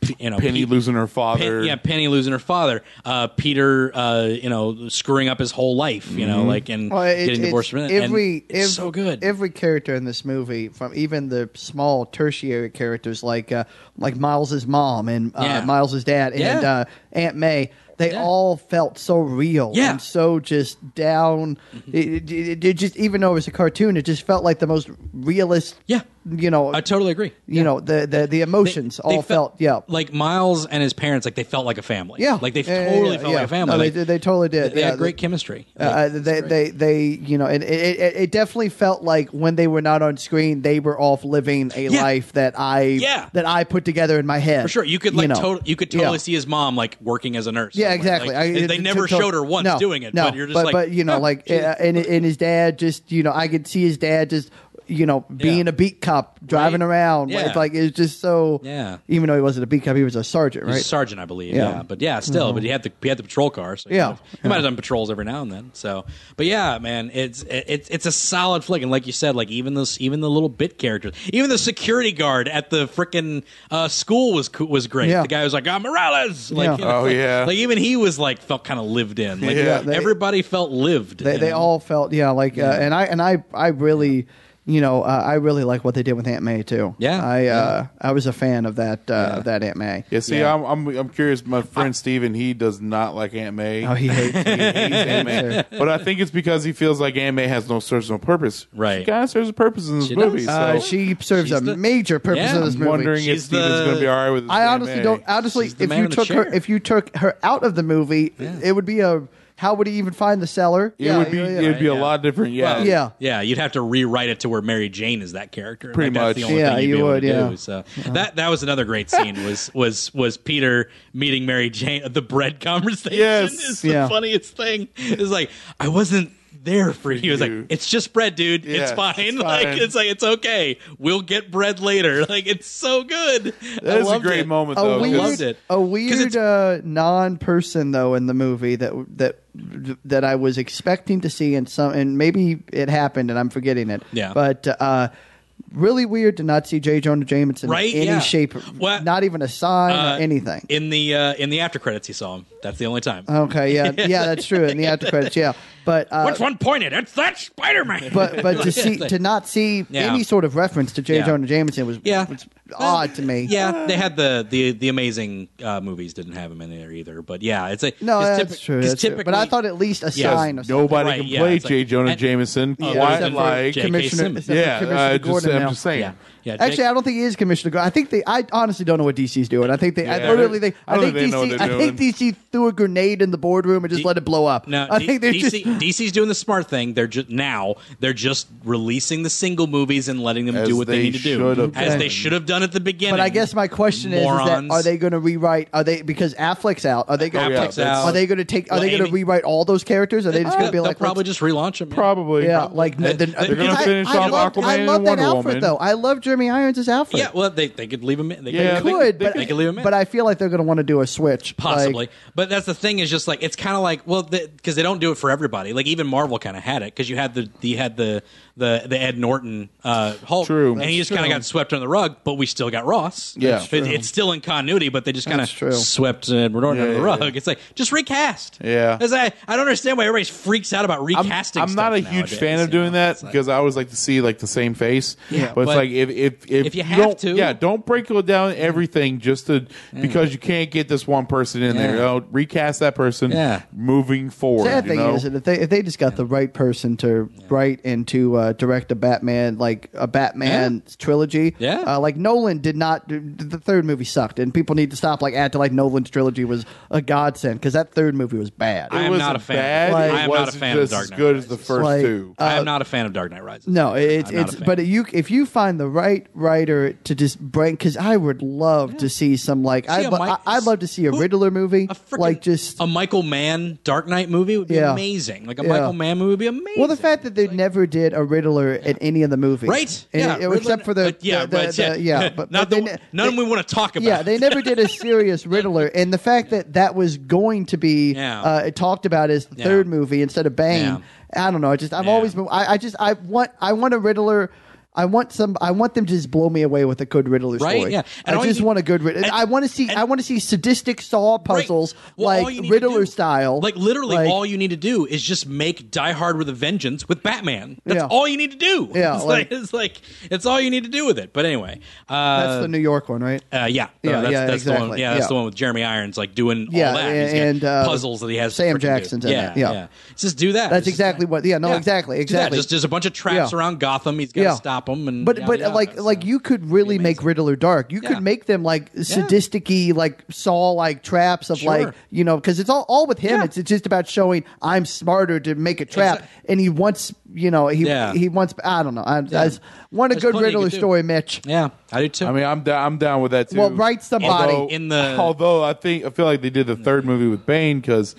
[SPEAKER 2] p- you know,
[SPEAKER 3] Penny
[SPEAKER 2] Pete-
[SPEAKER 3] losing her
[SPEAKER 2] Pen-
[SPEAKER 3] father.
[SPEAKER 2] yeah, Penny losing her father. Uh, Peter, uh, you know, screwing up his whole life. You
[SPEAKER 3] Mm-hmm.
[SPEAKER 2] know, like and
[SPEAKER 4] Well, it-
[SPEAKER 2] getting
[SPEAKER 4] it's
[SPEAKER 2] divorced from it. And
[SPEAKER 4] Every,
[SPEAKER 2] it's
[SPEAKER 4] ev-
[SPEAKER 2] so good.
[SPEAKER 4] Every character in this movie, from even the small tertiary characters like uh, like Miles's mom and uh,
[SPEAKER 2] Yeah.
[SPEAKER 4] Miles's dad and
[SPEAKER 2] Yeah.
[SPEAKER 4] uh, Aunt May, they
[SPEAKER 2] Yeah.
[SPEAKER 4] all felt so real
[SPEAKER 2] Yeah. Mm-hmm.
[SPEAKER 4] and so just down. It, it- it- it just even though it was a cartoon, it just felt like the most realist.
[SPEAKER 2] Yeah.
[SPEAKER 4] you know,
[SPEAKER 2] I totally agree.
[SPEAKER 4] you know the the, the emotions all felt, yeah.
[SPEAKER 2] like Miles and his parents like they felt like a family.
[SPEAKER 4] Yeah.
[SPEAKER 2] like they
[SPEAKER 4] Yeah, yeah,
[SPEAKER 2] totally
[SPEAKER 4] yeah,
[SPEAKER 2] felt
[SPEAKER 4] yeah.
[SPEAKER 2] like a family.
[SPEAKER 4] No, they
[SPEAKER 2] Like,
[SPEAKER 4] did- they totally did.
[SPEAKER 2] They
[SPEAKER 4] Yeah,
[SPEAKER 2] had great
[SPEAKER 4] they-
[SPEAKER 2] chemistry.
[SPEAKER 4] Uh,
[SPEAKER 2] Like,
[SPEAKER 4] they, they, they, you know, it, it, it, it definitely felt like when they were not on screen, they were off living a
[SPEAKER 2] Yeah.
[SPEAKER 4] life that I,
[SPEAKER 2] Yeah.
[SPEAKER 4] that I put together in my head.
[SPEAKER 2] for sure, you could like
[SPEAKER 4] know.
[SPEAKER 2] total, you could totally
[SPEAKER 4] Yeah.
[SPEAKER 2] see his mom like working as a nurse.
[SPEAKER 4] Yeah,
[SPEAKER 2] somewhere.
[SPEAKER 4] exactly.
[SPEAKER 2] Like,
[SPEAKER 4] I-
[SPEAKER 2] they,
[SPEAKER 4] it-
[SPEAKER 2] they
[SPEAKER 4] it-
[SPEAKER 2] never
[SPEAKER 4] it told-
[SPEAKER 2] showed her once
[SPEAKER 4] no,
[SPEAKER 2] doing it,
[SPEAKER 4] no.
[SPEAKER 2] but you're just
[SPEAKER 4] but,
[SPEAKER 2] like,
[SPEAKER 4] but you know,
[SPEAKER 2] "Huh,
[SPEAKER 4] like,
[SPEAKER 2] she's-
[SPEAKER 4] uh, and and his dad just, you know, I could see his dad just, you know, being
[SPEAKER 2] Yeah.
[SPEAKER 4] a beat cop driving
[SPEAKER 2] Right.
[SPEAKER 4] around.
[SPEAKER 2] Yeah.
[SPEAKER 4] It's like it's just so.
[SPEAKER 2] Yeah.
[SPEAKER 4] Even though he wasn't a beat cop, he was a sergeant,
[SPEAKER 2] He's
[SPEAKER 4] right?
[SPEAKER 2] a sergeant, I believe. Yeah,
[SPEAKER 4] Yeah.
[SPEAKER 2] but yeah, still. But he had the he had the patrol car. So he
[SPEAKER 4] Yeah.
[SPEAKER 2] might have- he might have done patrols every now and then. So, but yeah, man, it's it's it's a solid flick. And like you said, like even this even the little bit characters, even the security guard at the freaking uh, school was coo- was great.
[SPEAKER 4] Yeah.
[SPEAKER 2] The guy was like, "Ah, Morales!" Like,
[SPEAKER 4] Yeah.
[SPEAKER 2] you know,
[SPEAKER 3] Oh,
[SPEAKER 2] like-
[SPEAKER 3] yeah.
[SPEAKER 2] like even he was like felt kind of lived in. Like
[SPEAKER 3] Yeah,
[SPEAKER 4] they-
[SPEAKER 2] everybody felt lived.
[SPEAKER 4] They,
[SPEAKER 2] you
[SPEAKER 4] they
[SPEAKER 2] know?
[SPEAKER 4] all felt yeah like uh, and I and I I really you know uh, I really like what they did with Aunt May too.
[SPEAKER 2] Yeah,
[SPEAKER 4] I
[SPEAKER 2] yeah.
[SPEAKER 4] uh, I was a fan of that uh, of that Aunt May.
[SPEAKER 3] Yeah, see,
[SPEAKER 2] Yeah.
[SPEAKER 3] I'm, I'm I'm curious. My friend Steven, he does not like Aunt May.
[SPEAKER 4] Oh, he hates
[SPEAKER 3] He hates Aunt May.
[SPEAKER 4] her.
[SPEAKER 3] But I think it's because he feels like Aunt May has no serves no purpose.
[SPEAKER 2] Right.
[SPEAKER 3] She kind of serves a purpose in this
[SPEAKER 2] She does.
[SPEAKER 3] movie. so
[SPEAKER 4] Uh, she serves
[SPEAKER 2] she's
[SPEAKER 4] a
[SPEAKER 2] the-
[SPEAKER 4] major purpose
[SPEAKER 2] Yeah,
[SPEAKER 4] of this
[SPEAKER 3] I'm
[SPEAKER 4] movie.
[SPEAKER 3] wondering if
[SPEAKER 2] She's
[SPEAKER 3] Steven's
[SPEAKER 2] the-
[SPEAKER 3] going to be all right with this.
[SPEAKER 4] I
[SPEAKER 3] Aunt
[SPEAKER 4] honestly
[SPEAKER 3] May.
[SPEAKER 4] don't. uh, Honestly,
[SPEAKER 2] She's the
[SPEAKER 4] if
[SPEAKER 2] man
[SPEAKER 4] you
[SPEAKER 2] in the
[SPEAKER 4] took her,
[SPEAKER 2] chair.
[SPEAKER 4] if you took her out of the movie, it would be a. How would he even find the cellar?
[SPEAKER 3] It would be it would be a
[SPEAKER 2] yeah.
[SPEAKER 3] lot different. Yeah,
[SPEAKER 4] Well, yeah.
[SPEAKER 2] yeah. You'd have to rewrite it to where Mary Jane is that character.
[SPEAKER 3] Pretty
[SPEAKER 2] Like, that's
[SPEAKER 3] much.
[SPEAKER 2] the only
[SPEAKER 4] Yeah,
[SPEAKER 2] thing you'd
[SPEAKER 4] you
[SPEAKER 2] be able
[SPEAKER 4] would,
[SPEAKER 2] to
[SPEAKER 4] yeah.
[SPEAKER 2] do. So that that was another great scene. Was was was Peter meeting Mary Jane? The bread conversation
[SPEAKER 3] Yes.
[SPEAKER 2] is the
[SPEAKER 4] Yeah.
[SPEAKER 2] funniest thing. It's like I wasn't there for you. It's like
[SPEAKER 3] Dude.
[SPEAKER 2] it's just bread, dude.
[SPEAKER 3] Yeah,
[SPEAKER 2] it's, fine.
[SPEAKER 3] it's
[SPEAKER 2] Like
[SPEAKER 3] fine.
[SPEAKER 2] it's like it's okay. We'll get bread later. Like it's so good. I
[SPEAKER 3] That is a
[SPEAKER 2] loved
[SPEAKER 3] great
[SPEAKER 2] it.
[SPEAKER 3] moment.
[SPEAKER 4] a
[SPEAKER 3] Though, 'cause-
[SPEAKER 4] weird,
[SPEAKER 2] loved it.
[SPEAKER 4] a
[SPEAKER 2] 'Cause it's-
[SPEAKER 4] weird uh, non-person though in the movie that that that I was expecting to see in some, and maybe it happened and I'm forgetting it.
[SPEAKER 2] Yeah.
[SPEAKER 4] but uh, really weird to not see J. Jonah Jameson
[SPEAKER 2] Right?
[SPEAKER 4] in any
[SPEAKER 2] Yeah.
[SPEAKER 4] shape,
[SPEAKER 2] Well,
[SPEAKER 4] not even a sign
[SPEAKER 2] uh,
[SPEAKER 4] or anything.
[SPEAKER 2] In the uh, in the after credits, you saw him. That's the only time.
[SPEAKER 4] Okay, yeah, yeah, that's true. In the after credits, yeah, but uh,
[SPEAKER 2] Which one pointed? It's that Spider Man.
[SPEAKER 4] but but to see to not see
[SPEAKER 2] Yeah.
[SPEAKER 4] any sort of reference to J.
[SPEAKER 2] Yeah.
[SPEAKER 4] Jonah Jameson was
[SPEAKER 2] Yeah.
[SPEAKER 4] was odd to me. Uh.
[SPEAKER 2] Yeah, they had the the the amazing uh, movies didn't have him in there either. But yeah, it's a
[SPEAKER 4] no,
[SPEAKER 2] 'cause
[SPEAKER 4] that's
[SPEAKER 2] typi-
[SPEAKER 4] true.
[SPEAKER 2] 'cause
[SPEAKER 4] that's true. But I
[SPEAKER 2] typically-
[SPEAKER 4] thought at least a
[SPEAKER 2] Yeah.
[SPEAKER 4] sign. Of
[SPEAKER 3] Nobody
[SPEAKER 2] Right,
[SPEAKER 3] can
[SPEAKER 2] yeah,
[SPEAKER 3] play
[SPEAKER 2] it's like-
[SPEAKER 3] J. Jonah
[SPEAKER 2] and- Oh,
[SPEAKER 3] Jameson.
[SPEAKER 2] Yeah,
[SPEAKER 3] Why,
[SPEAKER 4] except for
[SPEAKER 3] like,
[SPEAKER 2] J.K.
[SPEAKER 4] Commissioner,
[SPEAKER 2] Simmons.
[SPEAKER 4] except for
[SPEAKER 3] yeah,
[SPEAKER 4] Commissioner
[SPEAKER 3] uh, just,
[SPEAKER 4] Gordon
[SPEAKER 3] I'm
[SPEAKER 4] now.
[SPEAKER 3] just saying.
[SPEAKER 2] yeah, yeah.
[SPEAKER 4] Actually,
[SPEAKER 2] Jake-
[SPEAKER 4] I don't think he is Commissioner Gordon. I think they. I honestly don't know what DC's doing. I think they. I
[SPEAKER 3] Yeah.
[SPEAKER 4] don't really think.
[SPEAKER 3] I
[SPEAKER 4] I,
[SPEAKER 3] don't
[SPEAKER 4] think
[SPEAKER 3] think they know what
[SPEAKER 4] DC.
[SPEAKER 3] they're
[SPEAKER 4] I think
[SPEAKER 3] doing.
[SPEAKER 4] DC threw a grenade in the boardroom and just
[SPEAKER 2] D-
[SPEAKER 4] let it blow up.
[SPEAKER 2] no,
[SPEAKER 4] I
[SPEAKER 2] D-
[SPEAKER 4] think they're
[SPEAKER 2] DC,
[SPEAKER 4] just.
[SPEAKER 2] DC's doing the smart thing. They're just now they're just releasing the single movies and letting them
[SPEAKER 3] As
[SPEAKER 2] do what they,
[SPEAKER 3] they
[SPEAKER 2] need to do,
[SPEAKER 3] should have
[SPEAKER 2] as
[SPEAKER 4] done.
[SPEAKER 2] they should have done at the beginning.
[SPEAKER 4] But I guess my question is, is that
[SPEAKER 2] Morons.
[SPEAKER 4] are they going to rewrite? Are they because Affleck's out? Are they going?
[SPEAKER 3] Oh, yeah,
[SPEAKER 2] Affleck's out.
[SPEAKER 4] Are they going to take? Are
[SPEAKER 2] Well,
[SPEAKER 4] they going to
[SPEAKER 2] Amy-
[SPEAKER 4] rewrite all those characters? Are they just
[SPEAKER 2] they'll,
[SPEAKER 4] going to be like
[SPEAKER 2] they'll probably
[SPEAKER 4] let's-
[SPEAKER 2] just relaunch them. yeah.
[SPEAKER 3] Probably.
[SPEAKER 4] Yeah, like
[SPEAKER 2] They-
[SPEAKER 4] the, the,
[SPEAKER 2] they're gonna
[SPEAKER 4] because I-
[SPEAKER 3] finish
[SPEAKER 4] I
[SPEAKER 3] off
[SPEAKER 4] love-
[SPEAKER 3] Aquaman
[SPEAKER 4] I
[SPEAKER 3] and
[SPEAKER 4] love that
[SPEAKER 3] Wonder
[SPEAKER 4] outfit
[SPEAKER 3] Woman.
[SPEAKER 4] though. I love Jeremy Irons' outfit.
[SPEAKER 2] Yeah, well, they they could leave him. In. They
[SPEAKER 3] Yeah,
[SPEAKER 2] could,
[SPEAKER 3] they
[SPEAKER 4] could,
[SPEAKER 3] they
[SPEAKER 4] but
[SPEAKER 2] could leave him in.
[SPEAKER 4] But I feel like they're going to want to do a switch,
[SPEAKER 2] possibly
[SPEAKER 4] Like,
[SPEAKER 2] but that's the thing is just like it's kind of like well because they don't do it for everybody like even marvel kind of had it because you had the you had the the the ed norton uh hulk
[SPEAKER 3] True.
[SPEAKER 2] and
[SPEAKER 3] That's
[SPEAKER 2] he just kind of
[SPEAKER 4] true.
[SPEAKER 2] got swept under the rug but we still got ross
[SPEAKER 3] Yeah. That's
[SPEAKER 2] It- it's still in continuity but they just kind
[SPEAKER 4] That's true.
[SPEAKER 2] of swept ed norton under the
[SPEAKER 3] Yeah, yeah,
[SPEAKER 2] rug it's like just recast
[SPEAKER 3] Yeah.
[SPEAKER 2] It's like, i don't understand why everybody freaks out about
[SPEAKER 3] I'm,
[SPEAKER 2] recasting
[SPEAKER 3] I'm not a
[SPEAKER 2] stuff
[SPEAKER 3] huge
[SPEAKER 2] nowadays,
[SPEAKER 3] fan of
[SPEAKER 2] you know?
[SPEAKER 3] doing that
[SPEAKER 2] It's like-
[SPEAKER 3] because I always like to see like the same face.
[SPEAKER 2] Yeah,
[SPEAKER 3] but,
[SPEAKER 2] but
[SPEAKER 3] it's like if if if,
[SPEAKER 2] if you have
[SPEAKER 3] don't-
[SPEAKER 2] to- Mm.
[SPEAKER 3] yeah, don't break it down everything just to because you can't get this one person in there.
[SPEAKER 2] Yeah.
[SPEAKER 3] Oh, recast that person.
[SPEAKER 2] Yeah.
[SPEAKER 3] moving forward.
[SPEAKER 4] sad
[SPEAKER 3] you
[SPEAKER 4] thing
[SPEAKER 3] know?
[SPEAKER 4] is that if they if they just got the right person to write and to uh, direct a Batman like a Batman trilogy,
[SPEAKER 2] Yeah.
[SPEAKER 4] uh, like Nolan did not. th- The third movie sucked, and people need to stop like acting like Nolan's trilogy was a godsend because that third movie was bad.
[SPEAKER 2] I- am
[SPEAKER 3] wasn't
[SPEAKER 2] not a fan of-
[SPEAKER 3] Bad.
[SPEAKER 4] Like-
[SPEAKER 3] it
[SPEAKER 2] am
[SPEAKER 4] I
[SPEAKER 2] not a
[SPEAKER 3] wasn't
[SPEAKER 2] fan of
[SPEAKER 3] just
[SPEAKER 2] Dark
[SPEAKER 3] as
[SPEAKER 2] Knight
[SPEAKER 3] good as the
[SPEAKER 2] Rises.
[SPEAKER 3] first
[SPEAKER 4] Like, uh,
[SPEAKER 3] two.
[SPEAKER 2] i am not a fan of dark knight rises
[SPEAKER 4] no, it's
[SPEAKER 2] I'm not a
[SPEAKER 4] it's
[SPEAKER 2] fan.
[SPEAKER 4] but you if you find the right right writer to just bring because I would love to see some like
[SPEAKER 2] See
[SPEAKER 4] I,
[SPEAKER 2] a
[SPEAKER 4] bu-
[SPEAKER 2] Mike-
[SPEAKER 4] I would love to see a
[SPEAKER 2] who-
[SPEAKER 4] Riddler movie
[SPEAKER 2] A frickin-
[SPEAKER 4] like just
[SPEAKER 2] a Michael Mann Dark Knight movie would be
[SPEAKER 4] Yeah.
[SPEAKER 2] amazing. Like a
[SPEAKER 4] Yeah.
[SPEAKER 2] Michael Mann movie would be amazing.
[SPEAKER 4] well the fact that they never did a Riddler in any of the movies
[SPEAKER 2] right?
[SPEAKER 4] And-
[SPEAKER 2] yeah,
[SPEAKER 4] and-
[SPEAKER 2] Riddler-
[SPEAKER 4] except for the
[SPEAKER 2] but yeah,
[SPEAKER 4] the- the-
[SPEAKER 2] but
[SPEAKER 4] the-
[SPEAKER 2] yeah,
[SPEAKER 4] yeah but
[SPEAKER 2] not
[SPEAKER 4] but they
[SPEAKER 2] the,
[SPEAKER 4] ne-
[SPEAKER 2] none
[SPEAKER 4] they-
[SPEAKER 2] we want to talk about.
[SPEAKER 4] Yeah, they never did a serious Riddler, and the fact that that was going to be
[SPEAKER 2] Yeah.
[SPEAKER 4] uh, talked about as the
[SPEAKER 2] Yeah.
[SPEAKER 4] third movie instead of Bane. I don't know. I just I've
[SPEAKER 2] Yeah.
[SPEAKER 4] always been. I, I just I want I want a Riddler. I want some. I want them to just blow me away with a good Riddler
[SPEAKER 2] Right,
[SPEAKER 4] story.
[SPEAKER 2] yeah. And
[SPEAKER 4] I
[SPEAKER 2] all
[SPEAKER 4] just
[SPEAKER 2] you-
[SPEAKER 4] want a good Riddler.
[SPEAKER 2] and-
[SPEAKER 4] I want to see.
[SPEAKER 2] and-
[SPEAKER 4] I want to see sadistic saw
[SPEAKER 2] Right.
[SPEAKER 4] puzzles
[SPEAKER 2] Well, all you
[SPEAKER 4] like
[SPEAKER 2] need to
[SPEAKER 4] Riddler
[SPEAKER 2] do-
[SPEAKER 4] style.
[SPEAKER 2] Like literally,
[SPEAKER 4] Like-
[SPEAKER 2] all you need to do is just make Die Hard with a Vengeance with Batman. That's
[SPEAKER 4] Yeah.
[SPEAKER 2] all you need to do.
[SPEAKER 4] Yeah,
[SPEAKER 2] it's
[SPEAKER 4] like-
[SPEAKER 2] like, it's like it's all you need to do with it. But anyway, uh,
[SPEAKER 4] that's the New York one, right?
[SPEAKER 2] uh, yeah,
[SPEAKER 4] Yeah,
[SPEAKER 2] Uh, that's,
[SPEAKER 4] yeah,
[SPEAKER 2] that's the one.
[SPEAKER 4] exactly.
[SPEAKER 2] Yeah, that's
[SPEAKER 4] Yeah.
[SPEAKER 2] the one with Jeremy Irons like doing
[SPEAKER 4] Yeah,
[SPEAKER 2] all that.
[SPEAKER 4] and-
[SPEAKER 2] He's got
[SPEAKER 4] and, uh,
[SPEAKER 2] puzzles that he has. to
[SPEAKER 4] Sam
[SPEAKER 2] freaking do.
[SPEAKER 4] Jackson's in
[SPEAKER 2] yeah,
[SPEAKER 4] it. Yeah.
[SPEAKER 2] Just do that.
[SPEAKER 4] That's
[SPEAKER 2] Just-
[SPEAKER 4] exactly what. Yeah, no,
[SPEAKER 2] yeah.
[SPEAKER 4] exactly,
[SPEAKER 2] Just do that.
[SPEAKER 4] exactly.
[SPEAKER 2] Just there's a bunch of traps
[SPEAKER 4] Yeah.
[SPEAKER 2] around Gotham. He's got to stop them. And
[SPEAKER 4] but
[SPEAKER 2] yada,
[SPEAKER 4] but uh,
[SPEAKER 2] yada,
[SPEAKER 4] like
[SPEAKER 2] so.
[SPEAKER 4] like you could really make Riddler dark. You
[SPEAKER 2] Yeah.
[SPEAKER 4] could make them like sadisticy, like saw like traps of
[SPEAKER 2] Sure.
[SPEAKER 4] like you know because it's all all with him.
[SPEAKER 2] Yeah.
[SPEAKER 4] It's, it's just about showing I'm smarter to make a trap,
[SPEAKER 2] Exact-
[SPEAKER 4] and he wants you know he
[SPEAKER 2] Yeah.
[SPEAKER 4] he wants I don't know I, I just want a
[SPEAKER 2] There's
[SPEAKER 4] good
[SPEAKER 2] plenty you
[SPEAKER 4] Riddler
[SPEAKER 2] could do.
[SPEAKER 4] story, Mitch.
[SPEAKER 2] yeah, I do too.
[SPEAKER 3] I mean, I'm down. I'm down with that too.
[SPEAKER 4] Well, write somebody.
[SPEAKER 3] although,
[SPEAKER 2] In the- Mm.
[SPEAKER 3] although I think I feel like they did the third movie with Bane because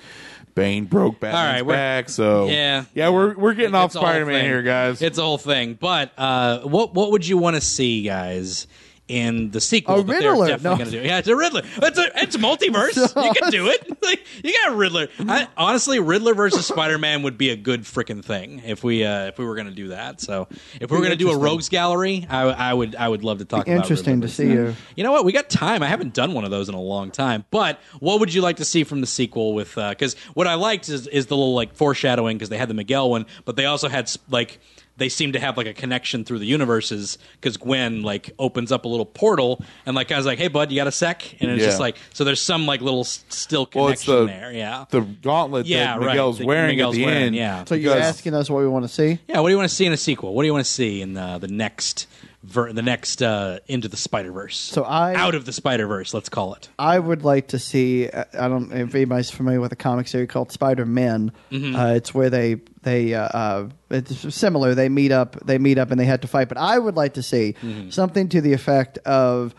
[SPEAKER 3] Bane broke
[SPEAKER 2] All
[SPEAKER 3] Batman's
[SPEAKER 2] right, we're-
[SPEAKER 3] back. So
[SPEAKER 2] Yeah.
[SPEAKER 3] yeah, we're we're getting off
[SPEAKER 2] It's a whole
[SPEAKER 3] Spider Man
[SPEAKER 2] thing.
[SPEAKER 3] here, guys.
[SPEAKER 2] It's a whole thing. But uh, what what would you want to see, guys? In the sequel,
[SPEAKER 4] A
[SPEAKER 2] that they're
[SPEAKER 4] Riddler.
[SPEAKER 2] definitely
[SPEAKER 4] No.
[SPEAKER 2] gonna do. Yeah, it's a Riddler. It's a it's a multiverse. you can do it. Like you got a Riddler. I, honestly, Riddler versus Spider Man would be a good freaking thing if we uh, if we were gonna do that. So if we were gonna do a Rogues Gallery, I, I would I would love to talk. about
[SPEAKER 4] Interesting
[SPEAKER 2] Riddler
[SPEAKER 4] to see you.
[SPEAKER 2] you know what? We got time. I haven't done one of those in a long time. But what would you like to see from the sequel? With because what I liked is is the little like foreshadowing because they had the Miguel one, but they also had s- like they seem to have like a connection through the universes because Gwen like opens up a little portal and like I was like, hey bud, you got a sec? And it's
[SPEAKER 3] Yeah.
[SPEAKER 2] just like so. There's some like little s- still
[SPEAKER 3] well, it's
[SPEAKER 2] connection
[SPEAKER 3] the
[SPEAKER 2] there. Yeah.
[SPEAKER 3] the gauntlet
[SPEAKER 2] yeah,
[SPEAKER 3] that
[SPEAKER 2] right.
[SPEAKER 3] Miguel's
[SPEAKER 2] That
[SPEAKER 3] wearing
[SPEAKER 2] Miguel's
[SPEAKER 3] at the
[SPEAKER 2] wearing,
[SPEAKER 3] end.
[SPEAKER 2] yeah.
[SPEAKER 4] So you're
[SPEAKER 3] Because-
[SPEAKER 4] asking us what we want to see?
[SPEAKER 2] yeah, what do you want to see in a sequel? What do you want to see in the, the next ver- the next uh, into the Spider Verse?
[SPEAKER 4] So I-
[SPEAKER 2] out of the Spider Verse, let's call it.
[SPEAKER 4] I would like to see. I I don't. If anybody's familiar with a comic series called Spider Man, uh, it's where they they uh, uh, it's similar. They meet up. They meet up and they had to fight. But I would like to see something to the effect of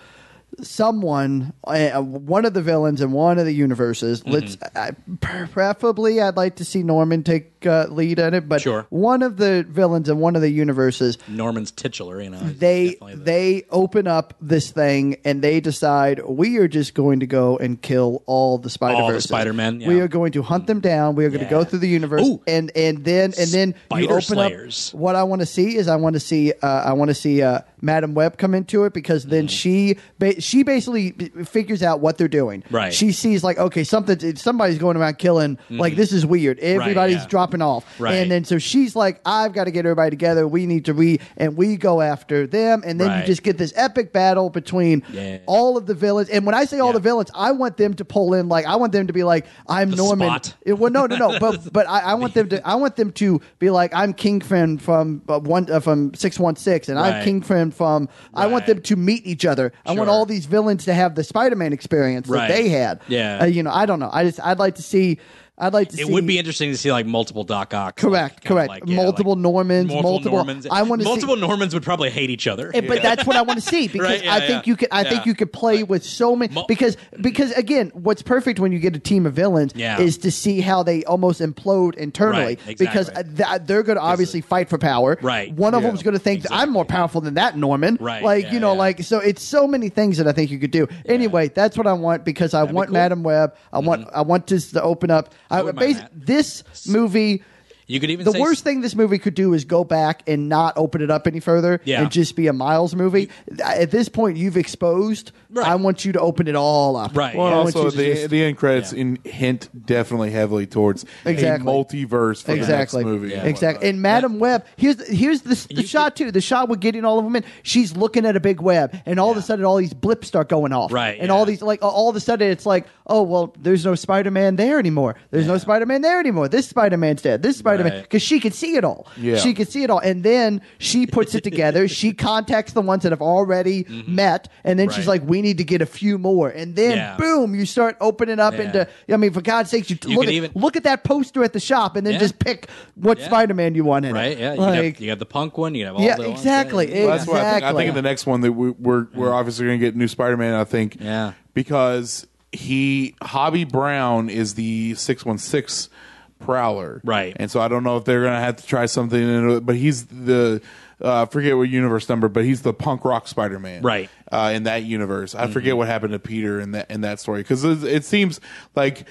[SPEAKER 4] someone, uh, one of the villains in one of the universes. Let's I, preferably, I'd like to see Norman take uh, lead in it. But
[SPEAKER 2] Sure.
[SPEAKER 4] one of the villains in one of the universes
[SPEAKER 2] Norman's titular, you know. he's
[SPEAKER 4] they
[SPEAKER 2] definitely the-
[SPEAKER 4] they open up this thing and they decide we are just going to go and kill all the Spider
[SPEAKER 2] All the
[SPEAKER 4] Verse
[SPEAKER 2] Spider-Men, yeah.
[SPEAKER 4] We are going to hunt them down. We are going
[SPEAKER 2] Yeah.
[SPEAKER 4] to go through the universe
[SPEAKER 2] Ooh.
[SPEAKER 4] and and then and then you
[SPEAKER 2] Spider
[SPEAKER 4] open
[SPEAKER 2] Slayers.
[SPEAKER 4] up. What I want to see is I want to see uh, I want to see uh, Madam Web come into it because
[SPEAKER 2] Mm.
[SPEAKER 4] then she ba- she basically b- figures out what they're doing.
[SPEAKER 2] Right.
[SPEAKER 4] She sees like okay something somebody's going around killing like this is weird. Everybody's
[SPEAKER 2] Mm. yeah.
[SPEAKER 4] dropping off.
[SPEAKER 2] Right.
[SPEAKER 4] And then so she's like I've got to get everybody together. We need to re and we go after them and then
[SPEAKER 2] Right.
[SPEAKER 4] you just get this epic battle between
[SPEAKER 2] Yeah.
[SPEAKER 4] all of the villains. And when I say all
[SPEAKER 2] Yeah.
[SPEAKER 4] the villains, I want them to pull in like I want them to be like I'm
[SPEAKER 2] The
[SPEAKER 4] Norman.
[SPEAKER 2] Spot.
[SPEAKER 4] It- well, no, no, no. but but I, I want them to I want them to be like I'm Kingpin from uh, one uh, from six one six, and
[SPEAKER 2] Right.
[SPEAKER 4] I'm Kingpin from. I want
[SPEAKER 2] Right.
[SPEAKER 4] them to meet each other. I want
[SPEAKER 2] Sure.
[SPEAKER 4] all these villains to have the Spider Man experience
[SPEAKER 2] Right.
[SPEAKER 4] that they had.
[SPEAKER 2] Yeah.
[SPEAKER 4] Uh, you know, I don't know. I just I'd like to see. I'd like to.
[SPEAKER 2] It
[SPEAKER 4] see,
[SPEAKER 2] would be interesting to see like multiple Doc Ock.
[SPEAKER 4] Correct, correct. Multiple Normans, multiple-
[SPEAKER 2] Normans.
[SPEAKER 4] I wanna see-
[SPEAKER 2] multiple Normans would probably hate each other.
[SPEAKER 4] And- but that's what I want to see because
[SPEAKER 2] Right, yeah,
[SPEAKER 4] I think
[SPEAKER 2] yeah.
[SPEAKER 4] you could I
[SPEAKER 2] Yeah.
[SPEAKER 4] think you could play with so many
[SPEAKER 2] Mul-
[SPEAKER 4] because because again what's perfect when you get a team of villains
[SPEAKER 2] Yeah.
[SPEAKER 4] is to see how they almost implode internally
[SPEAKER 2] Right,
[SPEAKER 4] because uh,
[SPEAKER 2] exactly.
[SPEAKER 4] th- they're going to obviously fight for power
[SPEAKER 2] Right.
[SPEAKER 4] one of
[SPEAKER 3] Yeah.
[SPEAKER 4] them's going to think I'm more powerful than that Norman
[SPEAKER 2] Right,
[SPEAKER 4] like
[SPEAKER 2] yeah,
[SPEAKER 4] you know
[SPEAKER 2] yeah.
[SPEAKER 4] like so it's so many things that I think you could do anyway that's what I want because I want
[SPEAKER 2] cool.
[SPEAKER 4] Madam Web I want I want this to open up I,
[SPEAKER 2] wouldn't mind
[SPEAKER 4] basi-
[SPEAKER 2] that.
[SPEAKER 4] this movie
[SPEAKER 2] you could even
[SPEAKER 4] the
[SPEAKER 2] say
[SPEAKER 4] worst thing this movie could do is go back and not open it up any further
[SPEAKER 2] Yeah.
[SPEAKER 4] and just be a Miles movie. At this point, you've exposed.
[SPEAKER 2] Right.
[SPEAKER 4] I want you to open it all up.
[SPEAKER 2] Right,
[SPEAKER 3] Well,
[SPEAKER 2] yeah.
[SPEAKER 4] I want
[SPEAKER 3] also
[SPEAKER 4] you to
[SPEAKER 3] the
[SPEAKER 4] just-
[SPEAKER 3] the end credits
[SPEAKER 2] Yeah.
[SPEAKER 3] in hint definitely heavily towards
[SPEAKER 4] Exactly.
[SPEAKER 3] a multiverse for
[SPEAKER 4] exactly.
[SPEAKER 3] the next movie.
[SPEAKER 4] Exactly. And Madam Web, here's here's the, the
[SPEAKER 2] You
[SPEAKER 4] shot too. The shot with getting all of them in. She's looking at a big web, and all of
[SPEAKER 2] Yeah.
[SPEAKER 4] a sudden, all these blips start going off.
[SPEAKER 2] Right,
[SPEAKER 4] And
[SPEAKER 2] yeah.
[SPEAKER 4] all these like all of a sudden, it's like, oh well, there's no Spider Man there anymore. There's no Spider Man there anymore. This Spider Man's dead. This Spider Spider-Man
[SPEAKER 2] Right.
[SPEAKER 4] because she could see it all.
[SPEAKER 3] Yeah.
[SPEAKER 4] She could see it all, and then she puts it together. she contacts the ones that have already met, and then she's
[SPEAKER 2] Mm-hmm. Right.
[SPEAKER 4] like, "We need to get a few more." And then
[SPEAKER 2] Yeah.
[SPEAKER 4] boom, you start opening up
[SPEAKER 2] Yeah.
[SPEAKER 4] into. I mean, for God's sakes, you,
[SPEAKER 2] You
[SPEAKER 4] look
[SPEAKER 2] could
[SPEAKER 4] at
[SPEAKER 2] even-
[SPEAKER 4] look at that poster at the shop, and then
[SPEAKER 2] Yeah.
[SPEAKER 4] just pick what
[SPEAKER 2] Yeah.
[SPEAKER 4] Spider-Man you want in it.
[SPEAKER 2] right? Yeah, you, could
[SPEAKER 4] like
[SPEAKER 2] have, you have the punk one. You could have all
[SPEAKER 4] Yeah,
[SPEAKER 2] the ones,
[SPEAKER 4] exactly.
[SPEAKER 2] yeah.
[SPEAKER 3] Well, that's why I think, I
[SPEAKER 4] Exactly.
[SPEAKER 3] think in the next one that we, we're we're obviously going to get new Spider-Man. I think,
[SPEAKER 2] Yeah.
[SPEAKER 3] because he Hobby Brown is the six one six Prowler,
[SPEAKER 2] Right.
[SPEAKER 3] And so I don't know if they're going to have to try something, in it, but he's the uh, I forget what universe number, but he's the punk rock Spider-Man,
[SPEAKER 2] Right. Mm-hmm.
[SPEAKER 3] Uh, in that universe, I forget what happened to Peter in that in that story because it, it seems like.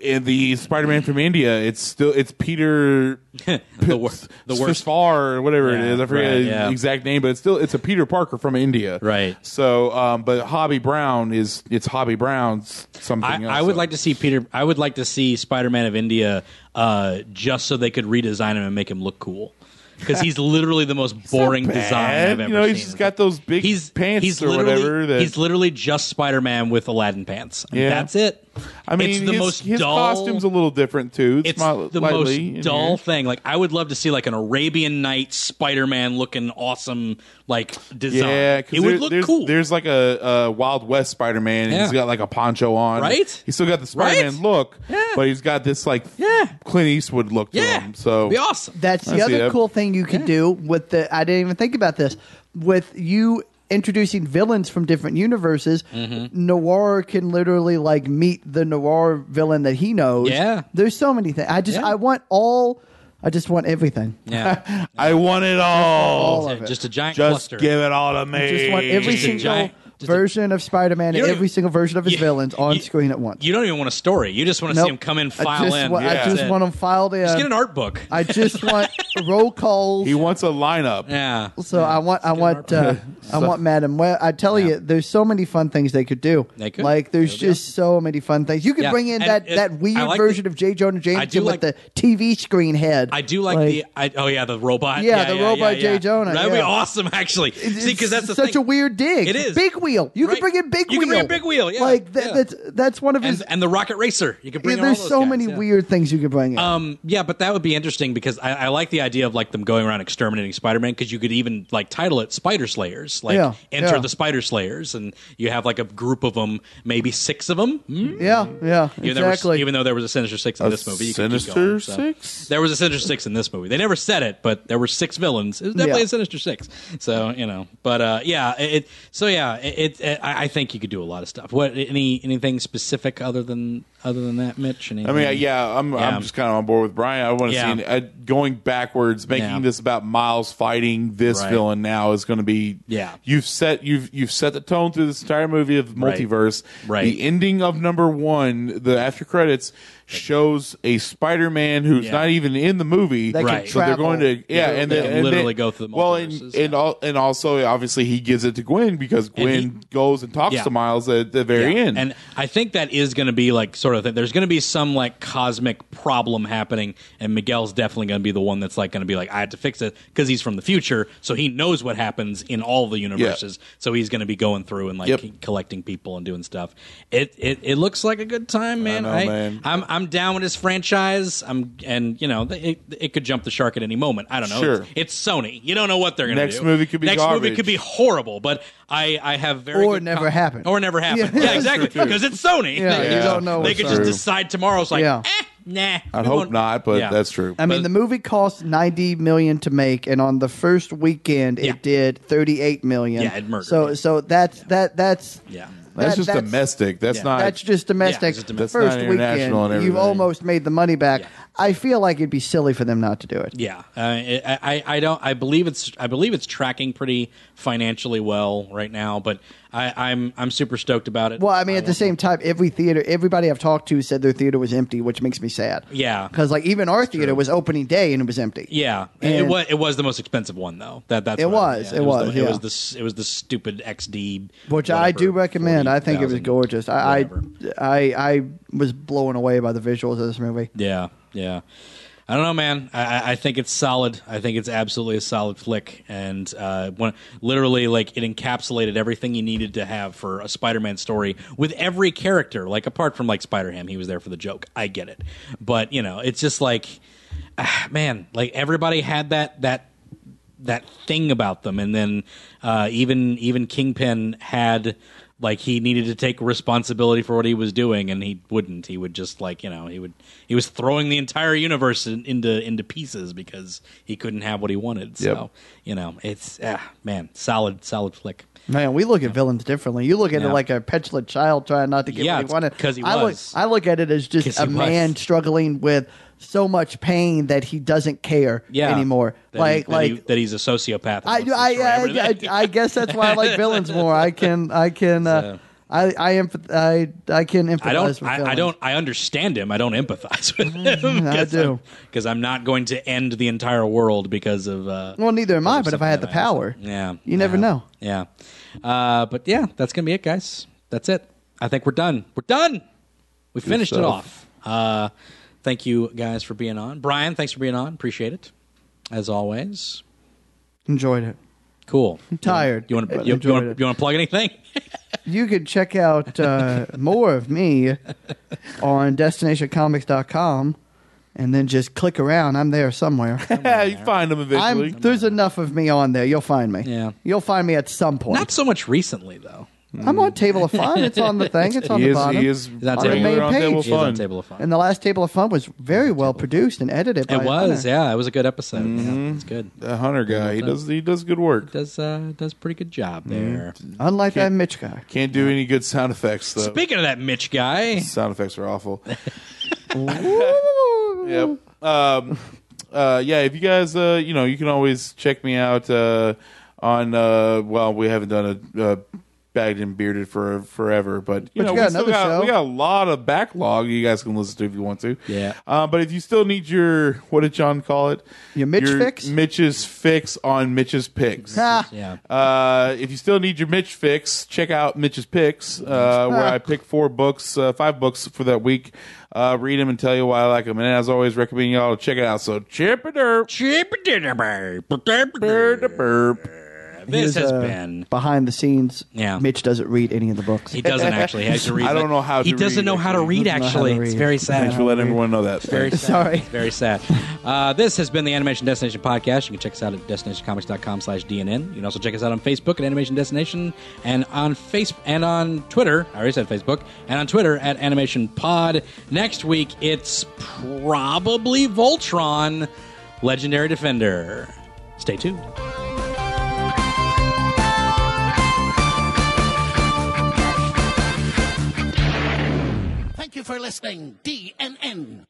[SPEAKER 3] In the Spider-Man from India, it's still it's Peter
[SPEAKER 2] The wor- the worst.
[SPEAKER 3] Far or whatever it
[SPEAKER 2] Yeah,
[SPEAKER 3] is. I forget
[SPEAKER 2] right,
[SPEAKER 3] his
[SPEAKER 2] yeah.
[SPEAKER 3] exact name, but it's still it's a Peter Parker from India,
[SPEAKER 2] Right.
[SPEAKER 3] So, um, but Hobby Brown is it's Hobby Brown's something.
[SPEAKER 2] I,
[SPEAKER 3] else.
[SPEAKER 2] I would like to see Peter. I would like to see Spider-Man of India uh, just so they could redesign him and make him look cool because he's literally the most boring
[SPEAKER 3] bad.
[SPEAKER 2] design I've ever
[SPEAKER 3] You know,
[SPEAKER 2] seen.
[SPEAKER 3] he's just got those big pants or
[SPEAKER 2] literally-
[SPEAKER 3] whatever that-
[SPEAKER 2] He's literally just Spider-Man with Aladdin pants.
[SPEAKER 3] Yeah.
[SPEAKER 2] That's it.
[SPEAKER 3] I mean,
[SPEAKER 2] it's the
[SPEAKER 3] his,
[SPEAKER 2] most
[SPEAKER 3] his
[SPEAKER 2] dull,
[SPEAKER 3] costume's a little different too. It's,
[SPEAKER 2] It's
[SPEAKER 3] not
[SPEAKER 2] the
[SPEAKER 3] lightly in
[SPEAKER 2] most dull
[SPEAKER 3] here.
[SPEAKER 2] thing. Like I would love to see like an Arabian Night Spider-Man looking awesome like design.
[SPEAKER 3] Yeah, 'cause
[SPEAKER 2] it
[SPEAKER 3] there-
[SPEAKER 2] would look
[SPEAKER 3] there's,
[SPEAKER 2] cool.
[SPEAKER 3] There's like a, a Wild West Spider Man, and he's
[SPEAKER 2] Yeah.
[SPEAKER 3] got like a poncho on.
[SPEAKER 2] Right?
[SPEAKER 3] He's still got the Spider Man
[SPEAKER 2] Right?
[SPEAKER 3] look,
[SPEAKER 2] Yeah.
[SPEAKER 3] but he's got this like
[SPEAKER 2] Yeah.
[SPEAKER 3] Clint Eastwood look to
[SPEAKER 2] yeah,
[SPEAKER 3] him. So
[SPEAKER 2] be awesome.
[SPEAKER 4] That's
[SPEAKER 3] I see
[SPEAKER 4] the other
[SPEAKER 3] that.
[SPEAKER 4] cool thing you could do with the. I didn't even think about this with you introducing villains from different universes.
[SPEAKER 2] Mm-hmm.
[SPEAKER 4] Noir can literally like meet the noir villain that he knows.
[SPEAKER 2] Yeah.
[SPEAKER 4] there's so many things. I just
[SPEAKER 2] Yeah.
[SPEAKER 4] I want all. I just want everything.
[SPEAKER 2] yeah.
[SPEAKER 3] I want it all.
[SPEAKER 4] All of it.
[SPEAKER 2] just a giant
[SPEAKER 3] Just
[SPEAKER 2] cluster.
[SPEAKER 3] give it all to me.
[SPEAKER 4] I just want every
[SPEAKER 2] Just a
[SPEAKER 4] single
[SPEAKER 2] giant- just a-
[SPEAKER 4] version of Spider-Man
[SPEAKER 2] You
[SPEAKER 4] and
[SPEAKER 2] don't
[SPEAKER 4] every
[SPEAKER 2] even-
[SPEAKER 4] single version of his
[SPEAKER 2] you-
[SPEAKER 4] villains on
[SPEAKER 2] you-
[SPEAKER 4] screen at once.
[SPEAKER 2] You don't even want a story. You just want to
[SPEAKER 4] Nope.
[SPEAKER 2] see him come in,
[SPEAKER 4] I
[SPEAKER 2] file
[SPEAKER 4] just
[SPEAKER 2] in.
[SPEAKER 4] want-
[SPEAKER 3] Yeah.
[SPEAKER 4] I just
[SPEAKER 2] That's it.
[SPEAKER 4] want them filed in.
[SPEAKER 2] Just get an art book.
[SPEAKER 4] I just want roll calls.
[SPEAKER 3] He wants a lineup.
[SPEAKER 2] yeah.
[SPEAKER 4] So I want, I want, uh, I want Madam Web. I tell you, there's so many fun things they could do.
[SPEAKER 2] They could.
[SPEAKER 4] Like, there's
[SPEAKER 2] They would,
[SPEAKER 4] just so many fun things. You could
[SPEAKER 2] Yeah,
[SPEAKER 4] bring in
[SPEAKER 2] and
[SPEAKER 4] that
[SPEAKER 2] it-
[SPEAKER 4] that weird
[SPEAKER 2] I like
[SPEAKER 4] version
[SPEAKER 2] the-
[SPEAKER 4] of J. Jonah Jameson
[SPEAKER 2] I do
[SPEAKER 4] with
[SPEAKER 2] like-
[SPEAKER 4] the TV screen head.
[SPEAKER 2] I do like, the I, oh yeah the robot
[SPEAKER 4] Yeah, the robot Jay Jonah,
[SPEAKER 2] that'd be
[SPEAKER 4] yeah.
[SPEAKER 2] awesome actually see because that's the
[SPEAKER 4] such
[SPEAKER 2] thing.
[SPEAKER 4] a weird dig.
[SPEAKER 2] It is.
[SPEAKER 4] Big Wheel. You could
[SPEAKER 2] Right.
[SPEAKER 4] bring in Big
[SPEAKER 2] You could
[SPEAKER 4] Wheel.
[SPEAKER 2] bring in Big Wheel, yeah,
[SPEAKER 4] Like that,
[SPEAKER 2] yeah.
[SPEAKER 4] that's that's one of his.
[SPEAKER 2] and, and the rocket racer you could bring in all
[SPEAKER 4] there's
[SPEAKER 2] those
[SPEAKER 4] so
[SPEAKER 2] guys,
[SPEAKER 4] many
[SPEAKER 2] yeah.
[SPEAKER 4] weird things you could bring in.
[SPEAKER 2] Um, yeah, but that would be interesting because I, I like the idea of like them going around exterminating Spider-Man because you could even like title it Spider Slayers, like
[SPEAKER 4] Yeah,
[SPEAKER 2] enter
[SPEAKER 4] yeah.
[SPEAKER 2] the Spider Slayers, and you have like a group of them, maybe six of them.
[SPEAKER 4] yeah, yeah,
[SPEAKER 2] Even, though there was-
[SPEAKER 4] exactly.
[SPEAKER 2] even though there was a Sinister Six in this movie, you could keep
[SPEAKER 3] Sinister
[SPEAKER 2] going, so.
[SPEAKER 3] Six?
[SPEAKER 2] There was a Sinister Six in this movie. They never said it, but there were six villains. It was definitely
[SPEAKER 4] Yeah.
[SPEAKER 2] a Sinister Six. So you know, but uh, yeah, it, it- So yeah, it, it. I I think you could do a lot of stuff. What any anything specific other than other than that, Mitch?
[SPEAKER 3] I mean, yeah, I'm
[SPEAKER 2] Mm. Yeah.
[SPEAKER 3] I'm just kind of on board with Brian. I want to
[SPEAKER 2] Yeah.
[SPEAKER 3] see uh, going backwards, making
[SPEAKER 2] Yeah.
[SPEAKER 3] this about Miles fighting this
[SPEAKER 2] Right.
[SPEAKER 3] villain now is going to be
[SPEAKER 2] Yeah.
[SPEAKER 3] You've set you've you've set the tone through this entire movie of
[SPEAKER 2] Right.
[SPEAKER 3] multiverse.
[SPEAKER 2] Right.
[SPEAKER 3] The ending of number one, the after credits shows a Spider-Man who's
[SPEAKER 2] Yeah.
[SPEAKER 3] not even in the movie.
[SPEAKER 4] That
[SPEAKER 2] can
[SPEAKER 3] So they're
[SPEAKER 4] travel.
[SPEAKER 3] going to yeah,
[SPEAKER 4] Yeah,
[SPEAKER 3] and
[SPEAKER 2] they
[SPEAKER 3] then
[SPEAKER 2] can
[SPEAKER 3] and
[SPEAKER 2] literally
[SPEAKER 3] then-
[SPEAKER 2] go through the
[SPEAKER 3] well, and
[SPEAKER 2] multiverses,
[SPEAKER 3] and,
[SPEAKER 2] yeah.
[SPEAKER 3] al- and also obviously he gives it to Gwen because Gwen
[SPEAKER 2] he-
[SPEAKER 3] goes and talks
[SPEAKER 2] Yeah.
[SPEAKER 3] to Miles at the very
[SPEAKER 2] Yeah.
[SPEAKER 3] end.
[SPEAKER 2] And I think that is going to be like sort of thing. There's going to be some like cosmic problem happening, and Miguel's definitely going to be the one that's like going to be like, I had to fix it because he's from the future, so he knows what happens in all the universes. So he's going to be going through and like
[SPEAKER 3] Yep.
[SPEAKER 2] collecting people and doing stuff. It, it it looks like a good time, man.
[SPEAKER 3] know, man.
[SPEAKER 2] am I'm down with this franchise. I'm and you know th- it, it could jump the shark at any moment. I don't know.
[SPEAKER 3] Sure.
[SPEAKER 2] It's, it's Sony. You don't know what they're going to do.
[SPEAKER 3] Next movie could be
[SPEAKER 2] next
[SPEAKER 3] garbage.
[SPEAKER 2] movie could be horrible, but I I have very
[SPEAKER 4] Or
[SPEAKER 2] good
[SPEAKER 4] never happen.
[SPEAKER 2] or never happen.
[SPEAKER 4] Yeah.
[SPEAKER 2] Yeah, exactly
[SPEAKER 3] True, true.
[SPEAKER 2] because it's Sony.
[SPEAKER 4] Yeah,
[SPEAKER 2] they,
[SPEAKER 3] you don't know
[SPEAKER 2] They
[SPEAKER 3] what's
[SPEAKER 2] could
[SPEAKER 3] true.
[SPEAKER 2] just decide tomorrow. It's like,
[SPEAKER 4] Yeah.
[SPEAKER 2] eh, nah.
[SPEAKER 3] I hope not, but that's true.
[SPEAKER 4] I mean,
[SPEAKER 2] But-
[SPEAKER 4] the movie cost ninety million to make, and on the first weekend,
[SPEAKER 2] Yeah.
[SPEAKER 4] it did thirty-eight million.
[SPEAKER 2] Yeah, it murdered
[SPEAKER 4] So,
[SPEAKER 2] it.
[SPEAKER 4] so that's that that's
[SPEAKER 2] Yeah.
[SPEAKER 3] that's
[SPEAKER 4] that-
[SPEAKER 3] just domestic. That's
[SPEAKER 2] yeah.
[SPEAKER 3] not
[SPEAKER 4] That's just domestic.
[SPEAKER 2] Yeah, it's just domestic.
[SPEAKER 4] First
[SPEAKER 3] That's not
[SPEAKER 4] weekend,
[SPEAKER 3] international and
[SPEAKER 4] you've
[SPEAKER 3] everything.
[SPEAKER 4] almost made the money back.
[SPEAKER 2] Yeah.
[SPEAKER 4] I feel like it'd be silly for them not to do it.
[SPEAKER 2] Yeah, uh, I, I I don't I believe it's I believe it's tracking pretty financially well right now, but I, I'm I'm super stoked about it.
[SPEAKER 4] Well, I mean, at the same time, every theater, everybody I've talked to said their theater was empty, which makes me sad.
[SPEAKER 2] Yeah.
[SPEAKER 4] because like even our theater was opening day and it was empty.
[SPEAKER 2] Yeah, it
[SPEAKER 4] And-
[SPEAKER 2] was it was the most expensive one though. That that's
[SPEAKER 4] It
[SPEAKER 2] what I-
[SPEAKER 4] was,
[SPEAKER 2] yeah,
[SPEAKER 4] it
[SPEAKER 2] the,
[SPEAKER 4] was,
[SPEAKER 2] it
[SPEAKER 4] yeah.
[SPEAKER 2] was the s- it was the stupid XD,
[SPEAKER 4] which I do
[SPEAKER 2] whatever,
[SPEAKER 4] recommend. I think it was
[SPEAKER 2] 40,000,
[SPEAKER 4] gorgeous. I, I
[SPEAKER 2] whatever.
[SPEAKER 4] I I was blown away by the visuals of this movie.
[SPEAKER 2] Yeah, yeah. I don't know, man. I- I, I think it's solid. I think it's absolutely a solid flick, and uh, when, literally, like it encapsulated everything you needed to have for a Spider-Man story with every character. Like apart from like Spider-Ham, he was there for the joke. I get it, but you know, it's just like man, like everybody had that that that thing about them, and then uh, even even Kingpin had like he needed to take responsibility for what he was doing, and he wouldn't. He would just like you know he would he was throwing the entire universe in, into into pieces because he couldn't have what he wanted. So
[SPEAKER 3] Yep.
[SPEAKER 2] you know it's ah, man, solid solid flick.
[SPEAKER 4] Man, we look at villains differently. You look at
[SPEAKER 2] Yeah.
[SPEAKER 4] it like a petulant child trying not to get
[SPEAKER 2] Yeah,
[SPEAKER 4] what
[SPEAKER 2] it's
[SPEAKER 4] he wanted.
[SPEAKER 2] 'cause he
[SPEAKER 4] I look,
[SPEAKER 2] was.
[SPEAKER 4] I look at it as
[SPEAKER 2] 'Cause
[SPEAKER 4] just
[SPEAKER 2] he
[SPEAKER 4] a man
[SPEAKER 2] was.
[SPEAKER 4] struggling with so much pain that he doesn't care
[SPEAKER 2] Yeah,
[SPEAKER 4] anymore.
[SPEAKER 2] That he-
[SPEAKER 4] like,
[SPEAKER 2] that
[SPEAKER 4] like
[SPEAKER 2] he- that he's a sociopath. and
[SPEAKER 4] I,
[SPEAKER 2] wants to
[SPEAKER 4] I,
[SPEAKER 2] destroy
[SPEAKER 4] I, I,
[SPEAKER 2] everything.
[SPEAKER 4] I guess that's why I like villains more. I can, I can, uh, I, I, empath- I, I can empathize.
[SPEAKER 2] I don't.
[SPEAKER 4] With
[SPEAKER 2] I, I
[SPEAKER 4] villains.
[SPEAKER 2] don't. I understand him. I don't empathize with him.
[SPEAKER 4] Mm, I do.
[SPEAKER 2] because I'm not going to end the entire world because of. Uh,
[SPEAKER 4] Well, neither am I. But if I had the
[SPEAKER 2] something that
[SPEAKER 4] power,
[SPEAKER 2] happens. yeah,
[SPEAKER 4] you never
[SPEAKER 2] yeah,
[SPEAKER 4] know.
[SPEAKER 2] Yeah, uh, but yeah, that's gonna be it, guys. That's it. I think we're done. We're done. We finished it
[SPEAKER 3] stuff.
[SPEAKER 2] off. Uh, thank you guys for being on, Brian. Thanks for being on. Appreciate it, as always.
[SPEAKER 4] enjoyed it.
[SPEAKER 2] Cool.
[SPEAKER 4] Tired.
[SPEAKER 2] You want to?
[SPEAKER 4] but
[SPEAKER 2] You,
[SPEAKER 4] enjoyed
[SPEAKER 2] want
[SPEAKER 4] it.
[SPEAKER 2] to? You want to plug anything?
[SPEAKER 4] You can check out uh, more of me on destinationcomics.com and then just click around. I'm there somewhere.
[SPEAKER 3] you find them eventually.
[SPEAKER 4] I'm, there's enough of me on there. You'll find me.
[SPEAKER 2] Yeah.
[SPEAKER 4] You'll find me at some point.
[SPEAKER 2] Not so much recently, though.
[SPEAKER 4] I'm on Table of Fun. It's on the thing. It's on
[SPEAKER 3] he
[SPEAKER 4] the
[SPEAKER 3] is.
[SPEAKER 4] bottom.
[SPEAKER 3] He is.
[SPEAKER 2] on
[SPEAKER 3] regular
[SPEAKER 2] table.
[SPEAKER 3] on table
[SPEAKER 4] Main page.
[SPEAKER 2] He is on
[SPEAKER 3] fun.
[SPEAKER 2] Table of Fun.
[SPEAKER 4] And the last Table of Fun was very well produced and edited. By
[SPEAKER 2] It was,
[SPEAKER 4] Hunter.
[SPEAKER 2] yeah. It was a good episode.
[SPEAKER 4] Mm-hmm.
[SPEAKER 2] Yeah, it's good.
[SPEAKER 3] The hunter guy. He does. He does good work.
[SPEAKER 2] Does uh does pretty good job
[SPEAKER 4] Mm-hmm.
[SPEAKER 2] there.
[SPEAKER 4] Unlike that Mitch guy.
[SPEAKER 3] Can't do any good sound effects though.
[SPEAKER 2] Speaking of that Mitch guy,
[SPEAKER 3] Sound effects are awful. yep. Um, uh, yeah, if you guys, uh, you know, you can always check me out uh, on. Uh, well, we haven't done a. Uh, Bagged and bearded for forever, but you
[SPEAKER 4] But
[SPEAKER 3] know
[SPEAKER 4] you got
[SPEAKER 3] we, still
[SPEAKER 4] another
[SPEAKER 3] got,
[SPEAKER 4] show.
[SPEAKER 3] we got a lot of backlog. You guys can listen to if you want to.
[SPEAKER 2] Yeah.
[SPEAKER 3] Uh, but if you still need your what did John call it?
[SPEAKER 4] Your Mitch fix?
[SPEAKER 3] Mitch's fix on Mitch's picks.
[SPEAKER 4] Ha!
[SPEAKER 2] yeah,
[SPEAKER 3] Uh, if you still need your Mitch fix, check out Mitch's picks, uh, where I pick four books, uh, five books for that week. Uh, read them and tell you why I like them. And as always, recommend y'all to check it out. So chip it up, burp to burp.
[SPEAKER 2] this
[SPEAKER 4] He's,
[SPEAKER 2] has
[SPEAKER 4] uh,
[SPEAKER 2] been.
[SPEAKER 4] behind the scenes.
[SPEAKER 2] Yeah.
[SPEAKER 4] Mitch doesn't read any of the books.
[SPEAKER 2] He doesn't actually have to read.
[SPEAKER 3] I don't know how
[SPEAKER 2] he
[SPEAKER 3] to
[SPEAKER 2] doesn't
[SPEAKER 3] read,
[SPEAKER 2] know how to
[SPEAKER 3] actually.
[SPEAKER 2] read.
[SPEAKER 4] Doesn't know how to
[SPEAKER 2] Actually, it's
[SPEAKER 4] read.
[SPEAKER 2] very sad.
[SPEAKER 3] Thanks for letting everyone know that.
[SPEAKER 2] Very sad.
[SPEAKER 4] Sorry.
[SPEAKER 2] Very sad. Uh, this has been the Animation Destination Podcast. You can check us out at destinationcomics.com slash DNN. You can also check us out on Facebook at Animation Destination and on face and on Twitter. I already said Facebook. And on Twitter at Animation Pod. Next week, it's probably Voltron, Legendary Defender. Stay tuned.
[SPEAKER 5] Thank you for listening, DNN.